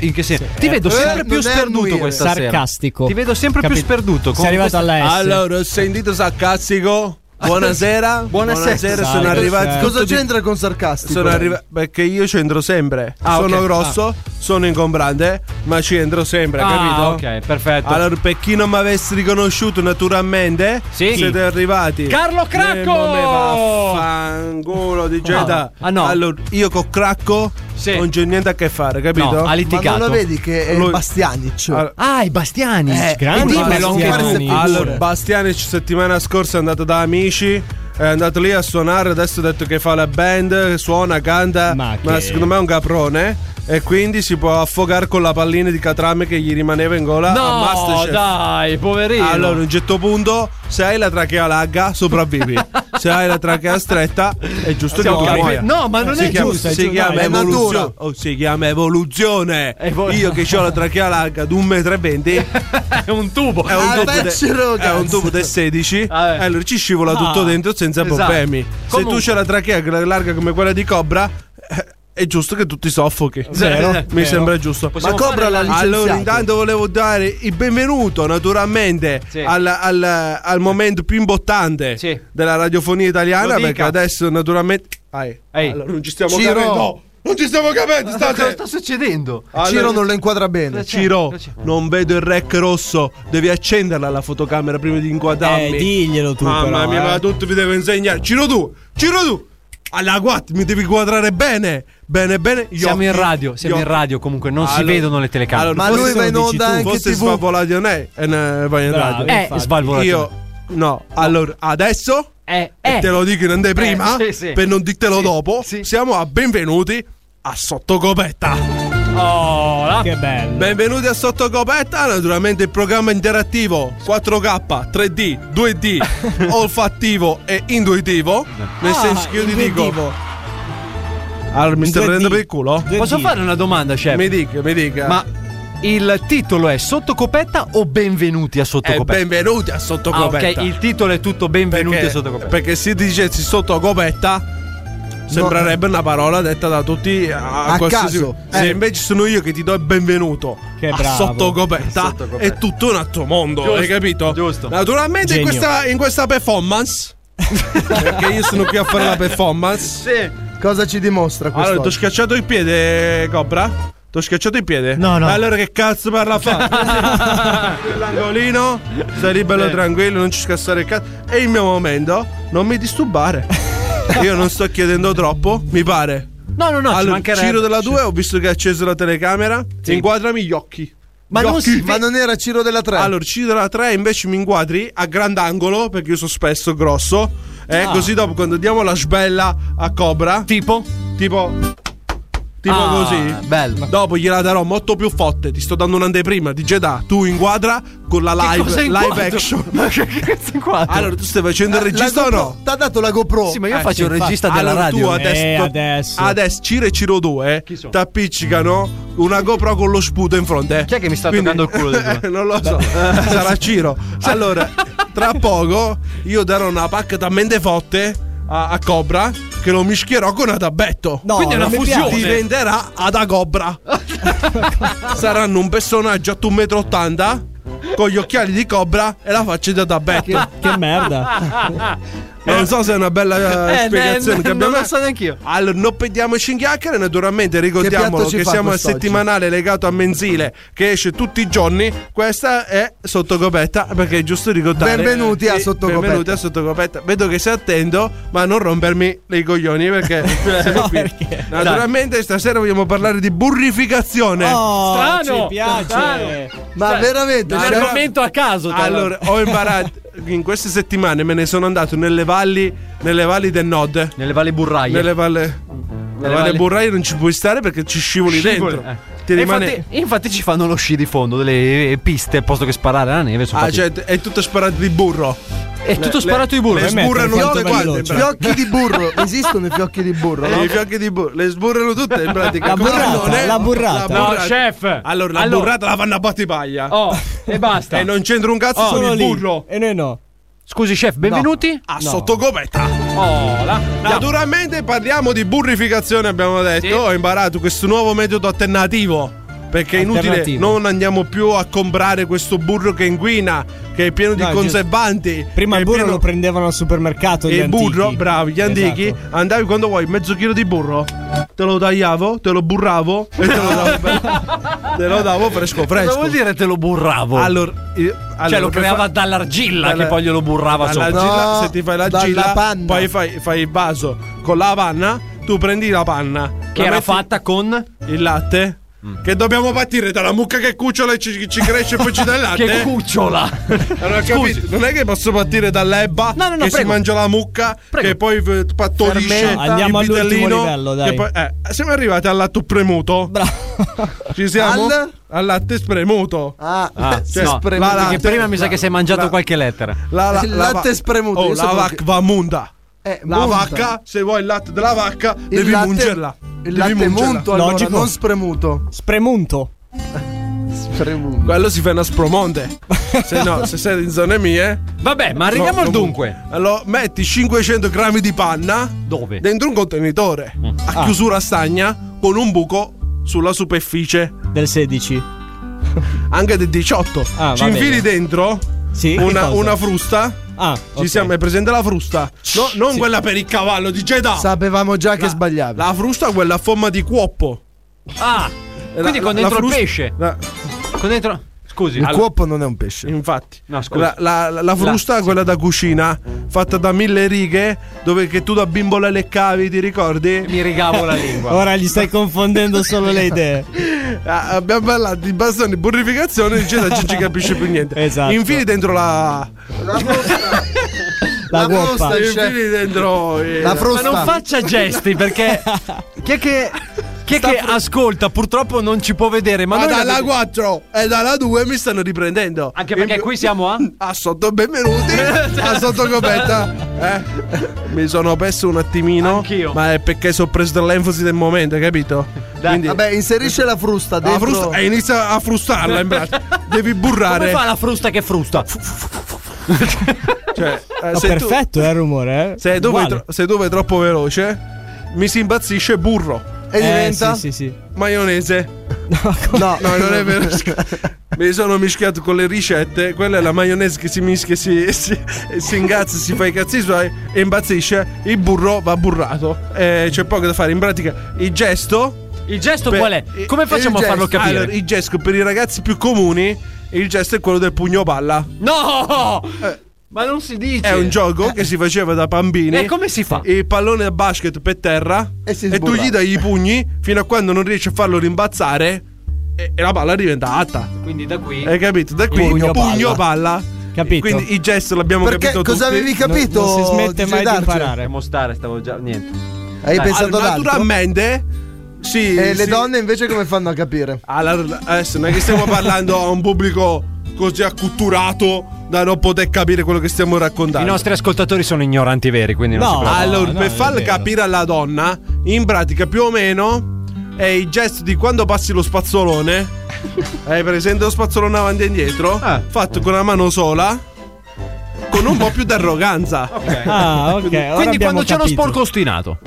[SPEAKER 9] in che senso? Ti vedo
[SPEAKER 15] Eh,
[SPEAKER 9] sempre
[SPEAKER 15] non
[SPEAKER 9] più
[SPEAKER 15] è
[SPEAKER 9] sperduto
[SPEAKER 15] annuire.
[SPEAKER 9] questa sera.
[SPEAKER 15] Sarcastico.
[SPEAKER 9] Ti vedo sempre più
[SPEAKER 15] Capi-
[SPEAKER 9] sperduto.
[SPEAKER 15] Sei arrivato
[SPEAKER 9] Eh,
[SPEAKER 15] alla S.
[SPEAKER 8] Allora, sentito sarcastico?
[SPEAKER 5] [laughs]
[SPEAKER 8] Buonasera.
[SPEAKER 9] Buonasera.
[SPEAKER 8] sono
[SPEAKER 9] Salve.
[SPEAKER 8] arrivati.
[SPEAKER 5] Cosa
[SPEAKER 8] tutti-
[SPEAKER 5] c'entra con sarcastico?
[SPEAKER 8] Sono arrivato perché io ci entro sempre.
[SPEAKER 5] Ah,
[SPEAKER 8] sono
[SPEAKER 5] ok.
[SPEAKER 8] grosso, sono ingombrante, ma ci entro sempre,
[SPEAKER 9] Ah,
[SPEAKER 8] capito?
[SPEAKER 9] ok, Certo. perfetto.
[SPEAKER 8] Allora, per chi non mi avesse riconosciuto naturalmente,
[SPEAKER 9] Sì.
[SPEAKER 8] siete arrivati.
[SPEAKER 9] Carlo Cracco!
[SPEAKER 8] Eh, ma me vaffanculo di Geda.
[SPEAKER 9] Ah, no.
[SPEAKER 8] Allora, io con Cracco non c'ho niente a che fare, capito?
[SPEAKER 9] No, ha
[SPEAKER 5] Ma non lo vedi che è
[SPEAKER 8] Lui-
[SPEAKER 5] Bastianic?
[SPEAKER 8] Allora-
[SPEAKER 9] Ah, i Bastiani.
[SPEAKER 5] Eh, grande
[SPEAKER 8] Bastianic.
[SPEAKER 5] Bastianic.
[SPEAKER 8] Allora, Bastianic settimana scorsa è andato da amici. È andato lì a suonare, adesso ha detto che fa la band, suona, canta, ma,
[SPEAKER 24] che-
[SPEAKER 8] secondo me è un caprone e quindi si può affogare con la pallina di catrame che gli rimaneva in gola
[SPEAKER 24] No,
[SPEAKER 8] a Masterchef.
[SPEAKER 24] dai, poverino.
[SPEAKER 8] Allora, a un certo punto, se hai la trachea
[SPEAKER 24] [laughs]
[SPEAKER 8] larga, sopravvivi. se hai la trachea stretta, è giusto
[SPEAKER 24] Siamo
[SPEAKER 8] che tu
[SPEAKER 24] capi-
[SPEAKER 8] muoia.
[SPEAKER 24] No, ma non
[SPEAKER 8] si
[SPEAKER 24] è
[SPEAKER 8] chiama-
[SPEAKER 24] giusto, è
[SPEAKER 8] Si
[SPEAKER 24] giusto,
[SPEAKER 8] chiama
[SPEAKER 24] dai, è
[SPEAKER 8] evoluzione.
[SPEAKER 24] natura.
[SPEAKER 8] Oh, si chiama evoluzione.
[SPEAKER 24] Evol-
[SPEAKER 8] Io che ho la trachea larga di
[SPEAKER 24] [laughs]
[SPEAKER 8] 1,20 m
[SPEAKER 24] È un tubo.
[SPEAKER 8] è un, tubo de- è un tubo del 16 e allora ci scivola tutto
[SPEAKER 24] Ah,
[SPEAKER 8] dentro senza
[SPEAKER 24] eh. esatto.
[SPEAKER 8] problemi. Se tu
[SPEAKER 24] Comunque-
[SPEAKER 8] c'è la trachea gra- larga come quella di Cobra, eh, è giusto che tu ti soffochi.
[SPEAKER 24] Vero,
[SPEAKER 8] Mi
[SPEAKER 24] vero.
[SPEAKER 8] sembra giusto.
[SPEAKER 24] Possiamo Ma Cobra fare l'ha la- licenziato.
[SPEAKER 8] Allora, intanto volevo dare il benvenuto naturalmente al, al- al momento più imbottante della radiofonia italiana.
[SPEAKER 24] Lo dica.
[SPEAKER 8] Perché adesso, naturalmente. Ai. Allora, non ci stiamo capendo. Non ci stiamo
[SPEAKER 24] [laughs]
[SPEAKER 8] capendo. State.
[SPEAKER 9] sta succedendo?
[SPEAKER 8] Ciro non lo inquadra bene. Ciro, non vedo il rec rosso. Devi accenderla la fotocamera prima di inquadrarmi.
[SPEAKER 24] Eh, diglielo tu,
[SPEAKER 8] Mamma
[SPEAKER 24] però,
[SPEAKER 8] mia,
[SPEAKER 24] eh.
[SPEAKER 8] ma tutto vi devo insegnare. Ciro tu, Ciro tu. alla guat, mi devi guardare bene. Bene, bene. Gli
[SPEAKER 9] Siamo
[SPEAKER 8] occhi,
[SPEAKER 9] in radio, siamo
[SPEAKER 8] gli
[SPEAKER 9] in
[SPEAKER 8] occhi.
[SPEAKER 9] radio comunque, non si
[SPEAKER 8] Allora-
[SPEAKER 9] vedono le telecamere.
[SPEAKER 8] Allora, forse se lo dici tu, Forse Svalvoladio non è, eh, ne- va in
[SPEAKER 9] Bravo,
[SPEAKER 8] radio.
[SPEAKER 9] Eh, infatti. Svalvoladio.
[SPEAKER 8] Io, no. Allora, adesso, e
[SPEAKER 9] eh.
[SPEAKER 8] te lo dico in anteprima,
[SPEAKER 9] Eh, sì, sì.
[SPEAKER 8] per non dirtelo dopo, siamo a benvenuti a Sottocopetta. Oh,
[SPEAKER 9] che bello.
[SPEAKER 8] Benvenuti a Sottocopetta, naturalmente il programma interattivo 4K, 3D,
[SPEAKER 9] [laughs]
[SPEAKER 8] 2D, olfattivo e intuitivo.
[SPEAKER 9] Ah,
[SPEAKER 8] Nel senso che io ti dico... Allora, mi stai
[SPEAKER 9] In 2D.
[SPEAKER 8] prendendo per il culo?
[SPEAKER 9] Posso fare una domanda, chef?
[SPEAKER 8] Mi dica, mi dica.
[SPEAKER 9] Certo.
[SPEAKER 8] Eh,
[SPEAKER 9] Ma il titolo è Sottocopetta o Benvenuti a Sottocopetta?
[SPEAKER 8] Eh, benvenuti a Sottocopetta.
[SPEAKER 9] Ah, ok, il titolo è tutto Benvenuti
[SPEAKER 8] Perché-
[SPEAKER 9] a Sottocopetta.
[SPEAKER 8] Perché se dicessi Sottocopetta sembrerebbe una parola detta da tutti a,
[SPEAKER 9] A
[SPEAKER 8] qualsiasi-
[SPEAKER 9] caso.
[SPEAKER 8] Se
[SPEAKER 9] Eh.
[SPEAKER 8] invece sono io che ti do il benvenuto
[SPEAKER 9] Che
[SPEAKER 8] a
[SPEAKER 9] bravo.
[SPEAKER 8] Sottocopetta,
[SPEAKER 9] Sottocopetta.
[SPEAKER 8] è tutto un altro mondo,
[SPEAKER 9] Giusto,
[SPEAKER 8] hai capito?
[SPEAKER 9] giusto.
[SPEAKER 8] Naturalmente in
[SPEAKER 9] Genio.
[SPEAKER 8] questa, in questa
[SPEAKER 5] [laughs]
[SPEAKER 8] performance perché io sono qui a fare la performance.
[SPEAKER 5] Cosa ci
[SPEAKER 15] Ah,
[SPEAKER 5] dimostra questo?
[SPEAKER 8] Allora, ti ho schiacciato il piede, Cobra? Ti ho schiacciato il piede?
[SPEAKER 5] No, no.
[SPEAKER 8] Allora che cazzo parla
[SPEAKER 5] [laughs]
[SPEAKER 8] fa? Quell'angolino, stai bello
[SPEAKER 5] Sì.
[SPEAKER 8] tranquillo, non ci scassare il cazzo. È il mio momento, non mi
[SPEAKER 5] [laughs]
[SPEAKER 8] disturbare. Io non sto chiedendo troppo, mi pare.
[SPEAKER 9] No, no, no, ci
[SPEAKER 8] Allora,
[SPEAKER 9] mancherebbe.
[SPEAKER 8] Ciro della 2, ho visto che ha acceso la telecamera. Inquadrami gli occhi.
[SPEAKER 9] Ma
[SPEAKER 8] Gli
[SPEAKER 9] non
[SPEAKER 8] occhi.
[SPEAKER 9] si ve- Ma non
[SPEAKER 5] era Ciro della 3.
[SPEAKER 8] Allora, Ciro della 3 invece mi inquadri a grand'angolo perché io sono spesso grosso. Eh,
[SPEAKER 9] Ah.
[SPEAKER 8] così dopo quando diamo la sbella a Cobra.
[SPEAKER 9] Tipo?
[SPEAKER 8] Tipo. Tipo
[SPEAKER 9] Ah,
[SPEAKER 8] così.
[SPEAKER 9] bello.
[SPEAKER 8] Dopo gliela darò molto più forte. Ti sto dando un'anteprima di Jedi. Tu inquadra con la
[SPEAKER 9] Che cosa
[SPEAKER 8] live,
[SPEAKER 9] inquadro?
[SPEAKER 8] live action.
[SPEAKER 9] [laughs] Ma che cazzo inquadro?
[SPEAKER 8] Allora, tu stai facendo il
[SPEAKER 9] La- la
[SPEAKER 8] regista o
[SPEAKER 9] GoPro.
[SPEAKER 8] no? Eh,
[SPEAKER 5] T'ha dato la GoPro.
[SPEAKER 9] Sì, ma io faccio il regista della
[SPEAKER 8] allora
[SPEAKER 9] radio.
[SPEAKER 8] Tu adesso,
[SPEAKER 9] Eh,
[SPEAKER 8] tu-
[SPEAKER 9] adesso.
[SPEAKER 8] adesso Ciro e Ciro 2 ti appiccicano una GoPro con lo sputo in fronte. Chi è che mi sta
[SPEAKER 9] toccando
[SPEAKER 8] [laughs]
[SPEAKER 9] il culo Eh, del due?
[SPEAKER 8] non lo so, sarà Ciro. Allora, tra poco io darò una pacca talmente forte a, a Cobra che lo mischierò con Adabetto.
[SPEAKER 9] No, Quindi è una non mi fusione. piace.
[SPEAKER 8] Diventerà Adagobra. Saranno un personaggio a 1,80 m con gli occhiali di Cobra e la faccia di Adabetto.
[SPEAKER 15] Che
[SPEAKER 8] [laughs]
[SPEAKER 15] merda.
[SPEAKER 8] Non so se è una bella eh,
[SPEAKER 9] [laughs] Eh,
[SPEAKER 8] spiegazione
[SPEAKER 9] ne-
[SPEAKER 8] che
[SPEAKER 9] non
[SPEAKER 8] abbiamo
[SPEAKER 9] lo so neanch'io.
[SPEAKER 8] Allora, non perdiamoci in chiacchiere, naturalmente ricordiamolo
[SPEAKER 9] piatto
[SPEAKER 8] che,
[SPEAKER 9] ci fa
[SPEAKER 8] siamo al
[SPEAKER 9] quest'oggi?
[SPEAKER 8] settimanale legato a mensile che esce tutti i giorni. Questa è Sottocopetta, perché è giusto ricordare.
[SPEAKER 5] Benvenuti a
[SPEAKER 8] Sì,
[SPEAKER 5] Sottocopetta.
[SPEAKER 8] Benvenuti a Sottocopetta. Vedo che sei attento, ma non rompermi i coglioni perché siamo qui. Naturalmente stasera vogliamo parlare di burrificazione.
[SPEAKER 15] Oh,
[SPEAKER 23] Strano,
[SPEAKER 15] Ci piace.
[SPEAKER 23] strano.
[SPEAKER 5] Ma
[SPEAKER 23] Cioè,
[SPEAKER 5] veramente?
[SPEAKER 23] un
[SPEAKER 8] Allora-
[SPEAKER 23] argomento a caso. tra
[SPEAKER 8] Allora,
[SPEAKER 23] l'altro.
[SPEAKER 8] ho imparato in queste settimane me ne sono andato nelle valli, nelle valli del nord,
[SPEAKER 9] nelle valli burraie.
[SPEAKER 8] Nelle valle nelle valli
[SPEAKER 9] valli-
[SPEAKER 8] burraie non ci puoi stare perché ci scivoli
[SPEAKER 9] Scivoli,
[SPEAKER 8] dentro.
[SPEAKER 9] eh.
[SPEAKER 8] Ti
[SPEAKER 9] E
[SPEAKER 8] rimane
[SPEAKER 9] infatti, infatti ci fanno lo sci di fondo, delle eh, piste, posto che sparare alla neve. sono
[SPEAKER 8] Ah,
[SPEAKER 9] fatti-
[SPEAKER 8] cioè, è tutto sparato di burro.
[SPEAKER 9] È tutto sparato di burro.
[SPEAKER 8] Le
[SPEAKER 9] Eh, metti,
[SPEAKER 8] sburrano
[SPEAKER 9] quanto
[SPEAKER 8] tutte
[SPEAKER 9] è
[SPEAKER 8] quante.
[SPEAKER 9] veloce.
[SPEAKER 8] bravo.
[SPEAKER 5] Fiocchi di
[SPEAKER 8] [laughs]
[SPEAKER 5] burro, esistono i fiocchi di burro, no?
[SPEAKER 8] Eh, I fiocchi di burro, le sburrano tutte in pratica.
[SPEAKER 5] La
[SPEAKER 8] Come
[SPEAKER 5] burrata,
[SPEAKER 8] non è-
[SPEAKER 5] la burrata.
[SPEAKER 8] la
[SPEAKER 5] No, chef.
[SPEAKER 8] Allora, la
[SPEAKER 5] Allora.
[SPEAKER 8] burrata la fanno a battipaglia. Oh, [laughs]
[SPEAKER 9] e basta.
[SPEAKER 8] E non c'entra un cazzo
[SPEAKER 9] Oh,
[SPEAKER 8] con
[SPEAKER 9] solo
[SPEAKER 8] il
[SPEAKER 9] lì.
[SPEAKER 8] burro.
[SPEAKER 15] E noi no.
[SPEAKER 9] Scusi, chef, benvenuti
[SPEAKER 8] a Sottogometta. Ah, Naturalmente parliamo di burrificazione, abbiamo detto. Ho imparato questo nuovo metodo alternativo. Perché è inutile,
[SPEAKER 15] Alternativo.
[SPEAKER 8] non andiamo più a comprare questo burro che inquina, che è pieno di
[SPEAKER 15] No, giusto.
[SPEAKER 8] conservanti.
[SPEAKER 15] Prima
[SPEAKER 8] che
[SPEAKER 15] il
[SPEAKER 8] è
[SPEAKER 15] burro
[SPEAKER 8] pieno-
[SPEAKER 15] lo prendevano al supermercato.
[SPEAKER 8] e
[SPEAKER 15] gli
[SPEAKER 8] il burro,
[SPEAKER 15] antichi.
[SPEAKER 8] bravi, gli antichi,
[SPEAKER 15] Esatto.
[SPEAKER 8] andavi quando vuoi, mezzo chilo di burro, te lo tagliavo, te lo burravo e te
[SPEAKER 15] [laughs]
[SPEAKER 8] lo davo, te lo davo fresco fresco.
[SPEAKER 9] Cosa vuol dire te lo burravo? Cioè,
[SPEAKER 8] Allora,
[SPEAKER 15] Cioè,
[SPEAKER 8] io- allora,
[SPEAKER 9] lo
[SPEAKER 8] per
[SPEAKER 9] creava dall'argilla, che poi glielo burrava sopra.
[SPEAKER 8] Dall'argilla,
[SPEAKER 9] No,
[SPEAKER 8] se ti fai
[SPEAKER 9] dalla
[SPEAKER 8] l'argilla,
[SPEAKER 9] panna.
[SPEAKER 8] poi fai, fai il vaso con la panna, tu prendi la panna.
[SPEAKER 9] Che era Mm. fatta con
[SPEAKER 8] il latte. Che dobbiamo partire dalla mucca che cucciola e ci, ci cresce e poi ci dà il latte?
[SPEAKER 9] [laughs] Che
[SPEAKER 8] [laughs]
[SPEAKER 9] cucciola?
[SPEAKER 8] Allora, ho capito, non è che posso partire dall'ebba
[SPEAKER 9] No, no, no,
[SPEAKER 8] che si
[SPEAKER 9] prego.
[SPEAKER 8] mangia la mucca, che poi eh, pattolisce
[SPEAKER 15] Fermenta. Andiamo
[SPEAKER 8] il
[SPEAKER 15] all'ultimo
[SPEAKER 8] vitellino,
[SPEAKER 15] livello, dai.
[SPEAKER 8] che poi- eh, siamo arrivati al latte spremuto. Ci siamo?
[SPEAKER 9] Al?
[SPEAKER 8] Al latte spremuto.
[SPEAKER 5] Ah,
[SPEAKER 9] Ah,
[SPEAKER 8] Cioè,
[SPEAKER 9] no,
[SPEAKER 8] la
[SPEAKER 9] perché
[SPEAKER 8] latte-
[SPEAKER 9] prima mi sa che si è mangiato
[SPEAKER 8] la-
[SPEAKER 9] qualche lettera.
[SPEAKER 8] La, la-
[SPEAKER 5] Il
[SPEAKER 8] la-
[SPEAKER 5] latte spremuto,
[SPEAKER 8] Oh,
[SPEAKER 5] io
[SPEAKER 8] la
[SPEAKER 5] sapevo
[SPEAKER 8] vacca
[SPEAKER 5] che-
[SPEAKER 8] va munda.
[SPEAKER 5] Eh,
[SPEAKER 8] la
[SPEAKER 5] monta.
[SPEAKER 8] vacca, se vuoi il latte della vacca,
[SPEAKER 5] Il
[SPEAKER 8] devi
[SPEAKER 5] latte-
[SPEAKER 8] mungerla.
[SPEAKER 5] Il
[SPEAKER 8] Devi
[SPEAKER 5] latte
[SPEAKER 8] mungerla.
[SPEAKER 5] munto, allora, non spremuto.
[SPEAKER 15] Spremunto.
[SPEAKER 5] Spremuto.
[SPEAKER 8] Quello si fa una
[SPEAKER 5] [laughs]
[SPEAKER 8] spromonte. se no, se sei in zone mie.
[SPEAKER 9] Vabbè, ma arriviamo al dunque.
[SPEAKER 8] Allora, metti 500 grammi di panna. Dove? Dentro un contenitore. A
[SPEAKER 15] Ah.
[SPEAKER 8] chiusura a stagna, con un buco sulla superficie.
[SPEAKER 15] Del 16.
[SPEAKER 8] Anche del 18.
[SPEAKER 15] Ah,
[SPEAKER 8] Ci
[SPEAKER 15] va bene.
[SPEAKER 8] infili dentro
[SPEAKER 15] Sì, che
[SPEAKER 8] una,
[SPEAKER 15] cosa?
[SPEAKER 8] una frusta.
[SPEAKER 15] Ah,
[SPEAKER 8] Ci siamo, è presente la frusta? No, non quella per il cavallo di Jedi.
[SPEAKER 5] Sapevamo già che sbagliavi.
[SPEAKER 8] La frusta quella a forma di cuoppo.
[SPEAKER 9] Ah, quindi
[SPEAKER 8] La-
[SPEAKER 9] con
[SPEAKER 8] la
[SPEAKER 9] dentro il
[SPEAKER 8] frus-
[SPEAKER 9] pesce.
[SPEAKER 8] la-
[SPEAKER 9] Con dentro. scusi.
[SPEAKER 5] Il
[SPEAKER 9] allora-
[SPEAKER 5] cuoppo non è un pesce.
[SPEAKER 8] Infatti,
[SPEAKER 9] No, scusa.
[SPEAKER 8] la, la- la- la frusta, quella da cucina, fatta da mille righe, dove che tu da bimbo la leccavi, ti ricordi?
[SPEAKER 9] [laughs] Mi rigavo la
[SPEAKER 8] [laughs]
[SPEAKER 9] lingua.
[SPEAKER 15] Ora gli stai confondendo solo le idee.
[SPEAKER 8] Ah, abbiamo parlato di bastoni, burrificazione, dice la gente capisce più niente.
[SPEAKER 15] Esatto.
[SPEAKER 8] Infili dentro la
[SPEAKER 5] La
[SPEAKER 8] frusta,
[SPEAKER 5] guoppa.
[SPEAKER 8] infili dentro eh,
[SPEAKER 5] La frusta.
[SPEAKER 9] Ma non faccia gesti
[SPEAKER 8] [laughs]
[SPEAKER 9] perché chi è che, chi è che ascolta purtroppo non ci può vedere. Ma,
[SPEAKER 8] Ma
[SPEAKER 9] noi
[SPEAKER 8] dalla 4 e dalla 2 mi stanno riprendendo.
[SPEAKER 9] Anche perché qui siamo a?
[SPEAKER 8] [laughs] A sotto benvenuti,
[SPEAKER 9] [laughs]
[SPEAKER 8] a sotto coperta. Eh, mi sono perso un attimino. Anch'io. Ma è perché sono preso dall'enfasi del momento, hai capito? Quindi-
[SPEAKER 5] Vabbè, inserisce la frusta
[SPEAKER 8] La
[SPEAKER 5] dentro.
[SPEAKER 8] frusta- e inizia a frustarla in braccio. Devi burrare.
[SPEAKER 9] Come fa la frusta che frusta?
[SPEAKER 8] Cioè, eh,
[SPEAKER 15] Ma
[SPEAKER 8] se tu-
[SPEAKER 15] perfetto, eh, il rumore. Eh?
[SPEAKER 8] se, tu vai
[SPEAKER 15] Uguale.
[SPEAKER 8] tro- se tu vai troppo veloce, mi si imbazzisce burro.
[SPEAKER 15] Eh, sì, sì, sì.
[SPEAKER 8] Maionese.
[SPEAKER 5] No,
[SPEAKER 8] No, non è vero. Mi sono mischiato con le ricette. Quella è la maionese che si mischia, si, si, si ingazza, si fa i cazzi suoi e imbazzisce. Il burro va burrato. Eh, c'è poco da fare. In pratica, il gesto.
[SPEAKER 9] Il gesto
[SPEAKER 8] per-
[SPEAKER 9] qual è? Come
[SPEAKER 8] il
[SPEAKER 9] facciamo a
[SPEAKER 8] gesto-
[SPEAKER 9] farlo capire?
[SPEAKER 8] Allora, il gesto per i ragazzi più comuni, il gesto è quello del pugno palla.
[SPEAKER 9] No! Ma non si dice.
[SPEAKER 8] Eh. È un gioco che si faceva da bambini.
[SPEAKER 9] E Eh. come si fa?
[SPEAKER 8] Il pallone da basket per terra e,
[SPEAKER 5] si
[SPEAKER 8] tu
[SPEAKER 5] sburra.
[SPEAKER 8] gli dai i pugni fino a quando non riesci a farlo rimbazzare e, e la palla diventa atta.
[SPEAKER 9] Quindi da qui.
[SPEAKER 8] Hai capito? Da qui pugno,
[SPEAKER 15] Pugno palla.
[SPEAKER 8] palla.
[SPEAKER 15] Capito.
[SPEAKER 8] Quindi il gesto l'abbiamo
[SPEAKER 5] Perché
[SPEAKER 8] capito
[SPEAKER 5] cosa
[SPEAKER 8] tutti.
[SPEAKER 5] avevi capito?
[SPEAKER 15] non si smette
[SPEAKER 5] DJ
[SPEAKER 15] mai di
[SPEAKER 5] Darge?
[SPEAKER 15] imparare.
[SPEAKER 9] Devo stare, stavo già. Niente.
[SPEAKER 5] Hai
[SPEAKER 9] Dai,
[SPEAKER 5] pensato
[SPEAKER 8] Allora,
[SPEAKER 5] ad altro?
[SPEAKER 8] naturalmente sì,
[SPEAKER 5] E le
[SPEAKER 8] sì.
[SPEAKER 5] donne invece come fanno a capire?
[SPEAKER 8] Allora, adesso non è che stiamo parlando a un pubblico così acculturato da non poter capire quello che stiamo
[SPEAKER 9] I
[SPEAKER 8] raccontando.
[SPEAKER 9] nostri ascoltatori sono ignoranti veri, quindi non
[SPEAKER 15] Ah, No.
[SPEAKER 9] si preoccupa.
[SPEAKER 8] Allora,
[SPEAKER 15] no,
[SPEAKER 8] per
[SPEAKER 15] è
[SPEAKER 8] farla
[SPEAKER 15] vero.
[SPEAKER 8] capire alla donna, in pratica più o meno è il gesto di quando passi lo spazzolone,
[SPEAKER 15] [laughs]
[SPEAKER 8] hai presente lo spazzolone avanti e indietro,
[SPEAKER 15] Ah.
[SPEAKER 8] fatto con una mano sola, con un po' più d'arroganza.
[SPEAKER 15] Ah, ok. ora
[SPEAKER 9] Quindi
[SPEAKER 15] abbiamo
[SPEAKER 9] quando c'è uno
[SPEAKER 15] capito.
[SPEAKER 9] sporco
[SPEAKER 15] [laughs]
[SPEAKER 9] ostinato.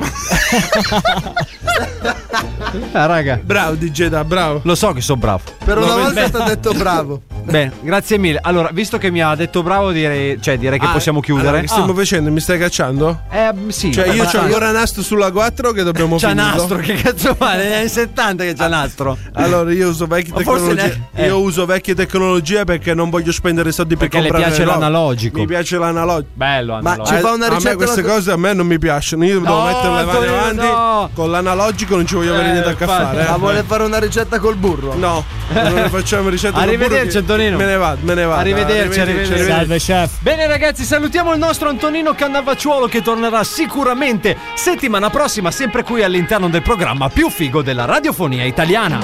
[SPEAKER 9] ah, raga.
[SPEAKER 8] Bravo DJ Da, bravo.
[SPEAKER 9] Lo so che sono bravo.
[SPEAKER 5] Per una volta
[SPEAKER 9] beh.
[SPEAKER 5] ti ha detto bravo.
[SPEAKER 9] Bene, grazie mille. Allora, visto che mi ha detto bravo, direi, cioè, direi
[SPEAKER 8] [laughs]
[SPEAKER 9] che
[SPEAKER 8] Ah,
[SPEAKER 9] possiamo
[SPEAKER 8] allora,
[SPEAKER 9] chiudere.
[SPEAKER 8] che stiamo facendo? Mi stai cacciando?
[SPEAKER 9] Ah, eh, sì.
[SPEAKER 8] Cioè, io
[SPEAKER 9] Ma-
[SPEAKER 8] c'ho ancora nastro sulla 4 che dobbiamo
[SPEAKER 9] C'ha
[SPEAKER 8] finire.
[SPEAKER 9] nastro, che cazzo vale? Negli anni 70 che c'ha nastro.
[SPEAKER 8] Ah. Allora, io uso vecchie
[SPEAKER 9] Ma forse
[SPEAKER 8] tecnologie.
[SPEAKER 9] ne- eh.
[SPEAKER 8] Io uso vecchie tecnologie perché non voglio spendere soldi per
[SPEAKER 9] Perché le
[SPEAKER 8] comprare
[SPEAKER 9] piace
[SPEAKER 8] robe.
[SPEAKER 9] l'analogico.
[SPEAKER 8] Mi piace l'analogico.
[SPEAKER 9] Bello,
[SPEAKER 5] Ma
[SPEAKER 9] Andrea.
[SPEAKER 5] ci fa una
[SPEAKER 8] eh, a
[SPEAKER 5] ricetta
[SPEAKER 8] me queste
[SPEAKER 5] la-
[SPEAKER 8] cose a me non mi piacciono. Io devo
[SPEAKER 9] No,
[SPEAKER 8] metterle mani
[SPEAKER 9] Antonio,
[SPEAKER 8] avanti.
[SPEAKER 9] no.
[SPEAKER 8] Con l'analogico non ci voglio avere
[SPEAKER 9] Eh,
[SPEAKER 8] niente a che
[SPEAKER 9] infatti.
[SPEAKER 8] fare.
[SPEAKER 5] Ma
[SPEAKER 8] eh.
[SPEAKER 5] vuole fare una ricetta col burro?
[SPEAKER 8] No, non ne facciamo ricetta. col burro
[SPEAKER 9] Arrivederci,
[SPEAKER 8] che-
[SPEAKER 9] Antonino.
[SPEAKER 8] Me ne vado, me ne vado.
[SPEAKER 9] Arrivederci, arrivederci.
[SPEAKER 15] Salve, chef.
[SPEAKER 9] Bene ragazzi, salutiamo il nostro Antonino Cannavacciuolo che tornerà sicuramente settimana prossima sempre qui all'interno del programma più figo della radiofonia italiana.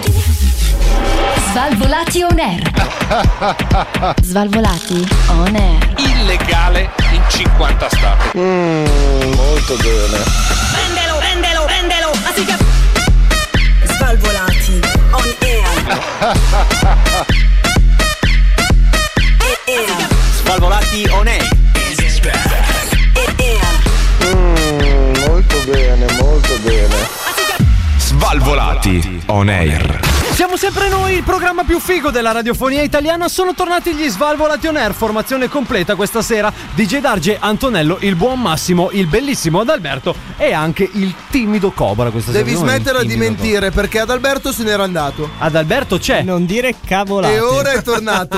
[SPEAKER 6] Svalvolati on air. Svalvolati on air.
[SPEAKER 4] Illegale in 50 stati. molto bene.
[SPEAKER 16] Prendelo, prendelo, prendelo, así che... Svalvolati, on air.
[SPEAKER 2] Svalvolati on air. Is back.
[SPEAKER 4] molto bene, molto bene. Svalvolati on air.
[SPEAKER 9] Siamo sempre noi, il programma più figo della radiofonia italiana. Sono tornati gli Svalvolati on air, formazione completa questa sera. DJ Darge, Antonello, il buon Massimo, il bellissimo Adalberto e anche il timido Cobra questa
[SPEAKER 5] Devi
[SPEAKER 9] sera. Non è il
[SPEAKER 5] smetterla di
[SPEAKER 9] timido
[SPEAKER 5] mentire perché ad Alberto se n'era andato.
[SPEAKER 9] Cobra. Adalberto c'è.
[SPEAKER 15] Non dire cavolate.
[SPEAKER 5] E ora è tornato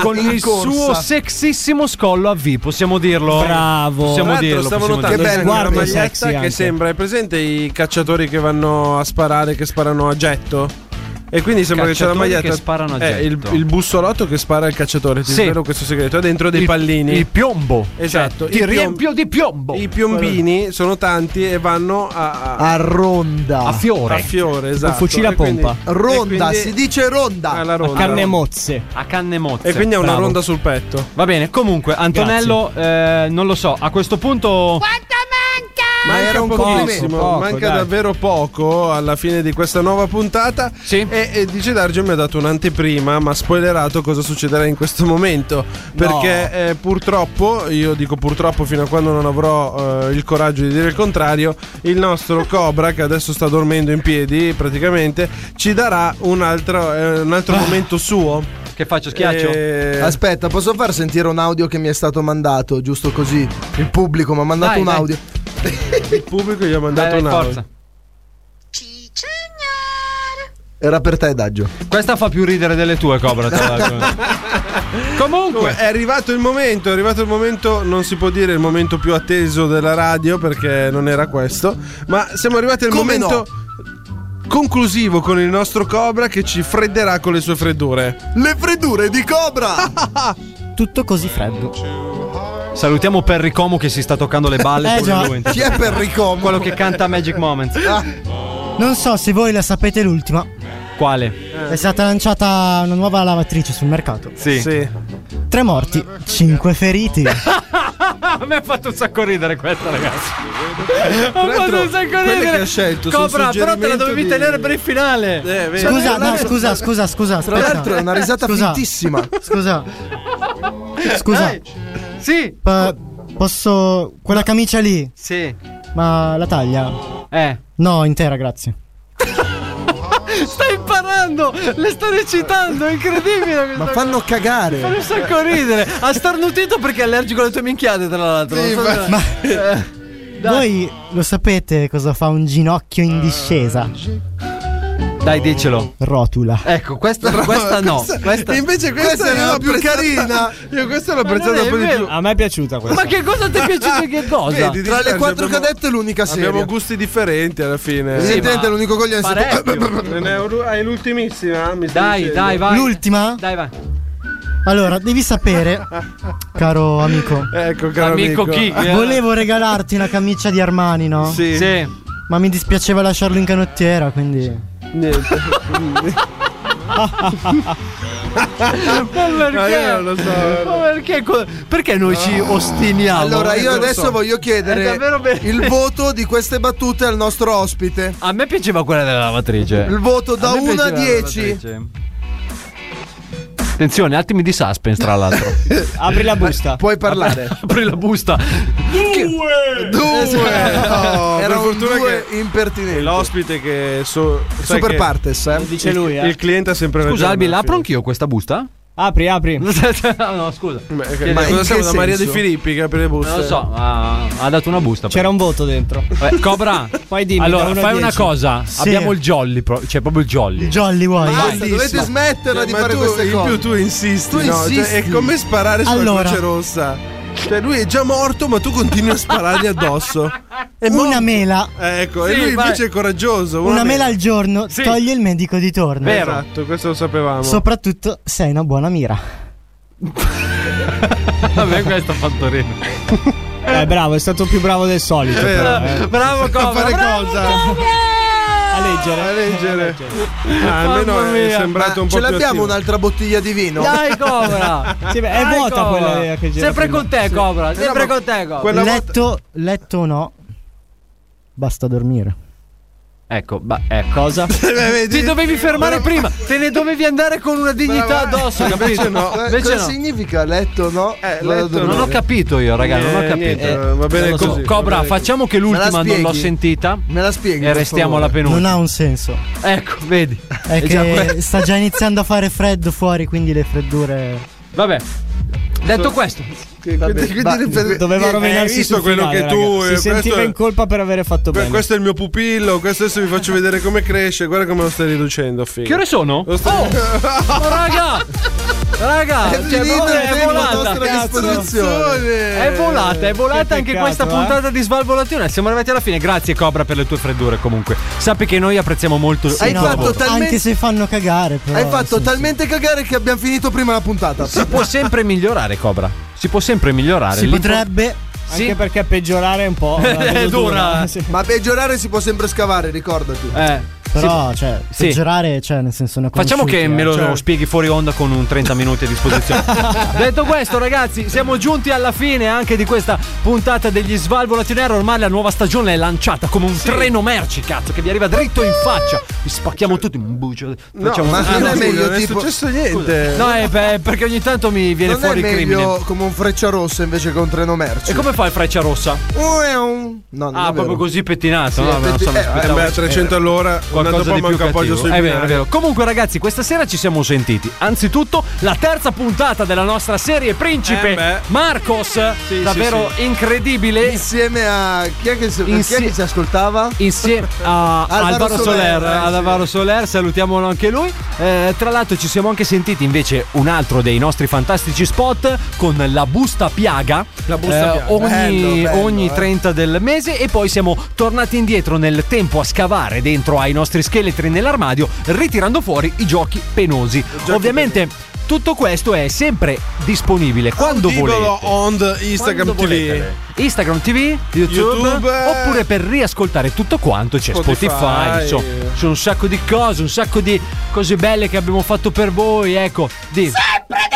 [SPEAKER 9] [laughs]
[SPEAKER 8] Ah,
[SPEAKER 9] Con
[SPEAKER 5] in
[SPEAKER 9] il
[SPEAKER 5] corsa.
[SPEAKER 9] suo sexissimo scollo a V, possiamo dirlo?
[SPEAKER 15] Bravo.
[SPEAKER 9] Possiamo
[SPEAKER 8] Tra l'altro
[SPEAKER 9] dirlo.
[SPEAKER 8] stavo
[SPEAKER 9] possiamo
[SPEAKER 8] notando
[SPEAKER 9] dirlo.
[SPEAKER 5] Che
[SPEAKER 8] anche
[SPEAKER 5] bello,
[SPEAKER 8] una
[SPEAKER 5] guarda,
[SPEAKER 8] maglietta
[SPEAKER 15] sexy
[SPEAKER 8] che
[SPEAKER 15] anche.
[SPEAKER 8] sembra è presente i cacciatori che vanno a sparare che sparano a getto e quindi sembra che c'è la
[SPEAKER 9] Cacciatori
[SPEAKER 8] maglietta
[SPEAKER 9] che sparano a
[SPEAKER 8] Eh, il,
[SPEAKER 9] getto.
[SPEAKER 8] il bussolotto che spara al cacciatore ti
[SPEAKER 9] Sì.
[SPEAKER 8] svelo questo segreto è dentro dei
[SPEAKER 9] Il-
[SPEAKER 8] pallini
[SPEAKER 9] Il piombo.
[SPEAKER 8] Esatto,
[SPEAKER 9] Cioè,
[SPEAKER 8] il
[SPEAKER 9] ti
[SPEAKER 8] piom-
[SPEAKER 9] riempio di piombo.
[SPEAKER 8] i piombini sono tanti e vanno a, a-
[SPEAKER 5] A ronda.
[SPEAKER 9] a fiore.
[SPEAKER 8] a fiore esatto
[SPEAKER 15] fucile a
[SPEAKER 8] E quindi-
[SPEAKER 15] pompa.
[SPEAKER 5] ronda,
[SPEAKER 8] e quindi- Ah,
[SPEAKER 5] si dice ronda.
[SPEAKER 8] alla ronda
[SPEAKER 15] Carne mozze.
[SPEAKER 9] A canne mozze.
[SPEAKER 8] e quindi è una
[SPEAKER 9] Bravo.
[SPEAKER 8] ronda sul petto
[SPEAKER 9] Va bene, comunque, Antonello, eh, non lo so, a questo punto.
[SPEAKER 16] Quanto manca?
[SPEAKER 8] Manca
[SPEAKER 5] era un
[SPEAKER 8] pochissimo,
[SPEAKER 5] complimento.
[SPEAKER 15] Poco,
[SPEAKER 8] manca
[SPEAKER 15] dai.
[SPEAKER 8] davvero poco alla fine di questa nuova puntata.
[SPEAKER 9] Sì.
[SPEAKER 8] E, e DJ Darge mi ha dato un'anteprima, ma ha spoilerato cosa succederà in questo momento. Perché eh, purtroppo, io dico purtroppo fino a quando non avrò eh, il coraggio di dire il contrario, il nostro Cobra, che adesso sta dormendo in piedi praticamente, ci darà un altro, eh, un altro momento suo.
[SPEAKER 9] Che faccio schiaccio?
[SPEAKER 8] Eh,
[SPEAKER 5] Aspetta, posso far sentire un audio che mi è stato mandato, giusto così? Il pubblico mi ha mandato
[SPEAKER 9] Dai,
[SPEAKER 5] un
[SPEAKER 9] dai.
[SPEAKER 5] audio.
[SPEAKER 8] il pubblico gli ha
[SPEAKER 9] Dai,
[SPEAKER 8] mandato
[SPEAKER 9] dai,
[SPEAKER 8] un
[SPEAKER 9] Eh, forza.
[SPEAKER 5] Era per te, Daggio.
[SPEAKER 9] Questa fa più ridere delle tue, Cobra. te la-
[SPEAKER 8] Comunque, è arrivato il momento, è arrivato il momento, non si può dire il momento più atteso della radio perché non era questo, ma siamo arrivati al
[SPEAKER 3] Come
[SPEAKER 8] momento conclusivo con il nostro Cobra che ci fredderà con le sue freddure.
[SPEAKER 3] Le freddure di Cobra!
[SPEAKER 9] Tutto così freddo. Salutiamo Perry Como che si sta toccando le balle.
[SPEAKER 5] Eh,
[SPEAKER 9] con
[SPEAKER 5] già.
[SPEAKER 9] lui.
[SPEAKER 5] Chi è Perry Como?
[SPEAKER 9] Quello che canta Magic Moments.
[SPEAKER 5] Non so se voi la sapete l'ultima.
[SPEAKER 9] Quale?
[SPEAKER 5] È stata lanciata una nuova lavatrice sul mercato.
[SPEAKER 9] Sì.
[SPEAKER 8] Eh,
[SPEAKER 5] Tre morti, cinque feriti.
[SPEAKER 9] A me ha fatto un sacco ridere questa, ragazzi. [laughs] Ha
[SPEAKER 8] Tra
[SPEAKER 9] fatto
[SPEAKER 8] l'altro,
[SPEAKER 9] un sacco
[SPEAKER 8] quelle
[SPEAKER 9] ridere.
[SPEAKER 8] che ha scelto sono
[SPEAKER 9] Cobra, però te la
[SPEAKER 8] suggerimento
[SPEAKER 9] dovevi
[SPEAKER 8] di-
[SPEAKER 9] tenere per il finale.
[SPEAKER 5] Scusa, no, scusa, scusa, scusa.
[SPEAKER 9] Tra
[SPEAKER 5] aspetta.
[SPEAKER 8] eh,
[SPEAKER 9] l'altro è una risata
[SPEAKER 5] Scusa,
[SPEAKER 9] fintissima.
[SPEAKER 5] Scusa. Scusa.
[SPEAKER 9] Dai. Sì.
[SPEAKER 5] Pa- posso. Quella camicia lì?
[SPEAKER 9] Sì.
[SPEAKER 5] Ma la taglia?
[SPEAKER 9] Eh.
[SPEAKER 5] No, intera, grazie.
[SPEAKER 9] Sta imparando, le sta recitando, è incredibile. Ma
[SPEAKER 3] fanno cagare.
[SPEAKER 9] Fanno un sacco ridere. Ha starnutito perché è allergico alle tue minchiate, tra l'altro.
[SPEAKER 5] Sì,
[SPEAKER 9] Non
[SPEAKER 5] ma-
[SPEAKER 9] Eh,
[SPEAKER 5] Voi lo sapete cosa fa un ginocchio in discesa?
[SPEAKER 9] Dai, dicelo.
[SPEAKER 5] Rotula.
[SPEAKER 9] Ecco, questa, questa no.
[SPEAKER 8] Questa-
[SPEAKER 9] Questa...
[SPEAKER 8] Invece questa,
[SPEAKER 9] Questa
[SPEAKER 8] era
[SPEAKER 9] era
[SPEAKER 8] la più
[SPEAKER 9] apprezzata-
[SPEAKER 8] carina. [laughs] Io questa l'ho
[SPEAKER 9] Ma non
[SPEAKER 8] apprezzata
[SPEAKER 9] è
[SPEAKER 8] un po' di
[SPEAKER 9] vero.
[SPEAKER 8] più.
[SPEAKER 25] A me è piaciuta questa.
[SPEAKER 9] Ma che cosa ti è piaciuto e che cosa?
[SPEAKER 8] Vedi,
[SPEAKER 3] Tra le
[SPEAKER 8] diversi,
[SPEAKER 3] quattro che ha
[SPEAKER 8] abbiamo-
[SPEAKER 3] detto è l'unica seria.
[SPEAKER 8] Abbiamo gusti differenti alla fine.
[SPEAKER 3] Sì, Evidentemente ma- è l'unico coglione che-
[SPEAKER 8] Ne è un- Hai l'ultimissima? Mi stai
[SPEAKER 9] Dai,
[SPEAKER 8] dicendo?
[SPEAKER 9] dai, vai.
[SPEAKER 5] L'ultima?
[SPEAKER 9] Dai, vai.
[SPEAKER 5] Allora,
[SPEAKER 9] [laughs]
[SPEAKER 5] devi sapere, caro amico.
[SPEAKER 8] Ecco, caro amico.
[SPEAKER 5] Volevo regalarti una camicia di Armani,
[SPEAKER 8] [laughs]
[SPEAKER 5] no?
[SPEAKER 8] Sì. Sì.
[SPEAKER 5] Ma mi dispiaceva lasciarlo in canottiera, quindi.
[SPEAKER 8] Niente.
[SPEAKER 9] Ma perché?
[SPEAKER 8] Ma io non lo so.
[SPEAKER 9] Ma perché, co- perché noi ci ostiniamo?
[SPEAKER 3] Allora, io
[SPEAKER 9] Non lo
[SPEAKER 3] adesso
[SPEAKER 9] so.
[SPEAKER 3] voglio
[SPEAKER 9] È
[SPEAKER 3] chiedere
[SPEAKER 9] davvero be-
[SPEAKER 3] il voto di queste battute al nostro ospite.
[SPEAKER 9] A me piaceva quella della lavatrice.
[SPEAKER 3] Il voto da
[SPEAKER 9] me
[SPEAKER 3] 1 a
[SPEAKER 9] piaceva la
[SPEAKER 3] 10.
[SPEAKER 9] lavatrice. Attenzione, attimi di suspense, tra l'altro.
[SPEAKER 25] Apri la busta.
[SPEAKER 3] Puoi parlare.
[SPEAKER 9] [laughs] Apri la busta.
[SPEAKER 3] Due! Due! Era
[SPEAKER 8] No, per
[SPEAKER 3] un
[SPEAKER 8] fortuna
[SPEAKER 3] due impertinente.
[SPEAKER 8] L'ospite che so, sai
[SPEAKER 3] Super
[SPEAKER 8] che
[SPEAKER 3] partes, eh.
[SPEAKER 8] il- Il cliente ha sempre ragione.
[SPEAKER 9] Scusa, Albi,
[SPEAKER 8] alla
[SPEAKER 9] l'apro anch'io questa busta?
[SPEAKER 25] Apri, apri.
[SPEAKER 9] no, scusa.
[SPEAKER 8] fine. Ma cosa siamo da Maria De Filippi che apre le buste?
[SPEAKER 9] Non lo so, ha, ha dato una busta.
[SPEAKER 25] C'era un voto dentro.
[SPEAKER 9] Vabbè, Cobra,
[SPEAKER 25] Poi dimmi, da
[SPEAKER 9] allora
[SPEAKER 25] uno a
[SPEAKER 9] fai una
[SPEAKER 25] dieci.
[SPEAKER 9] cosa.
[SPEAKER 25] Sì.
[SPEAKER 9] Abbiamo il jolly, pro- cioè proprio il
[SPEAKER 5] [laughs]
[SPEAKER 9] jolly.
[SPEAKER 5] Jolly vuoi?
[SPEAKER 3] Basta, dovete smetterla di
[SPEAKER 8] ma
[SPEAKER 3] fare
[SPEAKER 8] tu,
[SPEAKER 3] queste
[SPEAKER 8] in
[SPEAKER 3] cose.
[SPEAKER 8] più tu insisti.
[SPEAKER 3] Tu
[SPEAKER 8] no? Cioè,
[SPEAKER 3] insisti.
[SPEAKER 8] è come sparare sulla
[SPEAKER 5] Allora.
[SPEAKER 8] croce rossa. Cioè, lui è già morto, ma tu continui a sparargli [laughs] addosso. È
[SPEAKER 5] Una mela.
[SPEAKER 8] Ecco, e
[SPEAKER 5] Sì,
[SPEAKER 8] lui
[SPEAKER 5] vai.
[SPEAKER 8] invece è coraggioso.
[SPEAKER 5] Una mela al giorno
[SPEAKER 8] Sì.
[SPEAKER 5] toglie il medico di torno.
[SPEAKER 8] Esatto, questo lo sapevamo.
[SPEAKER 5] Soprattutto se hai una buona mira.
[SPEAKER 9] A me questo ha fatto ridere.
[SPEAKER 25] Eh, bravo, è stato più bravo del solito. però, eh.
[SPEAKER 9] Bravo Cobra.
[SPEAKER 8] fare
[SPEAKER 9] bravo,
[SPEAKER 8] cosa?
[SPEAKER 9] Cobra!
[SPEAKER 25] A leggere.
[SPEAKER 8] A leggere. Ah,
[SPEAKER 9] Mamma
[SPEAKER 8] almeno è
[SPEAKER 9] mia.
[SPEAKER 8] sembrato un
[SPEAKER 3] Ma
[SPEAKER 8] po'
[SPEAKER 3] ce
[SPEAKER 8] più
[SPEAKER 3] l'abbiamo
[SPEAKER 8] attivo.
[SPEAKER 3] un'altra bottiglia di vino?
[SPEAKER 9] Dai Cobra.
[SPEAKER 25] Sì, beh, è
[SPEAKER 9] Dai,
[SPEAKER 25] vuota
[SPEAKER 9] Cobra.
[SPEAKER 25] quella che gira
[SPEAKER 9] Ecco. Sempre
[SPEAKER 25] prima.
[SPEAKER 9] con te Cobra, sempre con te Cobra.
[SPEAKER 8] Quella volta-
[SPEAKER 5] letto, letto o no? Basta dormire.
[SPEAKER 9] Ecco, ba- ecco.
[SPEAKER 5] [laughs]
[SPEAKER 25] Cosa?
[SPEAKER 9] Ti dovevi fermare prima, te ne dovevi andare con una dignità addosso, capito?
[SPEAKER 8] Invece no.
[SPEAKER 3] Eh,
[SPEAKER 9] Invece
[SPEAKER 3] cosa
[SPEAKER 9] no.
[SPEAKER 3] significa letto no?
[SPEAKER 8] Eh,
[SPEAKER 3] Vado a
[SPEAKER 8] letto
[SPEAKER 3] dormire.
[SPEAKER 9] Non ho capito io, raga, non ho
[SPEAKER 8] Eh,
[SPEAKER 9] capito.
[SPEAKER 8] niente, va bene
[SPEAKER 9] non lo so.
[SPEAKER 8] così,
[SPEAKER 9] Cobra,
[SPEAKER 8] va bene
[SPEAKER 9] facciamo che
[SPEAKER 3] Me la
[SPEAKER 9] l'ultima non l'ho
[SPEAKER 3] spieghi?
[SPEAKER 9] sentita.
[SPEAKER 3] Me la spieghi?
[SPEAKER 9] E
[SPEAKER 3] per
[SPEAKER 9] restiamo
[SPEAKER 3] favore?
[SPEAKER 9] alla
[SPEAKER 5] Non
[SPEAKER 9] penultima.
[SPEAKER 5] ha un senso.
[SPEAKER 9] Ecco, vedi.
[SPEAKER 5] È
[SPEAKER 9] È già que-
[SPEAKER 5] che sta già iniziando a fare freddo fuori, quindi le freddure.
[SPEAKER 9] Vabbè. Detto questo,
[SPEAKER 8] Quindi-
[SPEAKER 5] Va-
[SPEAKER 8] quindi per-
[SPEAKER 25] Doveva
[SPEAKER 8] eh,
[SPEAKER 25] rovinarsi
[SPEAKER 8] Hai visto
[SPEAKER 25] sul
[SPEAKER 8] quello
[SPEAKER 25] finale,
[SPEAKER 8] che tu.
[SPEAKER 25] ragazzi.
[SPEAKER 8] eh,
[SPEAKER 25] Si
[SPEAKER 8] questo
[SPEAKER 25] sentiva
[SPEAKER 8] è-
[SPEAKER 25] in colpa per aver fatto
[SPEAKER 8] Beh,
[SPEAKER 25] bene.
[SPEAKER 8] questo è il mio pupillo, questo adesso vi faccio vedere come cresce, guarda come lo stai riducendo, figo.
[SPEAKER 9] che ore sono?
[SPEAKER 8] Lo stai-
[SPEAKER 9] Oh, raga! Raga,
[SPEAKER 3] È
[SPEAKER 9] cioè,
[SPEAKER 3] finito
[SPEAKER 9] proprio
[SPEAKER 3] il
[SPEAKER 9] è
[SPEAKER 3] tempo a
[SPEAKER 9] volata.
[SPEAKER 3] nostra disposizione.
[SPEAKER 9] È volata, è volata
[SPEAKER 25] Che
[SPEAKER 9] anche
[SPEAKER 25] peccato,
[SPEAKER 9] questa
[SPEAKER 25] eh.
[SPEAKER 9] puntata di Svalvolazione. Siamo arrivati alla fine. Grazie Cobra per le tue freddure comunque. Sappi che noi apprezziamo molto il
[SPEAKER 3] Hai
[SPEAKER 9] tuo
[SPEAKER 3] fatto
[SPEAKER 9] lavoro.
[SPEAKER 3] ta- talmente-
[SPEAKER 5] Anche se fanno cagare, però.
[SPEAKER 3] Hai fatto
[SPEAKER 5] nel senso-
[SPEAKER 3] talmente cagare che abbiamo finito prima la puntata.
[SPEAKER 9] Si può sempre migliorare Cobra. Si può sempre migliorare.
[SPEAKER 5] Si
[SPEAKER 9] L'impo-
[SPEAKER 5] potrebbe.
[SPEAKER 9] Sì.
[SPEAKER 25] Anche perché peggiorare è un po'. una cosa
[SPEAKER 9] È dura.
[SPEAKER 25] Sì.
[SPEAKER 3] Ma peggiorare si può sempre scavare, ricordati.
[SPEAKER 9] Eh,
[SPEAKER 5] Però,
[SPEAKER 9] si-
[SPEAKER 5] cioè,
[SPEAKER 9] sì.
[SPEAKER 5] peggiorare, cioè, nel senso, ne ho
[SPEAKER 9] Facciamo che
[SPEAKER 5] conosciuti,
[SPEAKER 9] me
[SPEAKER 5] eh.
[SPEAKER 9] lo
[SPEAKER 5] Cioè,
[SPEAKER 9] spieghi fuori onda con un 30 minuti a disposizione. Detto questo, ragazzi, siamo giunti alla fine anche di questa puntata degli Svalvolatinero. Ormai la nuova stagione è lanciata come un treno merci, cazzo, che vi arriva dritto in faccia. Vi spacchiamo tutti un bucio.
[SPEAKER 8] No,
[SPEAKER 9] facciamo-
[SPEAKER 8] ma
[SPEAKER 9] Ah,
[SPEAKER 8] non
[SPEAKER 9] no,
[SPEAKER 8] è
[SPEAKER 9] scusa.
[SPEAKER 8] meglio, non è
[SPEAKER 3] tipo-
[SPEAKER 8] successo niente.
[SPEAKER 9] No, è per- perché ogni tanto mi viene
[SPEAKER 3] Non è
[SPEAKER 9] fuori il
[SPEAKER 3] meglio
[SPEAKER 9] crimine.
[SPEAKER 3] come un freccia rossa invece che un treno merci.
[SPEAKER 9] E come fa il freccia rossa?
[SPEAKER 3] No, non è
[SPEAKER 9] Ah,
[SPEAKER 3] vero.
[SPEAKER 9] proprio così pettinato.
[SPEAKER 3] Sì,
[SPEAKER 9] no, non so, mi
[SPEAKER 3] eh,
[SPEAKER 9] aspettavo-
[SPEAKER 8] Eh, beh, a 300 all'ora.
[SPEAKER 9] Qualcosa qualcosa
[SPEAKER 8] dopo
[SPEAKER 9] di più
[SPEAKER 8] manca appoggio
[SPEAKER 9] cattivo.
[SPEAKER 8] sui
[SPEAKER 9] Eh, È vero,
[SPEAKER 8] binari.
[SPEAKER 9] è vero. Comunque, ragazzi, questa sera ci siamo sentiti. Anzitutto, la terza puntata della nostra serie Principe
[SPEAKER 8] Eh, beh.
[SPEAKER 9] Marcos,
[SPEAKER 8] sì,
[SPEAKER 9] davvero
[SPEAKER 8] sì.
[SPEAKER 9] incredibile.
[SPEAKER 5] Insieme a chi è che, chi è che ci ascoltava?
[SPEAKER 9] Insieme a
[SPEAKER 5] Alvaro
[SPEAKER 9] Alvaro, Soler,
[SPEAKER 5] Soler, eh,
[SPEAKER 9] ad
[SPEAKER 5] sì.
[SPEAKER 9] Alvaro Soler, salutiamolo anche lui. Eh, tra l'altro ci siamo anche sentiti invece un altro dei nostri fantastici spot con la busta piaga. La
[SPEAKER 5] busta piaga.
[SPEAKER 9] Ogni,
[SPEAKER 5] Bello, bello,
[SPEAKER 9] ogni
[SPEAKER 5] eh.
[SPEAKER 9] 30 del mese e poi siamo tornati indietro nel tempo a scavare dentro ai nostri scheletri nell'armadio ritirando fuori i giochi penosi. Ovviamente tutto questo è sempre disponibile quando
[SPEAKER 8] Dibolo
[SPEAKER 9] volete.
[SPEAKER 8] on the Instagram
[SPEAKER 9] Quando
[SPEAKER 8] TV.
[SPEAKER 9] volete. Instagram TV, YouTube,
[SPEAKER 8] YouTube, eh.
[SPEAKER 9] oppure per riascoltare tutto quanto c'è
[SPEAKER 8] Spotify.
[SPEAKER 9] Spotify, insomma, c'è un sacco di cose, un sacco di cose belle che abbiamo fatto per voi, ecco. Di...
[SPEAKER 23] Sempre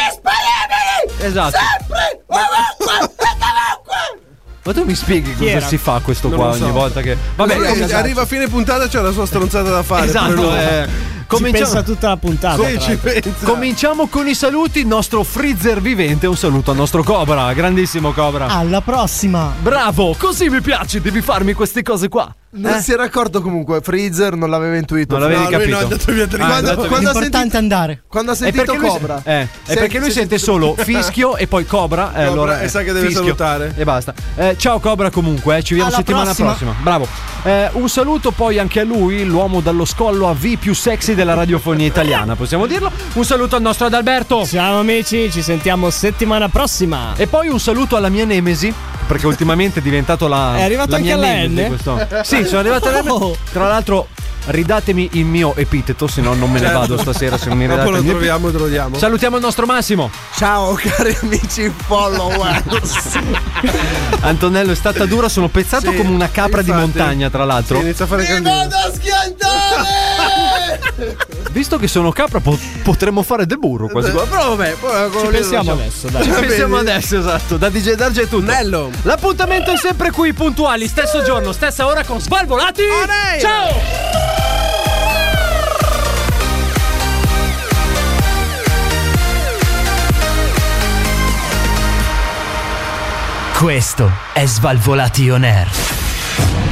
[SPEAKER 23] disponibili!
[SPEAKER 9] Esatto.
[SPEAKER 23] Sempre! Ovunque! e dovunque!
[SPEAKER 9] Ma tu mi spieghi
[SPEAKER 8] Chi
[SPEAKER 9] cosa
[SPEAKER 8] era?
[SPEAKER 9] si fa questo
[SPEAKER 8] Non
[SPEAKER 9] qua
[SPEAKER 8] lo
[SPEAKER 9] ogni
[SPEAKER 8] so.
[SPEAKER 9] volta che
[SPEAKER 8] Vabbè,
[SPEAKER 9] Vabbè,
[SPEAKER 8] eh, arriva a fine puntata c'è la sua stronzata da fare. pure
[SPEAKER 9] Esatto,
[SPEAKER 8] lui.
[SPEAKER 9] eh.
[SPEAKER 8] Cominciamo-
[SPEAKER 9] la puntata.
[SPEAKER 8] Sì, ci pensa.
[SPEAKER 9] Cominciamo con i saluti. Il nostro freezer vivente. Un saluto al nostro Cobra, grandissimo Cobra.
[SPEAKER 5] Alla Ah, prossima!
[SPEAKER 9] Bravo, così mi piace, devi farmi queste cose qua. Eh?
[SPEAKER 5] Non si era accorto comunque, Freezer non l'aveva intuito.
[SPEAKER 9] Non l'avevi No, lui capito. no, è andato via
[SPEAKER 5] quando,
[SPEAKER 9] dritto. Ah, è andato via.
[SPEAKER 5] quando ha
[SPEAKER 9] L'importante
[SPEAKER 5] sentito, andare. Quando ha
[SPEAKER 9] È
[SPEAKER 5] sentito
[SPEAKER 9] perché lui-
[SPEAKER 5] Cobra.
[SPEAKER 9] eh, è
[SPEAKER 5] Se-
[SPEAKER 9] perché lui
[SPEAKER 5] se-
[SPEAKER 9] sente solo fischio e poi Cobra. eh,
[SPEAKER 8] Cobra,
[SPEAKER 9] allora,
[SPEAKER 8] e sa che deve
[SPEAKER 9] fischio.
[SPEAKER 8] salutare.
[SPEAKER 9] E basta. Eh, ciao Cobra comunque, eh, ci vediamo
[SPEAKER 8] Alla
[SPEAKER 9] settimana
[SPEAKER 8] prossima.
[SPEAKER 9] prossima. Bravo. Eh, un saluto poi anche a lui, l'uomo dallo scollo a V più sexy della radiofonia italiana, possiamo dirlo. Un saluto al nostro Adalberto.
[SPEAKER 15] Ciao amici, ci sentiamo settimana prossima.
[SPEAKER 9] E poi un saluto alla mia nemesi, perché ultimamente è diventato la.
[SPEAKER 15] È arrivato
[SPEAKER 9] la
[SPEAKER 15] anche
[SPEAKER 9] mia
[SPEAKER 15] alla
[SPEAKER 9] nemesi
[SPEAKER 15] N? [laughs]
[SPEAKER 9] questo. Sì, sono arrivato alla N.
[SPEAKER 15] Oh.
[SPEAKER 9] Tra l'altro, ridatemi il mio epiteto, se no non me ne
[SPEAKER 8] Certo.
[SPEAKER 9] vado stasera. Se non mi
[SPEAKER 8] Dopo
[SPEAKER 9] ridate
[SPEAKER 8] lo
[SPEAKER 9] il mio
[SPEAKER 8] troviamo,
[SPEAKER 9] epiteto.
[SPEAKER 8] te lo diamo.
[SPEAKER 9] Salutiamo il nostro Massimo.
[SPEAKER 5] Ciao cari amici followers.
[SPEAKER 9] [laughs] Antonello è stata dura, sono pezzato
[SPEAKER 8] Sì,
[SPEAKER 9] come una capra di
[SPEAKER 8] infatti.
[SPEAKER 9] montagna, tra l'altro.
[SPEAKER 8] Sì, inizia a fare
[SPEAKER 21] Mi
[SPEAKER 8] casino.
[SPEAKER 21] vado a schiantare!
[SPEAKER 9] Visto che sono capra, po- potremmo fare del burro quasi.
[SPEAKER 8] Però
[SPEAKER 9] eh,
[SPEAKER 8] vabbè, poi-
[SPEAKER 9] Ci pensiamo adesso, dai. Ci pensiamo adesso, esatto. Da DJ Darge è tutto. L'appuntamento è sempre qui, puntuali, stesso giorno, stessa ora con Svalvolati. Ciao!
[SPEAKER 7] Questo è Svalvolati On Air.